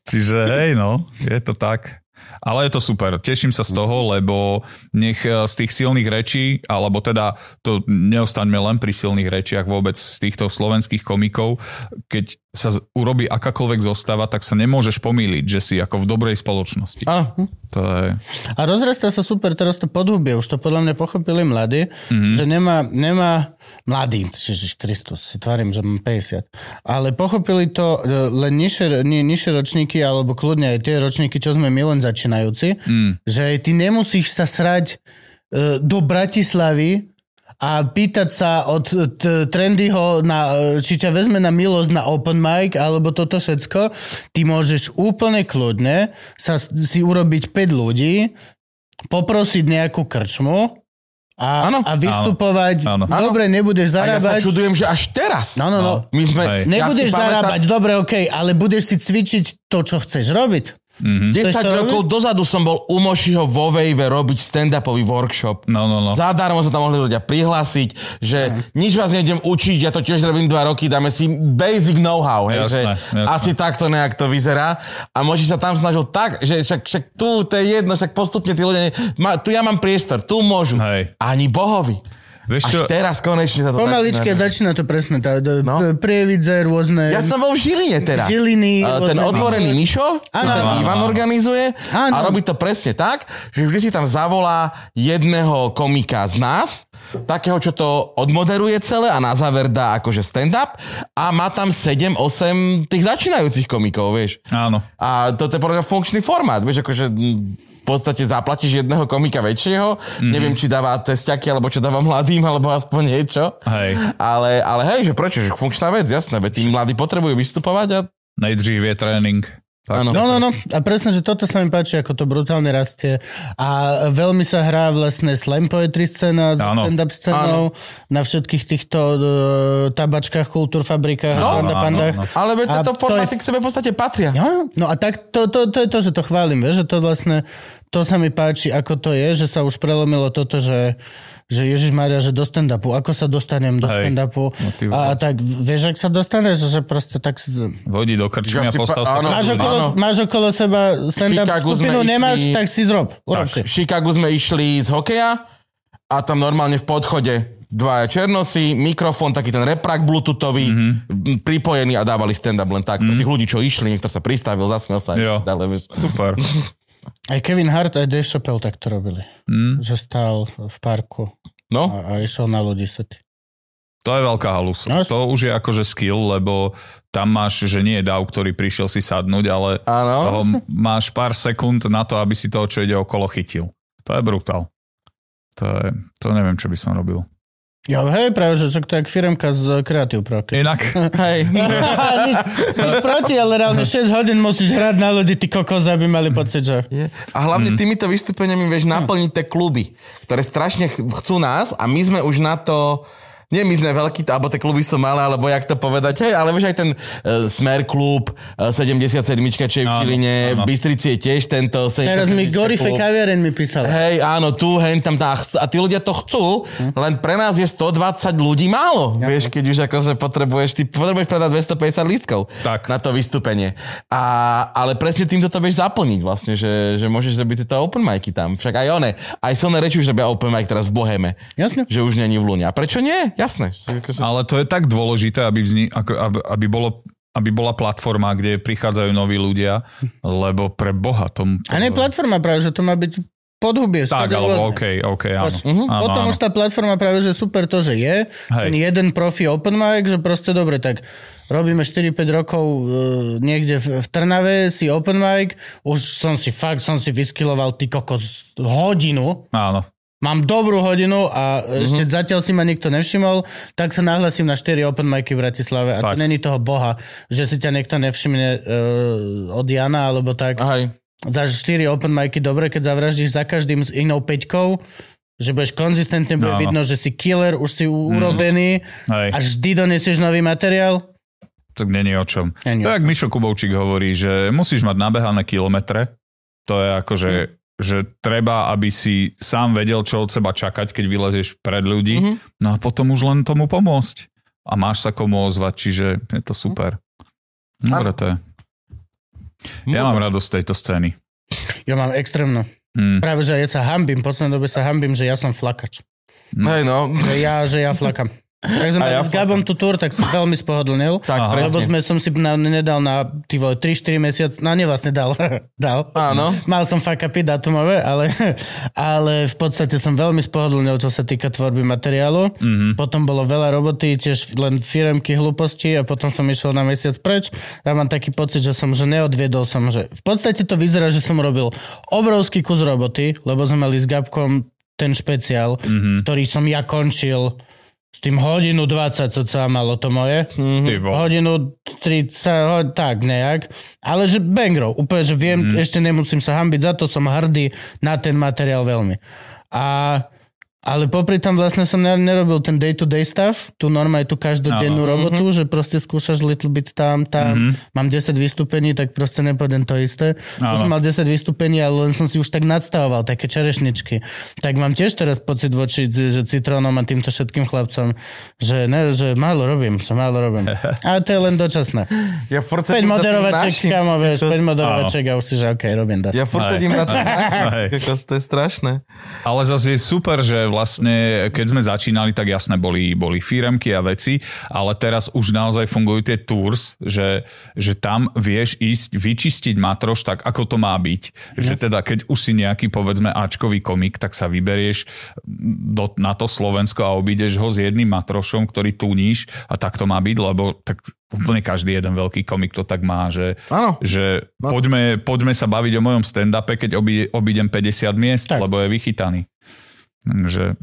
Čiže hej no, je to tak. Ale je to super. Teším sa z toho, lebo nech eh, z tých silných rečí, alebo teda to neostaňme len pri silných rečiach vôbec z týchto slovenských komikov, keď sa z- urobí akákoľvek zostava, tak sa nemôžeš pomýliť, že si ako v dobrej spoločnosti. Áno. To je... A rozrastá sa super teraz to podhubie, už to podľa mňa pochopili mladí, mm-hmm. že nemá, nemá mladí, Ježiš Kristus, si tvarím, že mám 50, ale pochopili to e, len nižšie, nie, nižšie ročníky, alebo kľudne aj tie ročníky, čo sme my len začínajúci, mm. že ty nemusíš sa srať e, do Bratislavy a pýtať sa od e, t- Trendyho, na, e, či ťa vezme na milosť na open mic, alebo toto všetko, ty môžeš úplne kľudne sa s- si urobiť 5 ľudí, poprosiť nejakú krčmu a, Áno. a vystupovať. Áno. Áno. Dobre, A ja nebudeš sa zarábať. čudujem, že až teraz. No, no, no. My sme... Hej. Nebudeš ja si zarábať, dobre, okej, ale budeš si cvičiť to, čo chceš robiť. 10 Chceš to rokov dozadu som bol u Mošiho vo Wave robiť stand-upový workshop. No, no, no. Zadarmo sa tam mohli ľudia prihlásiť, že nič vás nejdem učiť, ja to tiež robím dva roky, dáme si basic know-how, hej, Jasné, že jasné. asi takto nejak to vyzerá. A Moši sa tam snažil tak, že však, však tu to je jedno, však postupne tí ľudia, ne, ma, tu ja mám priestor, tu môžu. Hej. Ani bohovi. Vieš Až čo, teraz konečne sa to Pomaličke tak... začína to presne. Tá, tá, No. no. Prievidze, rôzne... Ja som bol v Žiline teraz. Žiliny, A ten odborný- odvorený Mišo, Áno, ten áno, Ivan áno. organizuje Áno. a robí to presne tak, že vždy si tam zavolá jedného komika z nás, takého, čo to odmoderuje celé a na záver dá akože stand-up a má tam 7-8 tých začínajúcich komikov, vieš. áno. A toto je podľa mňa funkčný formát, vieš, akože mm, v podstate zaplatíš jedného komika väčšieho, Mhm. mm-hmm. neviem, či dáva cestiaky, alebo čo dáva mladým, alebo aspoň niečo. Hej. Ale, ale hej, že prečo, že funkčná vec, jasné, veď tí mladí potrebujú vystupovať a... Nejdřív je tréning. Tak, Áno. tak. No, no, no. A presne, že toto sa mi páči, ako to brutálne rastie. A veľmi sa hrá vlastne slam poetry scéna s Áno. stand-up scénou na všetkých týchto uh, tabačkách, kultúrfabrikách, Áno, stand-up áno, pandách. áno. Ale veď A tieto to je- formáty k sebe v podstate patria. Jo, no a tak to, to, to je to, že to chválim, vieš, že to vlastne, to sa mi páči, ako to je, že sa už prelomilo toto, že, že Ježiš Maria, že do stand-upu, ako sa dostanem do Hej. stand-upu No ty a, a vole. tak vieš, ak sa dostaneš, že proste tak... s- Vodi do krčmy a Ja si postav pa- sa. áno. k Máš ľuďom. okolo, No, Áno. máš okolo seba stand-up Chicagu sme skupinu, išli- nemáš, tak si zrob. Urob si. V Chicagu sme išli z hokeja a tam normálne v podchode dvaja černosy, mikrofón, taký ten reprak bluetoothový, Mhm. mm-hmm. pripojený a dávali stand-up len tak. Pre tých ľudí, čo išli, niekto sa pristavil, zasmiel sa. Jo. Dále, vieš. Super. Aj Kevin Hart, aj Dave Chappelle tak to robili. Hm? Mm. Že stál v parku No, a, a išiel na ľudí sety. To je veľká halus. No, To už je akože skill, lebo tam máš, že nie je dav, ktorý prišiel si sadnúť, ale Áno. No, toho máš pár sekúnd na to, aby si toho, čo ide okolo, chytil. To je brutál. To, je, to neviem, čo by som robil. Jo, hej, práve, že čak to je jak firmka z Creative Pro. Keď- Inak, hej. nič, nič proti, ale reálne 6 hodín musíš hrať na ľudí, ty kokos, aby mali pocit, že... Je. A hlavne mm. týmito vystúpeniami vieš Mm. naplniť tie kluby, ktoré strašne ch- chcú nás a my sme už na to... Nie, my sme veľkí, alebo tie kluby sú malé, alebo jak to povedať, hej, ale vieš aj ten e, Smer klub, e, 77, čo je v Áno, Žiline, áno. v Bystrici je tiež tento... 77 Teraz mi Gorife klub. Kaviareň mi písal. Hej, áno, tu, hen, tam, tá. A tí ľudia to chcú, len pre nás je 120 ľudí málo. Hm. Ja. Vieš, keď už akože potrebuješ, ty potrebuješ predať 250 lístkov Tak. na to vystúpenie. A, ale presne týmto to vieš zaplniť vlastne, že, že môžeš robiť tieto open micy tam. Však aj one, aj silné reči už robia open mic teraz v Boheme. Jasne. Že už není v Lune. A prečo nie? Jasné. Že akože- ale to je tak dôležité, aby, vzni, ako, aby, aby, bolo, aby bola platforma, kde prichádzajú noví ľudia, lebo pre Boha tomu... A nie platforma práve, že to má byť podhubie. Tak, všade alebo rôzne. OK, OK, áno. Až- áno, Mhm. Potom áno. už tá platforma práve, že super to, že je. Hej. Ten jeden profi open mic, že proste dobre, tak robíme 4-5 rokov e, niekde v, v Trnave, si open mic, už som si fakt, som si vyskiloval ty kokos hodinu, Áno. mám dobrú hodinu a Mhm. ešte zatiaľ si ma nikto nevšimol, tak sa nahlasím na 4 open micy v Bratislave a Tak. to není toho boha, že si ťa niekto nevšimne e, od Jana alebo tak Hej. za 4 open micy dobre, keď zavraždíš za každým s inou peťkou, že budeš konzistentný, bude No. Áno. vidno, že si killer, už si Mhm. u- urobený Hej. a vždy donesieš nový materiál. tak není o čom. to Není o jak Mišo Kubovčík hovorí, že musíš mať nabehané kilometre, to je akože, že treba, aby si sám vedel, čo od seba čakať, keď vylezieš pred ľudí, no a potom už len tomu pomôcť. A máš sa komu ozvať, čiže je to super. Dobre to je. Ja mám radosť z tejto scény. Ja mám extrémno. Hmm. Mhm. Práve, že ja sa hambím, v poslednej dobe sa hambím, že ja som flakač. Hej, no. Že ja, že ja flakam. Tak sme A ja ja s Gabom tu túr, tak som veľmi spohodlnil. Tak, Aha. presne. Lebo sme som si na, nedal na ty vole, 3-4 mesiace, na ne vlastne dal. dal. Áno. Mal som fakapy datumové, ale, ale v podstate som veľmi spohodlnil, čo sa týka tvorby materiálu. Mm-hmm. Potom bolo veľa roboty, tiež len firemky hlúposti a potom som išiel na mesiac preč. Ja mám taký pocit, že som, že neodviedol som, že v podstate to vyzerá, že som robil obrovský kus roboty, lebo sme mali s Gabkom ten špeciál, mm-hmm. ktorý som ja končil s tým hodinu 20, co sa malo to moje. Mm-hmm Ty vole. hodinu 30, ho, tak nejak. Ale že bangrov, úplne, že viem, mm. ešte nemusím sa hambiť, za to som hrdý na ten materiál veľmi. A, ale popri tom vlastne som ne- nerobil ten day-to-day stuff, tú normálne tú každodennú robotu, mm-hmm. že proste skúšaš little bit Mhm. tam, tam, mm-hmm. mám 10 vystúpení, tak proste nepovedem to isté. Tu Áno. som mal 10 vystúpení, ale len som si už tak nadstavoval, také čerešničky. Tak mám tiež teraz pocit voči že citrónom a týmto všetkým chlapcom, že, ne, že málo robím, že málo robím. Ale to je len dočasné. Ja furt sedím za 5 tým našim. moderovaček, kamo, vieš, To- 5 moderovaček a už si, že okej, robím das. Ja furt Hej. sedím na tým našim. Hej. Kokos, to je strašné. Ale zase je super, že vlastne keď sme začínali, tak jasné boli, boli firemky a veci, ale teraz už naozaj fungujú tie tours, že, že tam vieš ísť, vyčistiť matroš tak, ako to má byť. Že teda keď už si nejaký povedzme Ačkový komik, tak sa vyberieš do, na to Slovensko a obídeš ho s jedným matrošom, ktorý tuníš a tak to má byť, lebo tak úplne každý jeden veľký komik to tak má, že, Áno. že No. poďme, poďme sa baviť o mojom stand-upe, keď obí, obídem 50 miest, Tak. lebo je vychytaný. Takže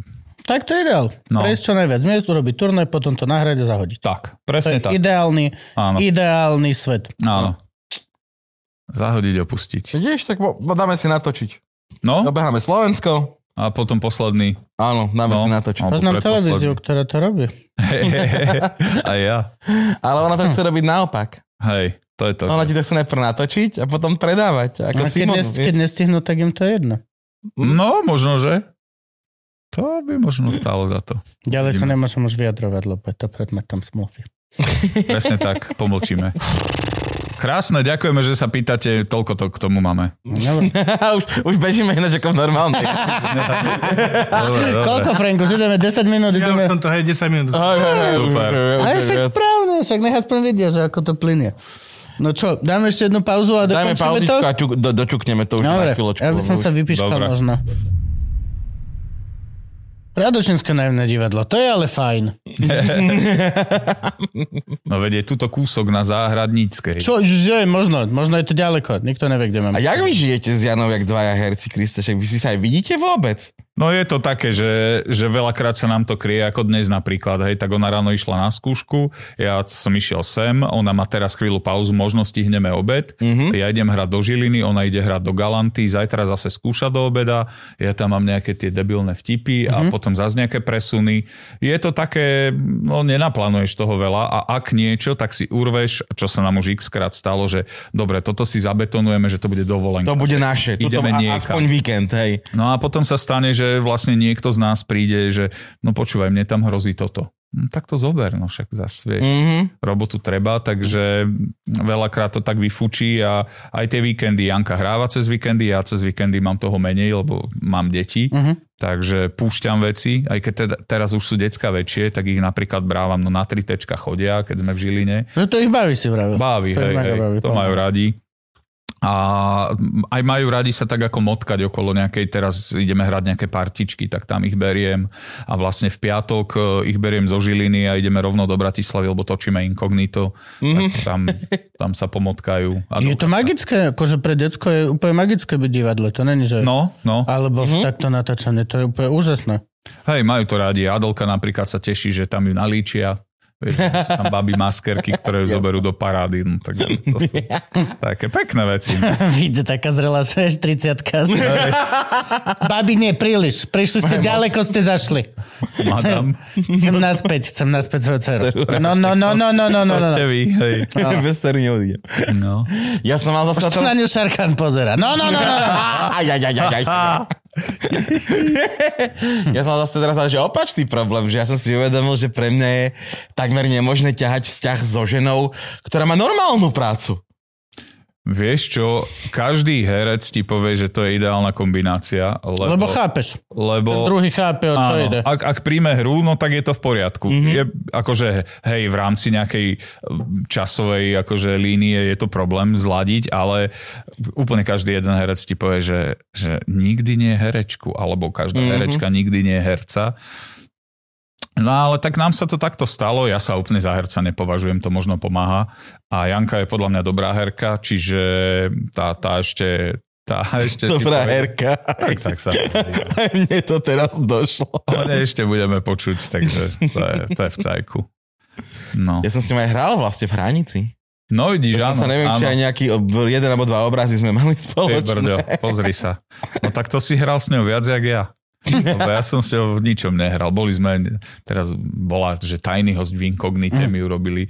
Tak to je ideál. No. Prejsť čo najviac miest, urobiť turné, potom to nahrať a zahodiť. tak, To je presne tak. ideálny, Áno. ideálny svet. Áno. Zahodiť, opustiť. Vidíš, tak bo- bo dáme si natočiť. No Obeháme Slovensko. a potom posledný. Áno, dáme No. si natočiť. Alebo Poznám predposledný. televíziu, ktorá to robí. A ja. Ale ona to chce robiť naopak. Hej, to je to. Ona že- ti to chce najprv natočiť a potom predávať. Ako A No, keď, Simon, nes, keď nestihnú, tak im to je jedno. No, možno, že. To by možno stálo za to. Ďalej sa Vidíme. nemôžem už vyjadrovať, lebo je to predmetom smluvy. Presne tak, pomlčíme. Krásne, ďakujeme, že sa pýtate. Toľko to k tomu máme. No, Dobre. už, už bežíme ináč ako v normálnej. Dobre, dobre. Koľko, Franko? Že ideme 10 minút, Ja už ideme... som to, hej, 10 minút. Hej, hej, hej, už- Super. už- už- Ale už- však viac. správne, však nech aspoň vedia, že ako to plynie. No čo, dáme ešte jednu pauzu a Dajme dokončíme to? pauzičku a ťuk, do, dočukneme to už Dobre, na chvíľočku. ja by som lebo sa už- vypíškal Dobre. možno. Radošinské naivné divadlo, to je ale fajn. No vedie, tuto kúsok na záhradníckej. Čo, že, možno, možno je to ďaleko, nikto nevie, kde mám. A jak vy žijete s Janou, jak dvaja herci, Kriste? Však vy si sa aj vidíte vôbec? No je to také, že, že veľakrát sa nám to kryje, ako dnes napríklad, hej, tak ona ráno išla na skúšku, ja som išiel sem, ona má teraz chvíľu pauzu, možno stihneme obed, Mhm. mm-hmm. ja idem hrať do Žiliny, ona ide hrať do Galanty, zajtra zase skúša do obeda, ja tam mám nejaké tie debilné vtipy Mhm. mm-hmm. a potom zase nejaké presuny. Je to také, no nenaplánuješ toho veľa a ak niečo, tak si urveš, čo sa nám už x krát stalo, že dobre, toto si zabetonujeme, že to bude dovolenka. To bude naše. Tuto, Ideme a- niekam. aspoň víkend, hej. No a potom sa stane, že vlastne niekto z nás príde, že no počúvaj, mne tam hrozí toto. No, tak to zober, no však zas, vieš, Mhm. robotu treba, takže veľakrát to tak vyfučí a aj tie víkendy, Janka hráva cez víkendy, ja cez víkendy mám toho menej, lebo mám deti, takže púšťam veci, aj keď teda, teraz už sú decka väčšie, tak ich napríklad brávam, no na tri tečka chodia, keď sme v Žiline, Že to ich baví si vravil. Baví, To ich hej, mega hej, baví, to pomáha. majú radi. A aj majú radi sa tak ako motkať okolo nejakej, teraz ideme hrať nejaké partičky, tak tam ich beriem. A vlastne v piatok eh, ich beriem zo Žiliny a ideme rovno do Bratislavy, lebo točíme inkognito. Mm-hmm. Tak tam, tam sa pomotkajú. A Je to magické, akože pre decko je úplne magické byť divadle, to není, že... No, no. Alebo v takto natáčané, to je úplne úžasné. Hej, majú to rádi. Adelka napríklad sa teší, že tam ju nalíčia. Vieš, že sú tam babi maskerky, ktoré ju zoberú do parády. No, tak to sú také pekné veci. Vyjde taká zrelá, vieš, 30 Babi, nie, príliš. Prišli ste ďaleko, ste zašli. Madam, Chcem naspäť, chcem naspäť svoju dceru. No, no, no, no, no, no, to no. no. ste vy. Hej. Bez ktorý neodídem. No. Ja som mal zase... Tu na ňu Šarkan pozera. No, no, no, no. no. Aj, aj, aj, aj, aj. ja som mal zase teraz ale že opačný problém, že ja som si uvedomil, že pre mňa je takmer nemožné ťahať vzťah so ženou, ktorá má normálnu prácu. Vieš čo, každý herec ti povie, že to je ideálna kombinácia, lebo... Lebo chápeš. lebo Druhý chápe, o čo Áno, ide. Mhm. Ak, ak príjme hru, no tak je to v poriadku. Mm-hmm. Je, akože, hej, v rámci nejakej eh, časovej akože, línie je to problém zladiť, ale úplne každý jeden herec ti povie, že, že nikdy nie je herečku, alebo každá Mhm. mm-hmm. herečka nikdy nie je herca. No ale tak nám sa to takto stalo, ja sa úplne za herca nepovažujem, to možno pomáha. A Janka je podľa mňa dobrá herka, čiže tá, tá ešte... Tá ešte si Dobrá povie- herka. Tak, tak sa povie. Aj mne to teraz došlo. O nej ešte budeme počuť, takže to je, to je v cajku. No. Ja som s ním aj hral vlastne v hranici. no vidíš, áno. Dokonca neviem, áno. či aj nejaký ob- jeden alebo dva obrazy sme mali Ty spoločné. brďo, pozri sa. No tak to si hral s ňou viac, jak ja. Lebo ja som s ňou v ničom nehral. Boli sme, teraz bola, že tajný host v inkognite mi urobili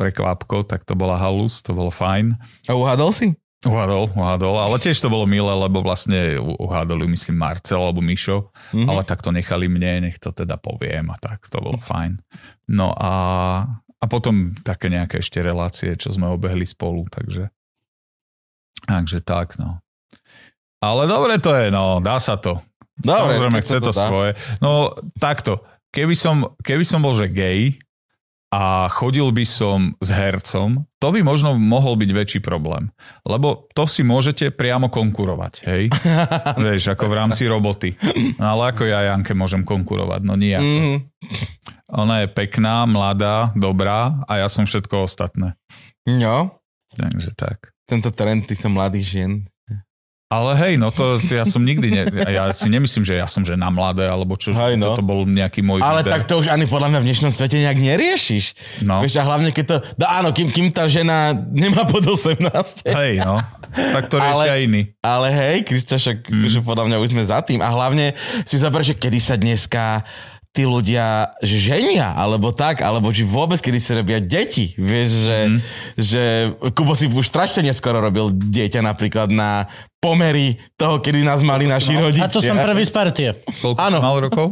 prekvápko, tak to bola halus, to bolo fajn. A uhádol si? Uhádol, uhádol, ale tiež to bolo milé, lebo vlastne u- uhádol ju, myslím, Marcel alebo Mišo, Mhm. mm-hmm. ale tak to nechali mne, nech to teda poviem a tak, to bolo fajn. No a, a potom také nejaké ešte relácie, čo sme obehli spolu, takže takže tak, no. Ale dobre to je, no, dá sa to. Dobre, Samozrejme, tak chce to, dá. svoje. No, takto. Keby som, keby som bol, že gej a chodil by som s hercom, to by možno mohol byť väčší problém. Lebo to si môžete priamo konkurovať, hej? Vieš, ako v rámci roboty. No, ale ako ja Janke môžem konkurovať? No nijak. Mhm. Ona je pekná, mladá, dobrá a ja som všetko ostatné. No, Takže tak. tento trend týchto mladých žien. Ale hej, no to ja som nikdy, ne, ja si nemyslím, že ja som že na mladé, alebo čo, že Hej, no. toto bol nejaký môj Ale výber. tak to už ani podľa mňa v dnešnom svete nejak neriešiš. No. Vieš, a hlavne keď to... No áno, kým, kým tá žena nemá pod 18. Hej, no. Tak to riešia Ale- iní. Ale hej, Krista, však Mhm. mm. že podľa mňa už sme za tým. A hlavne si zaber, že kedy sa dneska tí ľudia ženia, alebo tak, alebo či vôbec, kedy si robia deti. Vieš, že, Mhm. mm. že Kubo si už strašne neskoro robil dieťa napríklad na pomery toho, kedy nás mali naši rodičia. A to som prvý z partie. Koľko Áno. si mal rokov?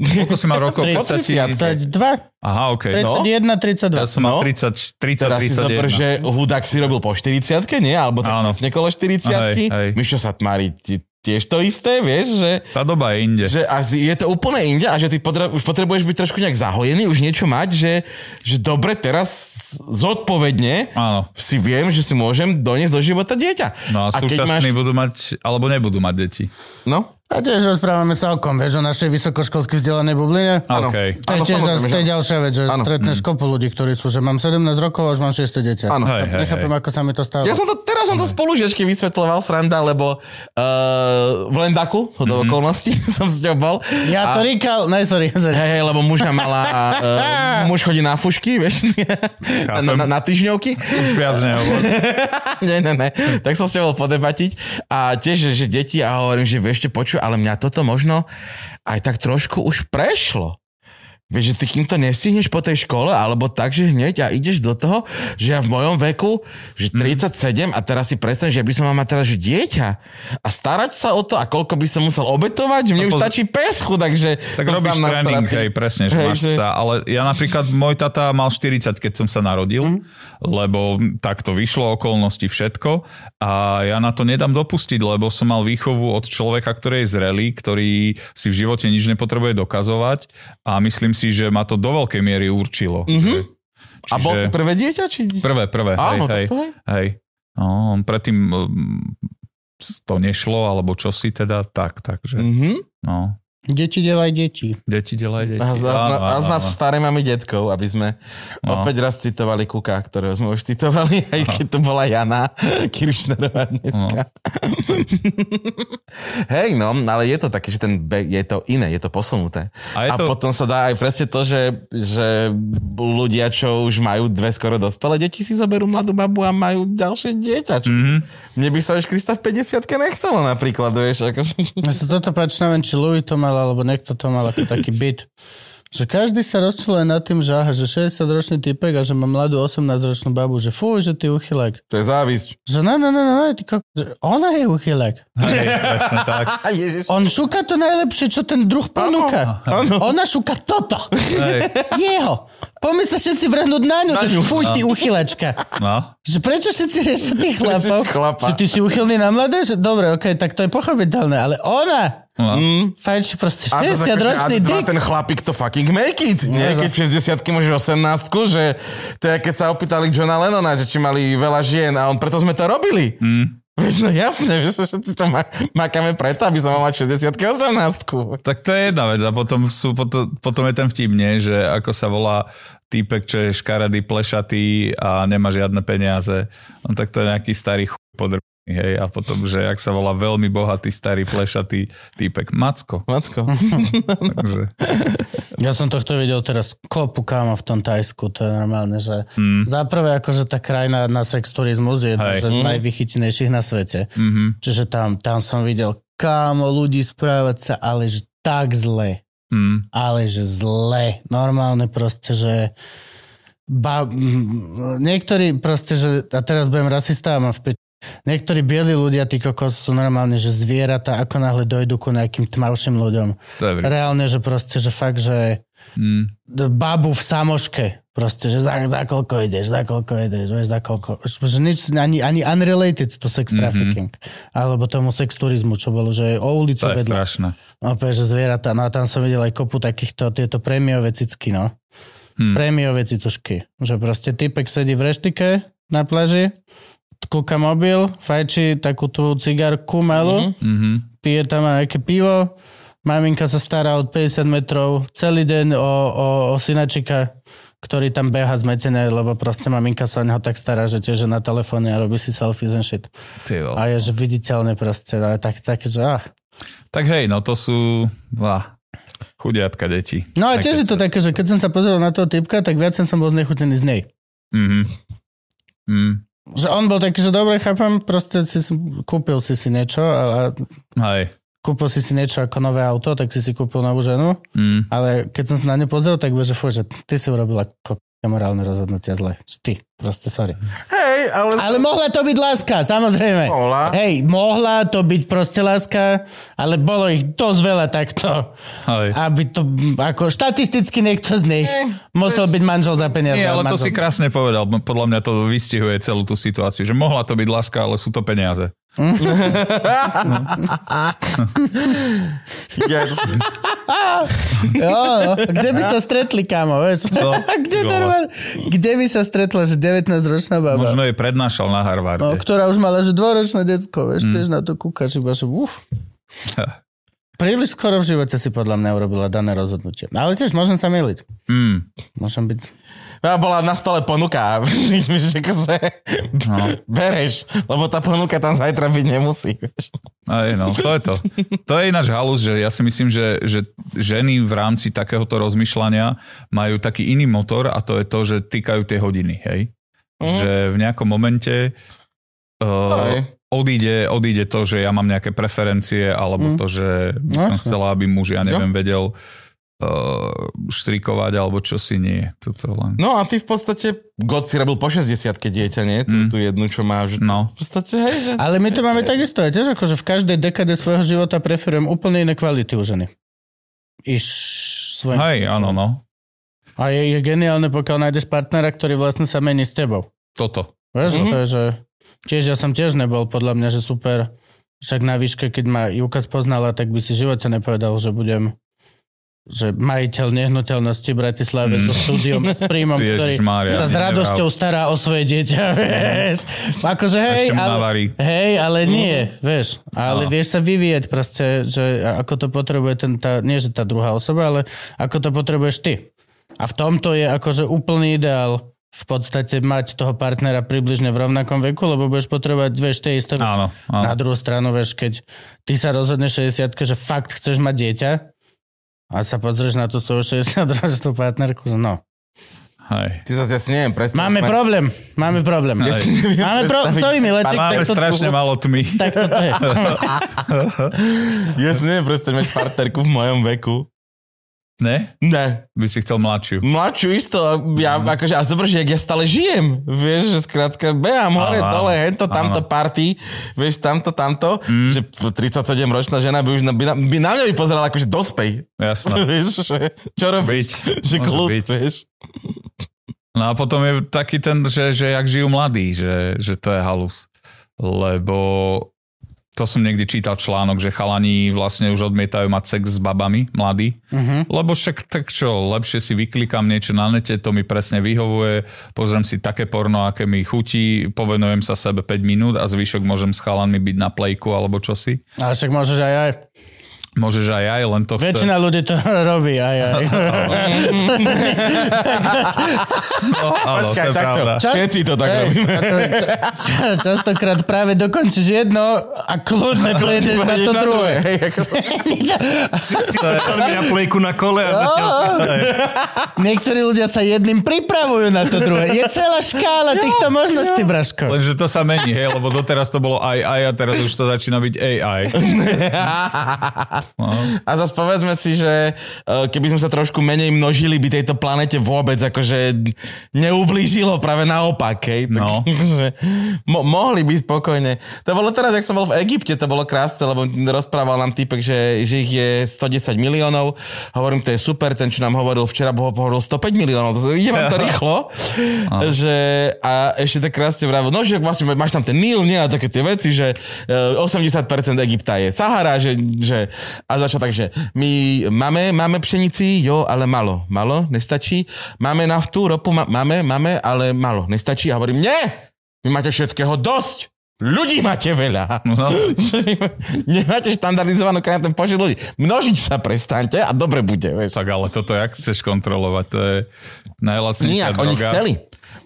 Koľko si mal rokov? 30. 32, Aha, OK. No. 31, Ja 32. som mal No. 30, 30 Teraz si zober, 31. že hudák si robil po 40 nie? Alebo tak Áno. vlastne okolo 40 Hej, hej. Mišo Satmári ti- tiež to isté, vieš, že, Tá doba je inde. že a z- je to úplne inde a že ty potre, už potrebuješ byť trošku nejak zahojený, už niečo mať, že, že dobre, teraz zodpovedne Áno. si viem, že si môžem doniesť do života dieťa. No a keď máš... súčasní budú mať, alebo nebudú mať deti. No, A tiež rozprávame sa o kom, vieš, o našej vysokoškolsky vzdelanej bubline. Áno. OK. To je no. Áno, tiež samozrejme, zase, to je že- ďalšia vec, že Áno. Mm-hmm. stretneš kopu ľudí, ktorí sú, že mám 17 rokov a už mám 6 dieťa. Áno. Hej, hej, hej. Nechápem, ako sa mi to stalo. Ja som to, teraz som to spolužiačke vysvetloval sranda, lebo uh, v Lendaku, do Mhm. okolností som s ňou bol. Ja to ríkal, ne, sorry. sorry. Hej, hej, lebo muža mala, uh, muž chodí na fušky, vieš, na, na, na týždňovky. Už viac Eh. nehovor. ne, ne, ne. Tak som s ňou bol podebatiť a tiež, že- že deti a hovorím, že vieš, čo, počuj, ale mňa toto možno aj tak trošku už prešlo. Vieš, že ty kým to nestihneš po tej škole, alebo tak, že hneď a ideš do toho, že ja v mojom veku, že Mm. 37 a teraz si predstavím, že ja by som mal mať teraz že dieťa a starať sa o to a koľko by som musel obetovať, že mne No už pozri- stačí pes chudak, že Tak som robíš sám tréning, nasratý. hej, presne, že Hej, máš že- sa. Ale ja napríklad, môj tata mal 40, keď som sa narodil, Mhm. mm. lebo tak to vyšlo, okolnosti, všetko. A ja na to nedám dopustiť, lebo som mal výchovu od človeka, ktorý je zrelý, ktorý si v živote nič nepotrebuje dokazovať a myslím si, že ma to do veľkej miery určilo. Mm-hmm. A bol si prvé dieťa? Či... Prvé, prvé, Mhm. Áno, tak hej, hej. to hej. hej. No, on predtým mm, to nešlo, alebo čo si teda, tak, takže, Mhm. no. Deti delaj deti. Deti, delaj deti. A z, a, Áno, a áno, z nás áno. staré máme detkov, aby sme No. no. opäť raz citovali Kuka, ktorého sme už citovali, aj keď to bola Jana Kiršnerová dneska. No. Hej, no, ale je to také, že ten bek, je to iné, je to posunuté. A je A, to- potom sa dá aj presne to, že, že ľudia, čo už majú dve skoro dospelé deti, si zoberú mladú babu a majú ďalšie dieťa. Čo... Mhm. Mm-hmm. Mne by sa už Krista v 50 nechcelo napríklad, vieš. akože- Ako... Mne sa toto páči, neviem, či Louis to mal, alebo niekto to mal ako taký byt. Že každý sa rozčiluje nad tým, že aha, že 60-ročný typek a že má mladú 18-ročnú babu, že fuj, že ty uchylek. To je závisť. Že na, na, na, na, na ty kok- že ona je uchylek. Hej, presne tak. A ježiš. On šuka to najlepšie, čo ten druh ponúka. Ona šuka toto. Hej, Jeho. Poďme sa všetci vrhnúť na ňu, že fuj, ty uchylečka. no. Že prečo všetci riešia tých chlapov? chlapa? Že ty si uchylný na mladé? Že, dobre, okej, tak to je pochopiteľné, ale ona... no. Mm. Fajči proste A to sa akože- 60-ročný a dva, dyk. ten chlapík to fucking make it. Nie, za- keď v 60 môže 18 že to je, keď sa opýtali Johna Lennona, že či mali veľa žien a on preto sme to robili. Mm. Vieš, no jasne, vieš, všetci to ma- makáme preto, aby sme mali 60 18 Tak to je jedna vec a potom, sú, potom, potom je ten vtip, nie, že ako sa volá týpek, čo je škaredý, plešatý a nemá žiadne peniaze. On tak to je nejaký starý chuj podrbený, hej, a potom, že ak sa volá veľmi bohatý, starý, plešatý týpek, macko. Macko. Takže, Ja som tohto videl teraz kopu kámo v tom Tajsku, to je normálne, že mm. za prvé akože tá krajina na sex turizmus je jedna Hej. že z najvychytinejších na svete. mhm, Mm-hmm. Čiže tam, tam som videl kámo ľudí správať sa, ale že tak zle. mm, ale že zle. Normálne proste, že ba, m, niektorí proste, že a teraz budem rasista a mám v piči. Niektorí bieli ľudia, tí kokos, sú normálne, že zvieratá, ako náhle dojdú ku nejakým tmavším ľuďom. to je vri- Reálne, že proste, že fakt, že mm, d- babu v samoške, proste, že za, za koľko ideš, za koľko ideš, vieš, za koľko. Už- Že nič, ani, ani unrelated to sex Mhm. trafficking. Mm-hmm. Alebo tomu sex turizmu, čo bolo, že o ulicu to je vedľa. strašné. Opäť, že zvieratá. No a tam som videl aj kopu takýchto, tieto prémiové cicky, no. Hmm. Prémiové cicušky. Že proste typek sedí v reštike na pláži, kúka mobil, fajči takú tú cigarku malú, Mm-hmm. pije tam aj nejaké pivo, maminka sa stará od 50 metrov celý deň o, o, o synačika, ktorý tam beha zmetené, lebo proste maminka sa o neho tak stará, že tiež je na telefóne a robí si selfies and shit. Ty vole. A je, že viditeľne proste, no, tak, tak, že ah, Tak hej, no to sú ah, chudiatka deti. No a tiež je to také, že keď som sa pozrel na toho typka, tak viac som bol znechutený z nej. Mm-hmm. Mm, Že on bol taký, že dobre, chápem, proste si, si- kúpil si si niečo, ale hej. kúpil si si niečo ako nové auto, tak si si kúpil novú ženu, Mm, ale keď som sa na ňu pozrel, tak bude, že fuj, že ty si urobila ko- morálne rozhodnutia zle. Že Ty, proste sorry. Hej, ale... Ale mohla to byť láska, samozrejme. Mohla. Hej, mohla to byť proste láska, ale bolo ich dosť veľa takto, hej. aby to, m, ako štatisticky niekto z nich musel byť manžel za peniaze. Nie, ale to manžel- si krásne povedal. M- Podľa mňa to vystihuje celú tú situáciu, že mohla to byť láska, ale sú to peniaze. Teda- Ja, Jo, no. kde by sa stretli, kamo, vieš? No, kde, ty vole. normálne, kde by sa stretla, že 19-ročná baba, Možno je prednášal na no, Harvarde. ktorá už mala, že dvoročné Mm. decko, vieš, tiež na to kúkaš iba, že uf. Príliš skoro v živote si podľa mňa urobila dané rozhodnutie. No, Ale tiež môžem sa miliť. Mm, Môžem byť. ja bola na stole ponuka. Vieš, akože... No. Bereš, lebo tá ponuka tam zajtra byť nemusí. vieš. aj, no, to je to. To je ináč halus, že ja si myslím, že, že ženy v rámci takéhoto rozmýšľania majú taký iný motor a to je to, že týkajú tie hodiny, hej? Že v nejakom momente uh, Hej. odíde, odíde to, že ja mám nejaké preferencie, alebo to, že by No, som jasne. chcela, aby muž, ja neviem, vedel uh, štrikovať, alebo čo si nie. Toto len... No a ty v podstate, God si robil po 60 dieťa, nie? Tú, tú jednu, čo máš. Mm. No. V podstate, hej, že... Ale my to máme takisto. Ja tiež akože v každej dekade svojho života preferujem úplne iné kvality u ženy. Iš svojim. Hej, áno, no. A je, je geniálne, pokiaľ nájdeš partnera, ktorý vlastne sa mení s tebou. Toto. Mhm. Vieš, mm-hmm. to je, že tiež ja som tiež nebol podľa mňa, že super. Však na výške, keď ma Juka spoznala, tak by si v živote nepovedal, že budem že majiteľ nehnuteľnosti v Bratislave so štúdiom s príjmom, ktorý Mhm. Ježišmária, sa s nevral. radosťou stará o svoje dieťa, vieš. Akože hej, Mhm. Ešte mu ale, navarí. hej, ale nie, vieš. Ale No. vieš sa vyvíjať proste, že ako to potrebuje ten, tá, nie že tá druhá osoba, ale ako to potrebuješ ty. A v tomto je akože úplný ideál v podstate mať toho partnera približne v rovnakom veku, lebo budeš potrebovať, vieš, tie isté veci. Áno, áno. Na druhú stranu, vieš, keď ty sa rozhodneš 60 že fakt chceš mať dieťa a sa pozrieš na tú svoju 60-ročnú partnerku, že no. Hej. Ty zase, ja si neviem, presne. Máme problém, máme problém. Aj. Máme problém, sorry Mileček, tak Máme to, strašne málo tmy. tak toto je. Ja si neviem predstaviť mať partnerku v mojom veku. Ne? Ne, By si chcel mladšiu. mladšiu isto, ja Mm. akože, a zobrž, jak ja stále žijem, vieš, že skrátka behám hore, Áno, áno. dole, hento, Áno. tamto Mm. party, party, vieš, tamto, tamto, že 37-ročná žena by už na, by na, by na mňa by pozerala akože dospej, Jasné. vieš, že, čo No. robíš, Byť. že Môže kľud, byť. vieš. No a potom je taký ten, že, že jak žijú mladí, že, že to je halus. Lebo to som niekde čítal článok, že chalani vlastne už odmietajú mať sex s babami, mladí. Uh-huh. Lebo však tak čo, lepšie si vyklikám niečo na nete, to mi presne vyhovuje, pozriem si také porno, aké mi chutí, povenujem sa sebe 5 minút a zvyšok môžem s chalanmi byť na plejku alebo čosi. A však môžeš aj aj. Môžeš aj aj, len to chce. Väčšina ľudí to robí aj aj. Áno, to Počkaj, je takto. pravda. Čas- Všetci to tak Hej, robíme. ako ča- ča- Častokrát práve dokončíš jedno a kľudne prejdeš na Ideš to druhé. Hej, ako, Veľmi na plejku na kole a zatiaľ si... Niektorí ľudia sa jedným pripravujú na to druhé. Je celá škála týchto možností, Braško. Lenže to sa mení, hej, lebo doteraz to bolo aj aj a teraz už to začína byť AI. No, a zase povedzme si, že eh, keby sme sa trošku menej množili, by tejto planete vôbec akože neublížilo, práve naopak, hej. Tak, No. že mo- mohli by spokojne. To bolo teraz, jak som bol v Egypte, to bolo krásne, lebo rozprával nám týpek, že, že ich je 110 miliónov. Hovorím, to je super, ten, čo nám hovoril včera, bo ho hovoril 105 miliónov. To, ide vám to rýchlo. že, a ešte tak krásne vravil, no, že vlastne máš tam ten Nil, nie, a také tie veci, že eh, 80% Egypta je Sahara, že, že a začal tak, že my máme, máme pšenici, jo, ale malo, malo, nestačí. Máme naftu, ropu, ma- máme, máme, ale malo, nestačí. A hovorím, nie, vy máte všetkého dosť. Ľudí máte veľa. no, Nemáte štandardizovanú krajinu, ten počet ľudí. Množiť sa prestante a dobre bude, vieš. tak ale toto jak chceš kontrolovať, to je najlacnejšia Nijak, oni droga. Hm. chceli.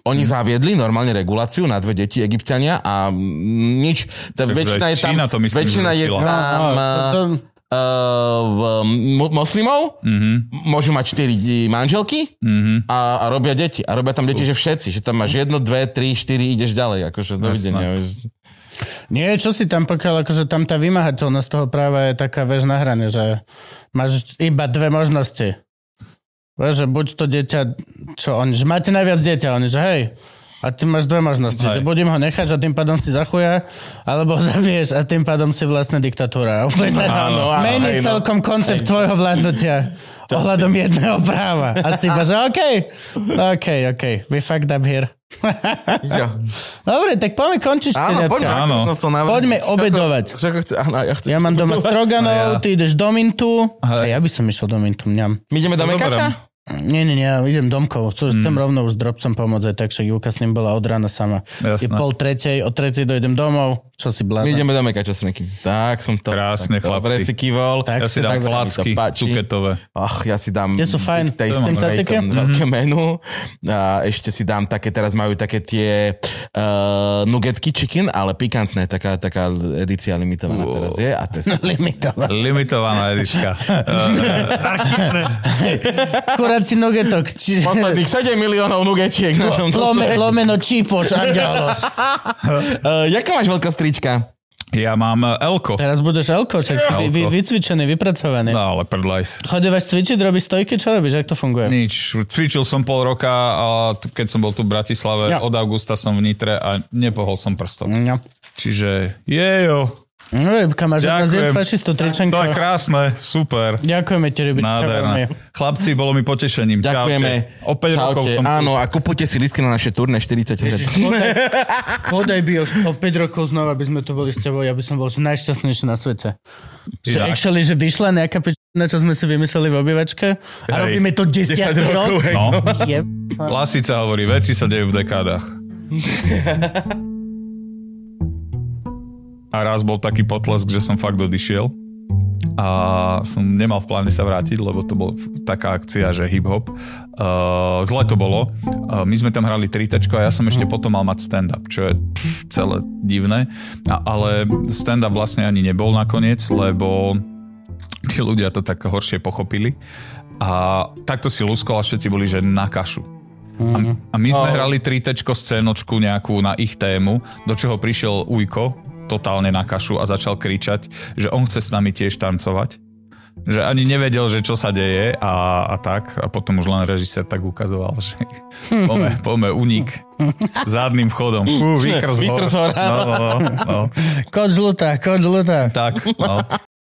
Oni zaviedli normálne reguláciu na dve deti egyptiania a mm, nič. Tá Takže väčšina je tam, Čína to myslím, väčšina je zrušila. tam eh, No, To- eh, v, mo- moslimov, Mhm. mm-hmm. môžu mať 4 manželky mm-hmm. a, a robia deti. A robia tam deti, že všetci. Že tam máš jedno, dve, tri, štyri, ideš ďalej. Akože, dovidenia. vieš. Nie, čo si tam pokiaľ, akože tam tá vymahateľnosť toho práva je taká, vieš, na hrane, že máš iba dve možnosti. Vieš, že buď to dieťa, čo oni, že máte najviac dieťa, oni, že hej, a ty máš dve možnosti, Hej. hej. že buď im ho necháš a tým pádom si zachuja, alebo ho zabiješ a tým pádom si vlastne diktatúra. A Úplne sa Áno, áno, mení hej, no. celkom koncept tvojho vládnutia ohľadom jedného práva. A si iba, že okej, okej, okej, we fucked up here. Jo. Dobre, tak poďme končiť. Áno, šteniatka. poďme. Áno. ako som navrhol. Poďme Ako- obedovať. ako chce- áno, ja chcem. Ja mám doma A ja- stroganov, ty ideš do Mintu. Aha. A ja by som išiel do Mintu, mňam. My ideme do To zoberiem. Mekača? Nie, nie, nie, ja idem domkov. Chcú, Chcem Hmm. rovno už s drobcom pomôcť aj tak, však Julka s ním bola od rána sama. Jasné. Je pol tretej, od tretej dojdem domov. Čo si My blázon? ideme do Mekača s Nekým. Tak som to... Krásne, tak, Dobre chlapci. si kývol. Tak Ja si dám tak- klacky, to páči. cuketové. Mhm. Ach, ja si dám... Tie sú fajn. Big Taste, S tým hej, cacikem? tam veľké menu. A ešte si dám také, teraz majú také tie uh, nugetky chicken, ale pikantné, taká, taká edícia limitovaná Wow. teraz je. A to je Limitovaná. Limitovaná edička. Akurát si nogetok. Či... Posledných 7 miliónov nugetiek na tomto Lome, svete. lomeno čípoš, angelos. Eh, Jaká máš veľkosť trička? Ja mám Elko. Teraz budeš elko, však si vy, vy, vycvičený, vypracovaný. No. No ale prdlajs. Chodívaš cvičiť, robíš stojky, čo robíš, jak to funguje? Nič. Cvičil som pol roka, a t- keď som bol tu v Bratislave, Ja. od augusta som v Nitre a nepohol som prstom. No. Čiže jejo, No, rybka, máš jedna Ďakujem. z fašistu, tričenko. to je krásne, super. Ďakujeme ti, rybička, veľmi. Nádherné. Chlapci, bolo mi potešením. Ďakujeme. Čaute. O 5 rokov Čaute. som tu. Áno, a kupujte si lístky na naše turné 40. Podaj, podaj by už o 5 rokov znova, aby sme tu boli s tebou, ja by som bol že najšťastnejší na svete. Že Inak. actually, že vyšla nejaká pečina, čo sme si vymysleli v obývačke a Hej. robíme to 10, 10 rokov. No. Je... Lasica hovorí, veci sa dejú v dekádach. A raz bol taký potlesk, že som fakt odišiel a som nemal v pláne sa vrátiť, lebo to bola taká akcia, že hip-hop. Uh, zle to bolo. Uh, my sme tam hrali tritačko a ja som ešte potom mal mať stand-up, čo je pff, celé divné. A, ale stand-up vlastne ani nebol nakoniec, lebo tí ľudia to tak horšie pochopili. A takto si luskol a všetci boli, že na kašu. A, a my sme hrali trítečko, scénočku nejakú na ich tému, do čoho prišiel Ujko, totálne na kašu a začal kričať, že on chce s nami tiež tancovať. že ani nevedel, že čo sa deje a, a tak. A potom už len režisér tak ukazoval, že pome, pome, unik zadným vchodom. Fú, výkrs hor. Výkrs hor. No, no, no, no. Kod žlutá, kod žlutá. Tak, no.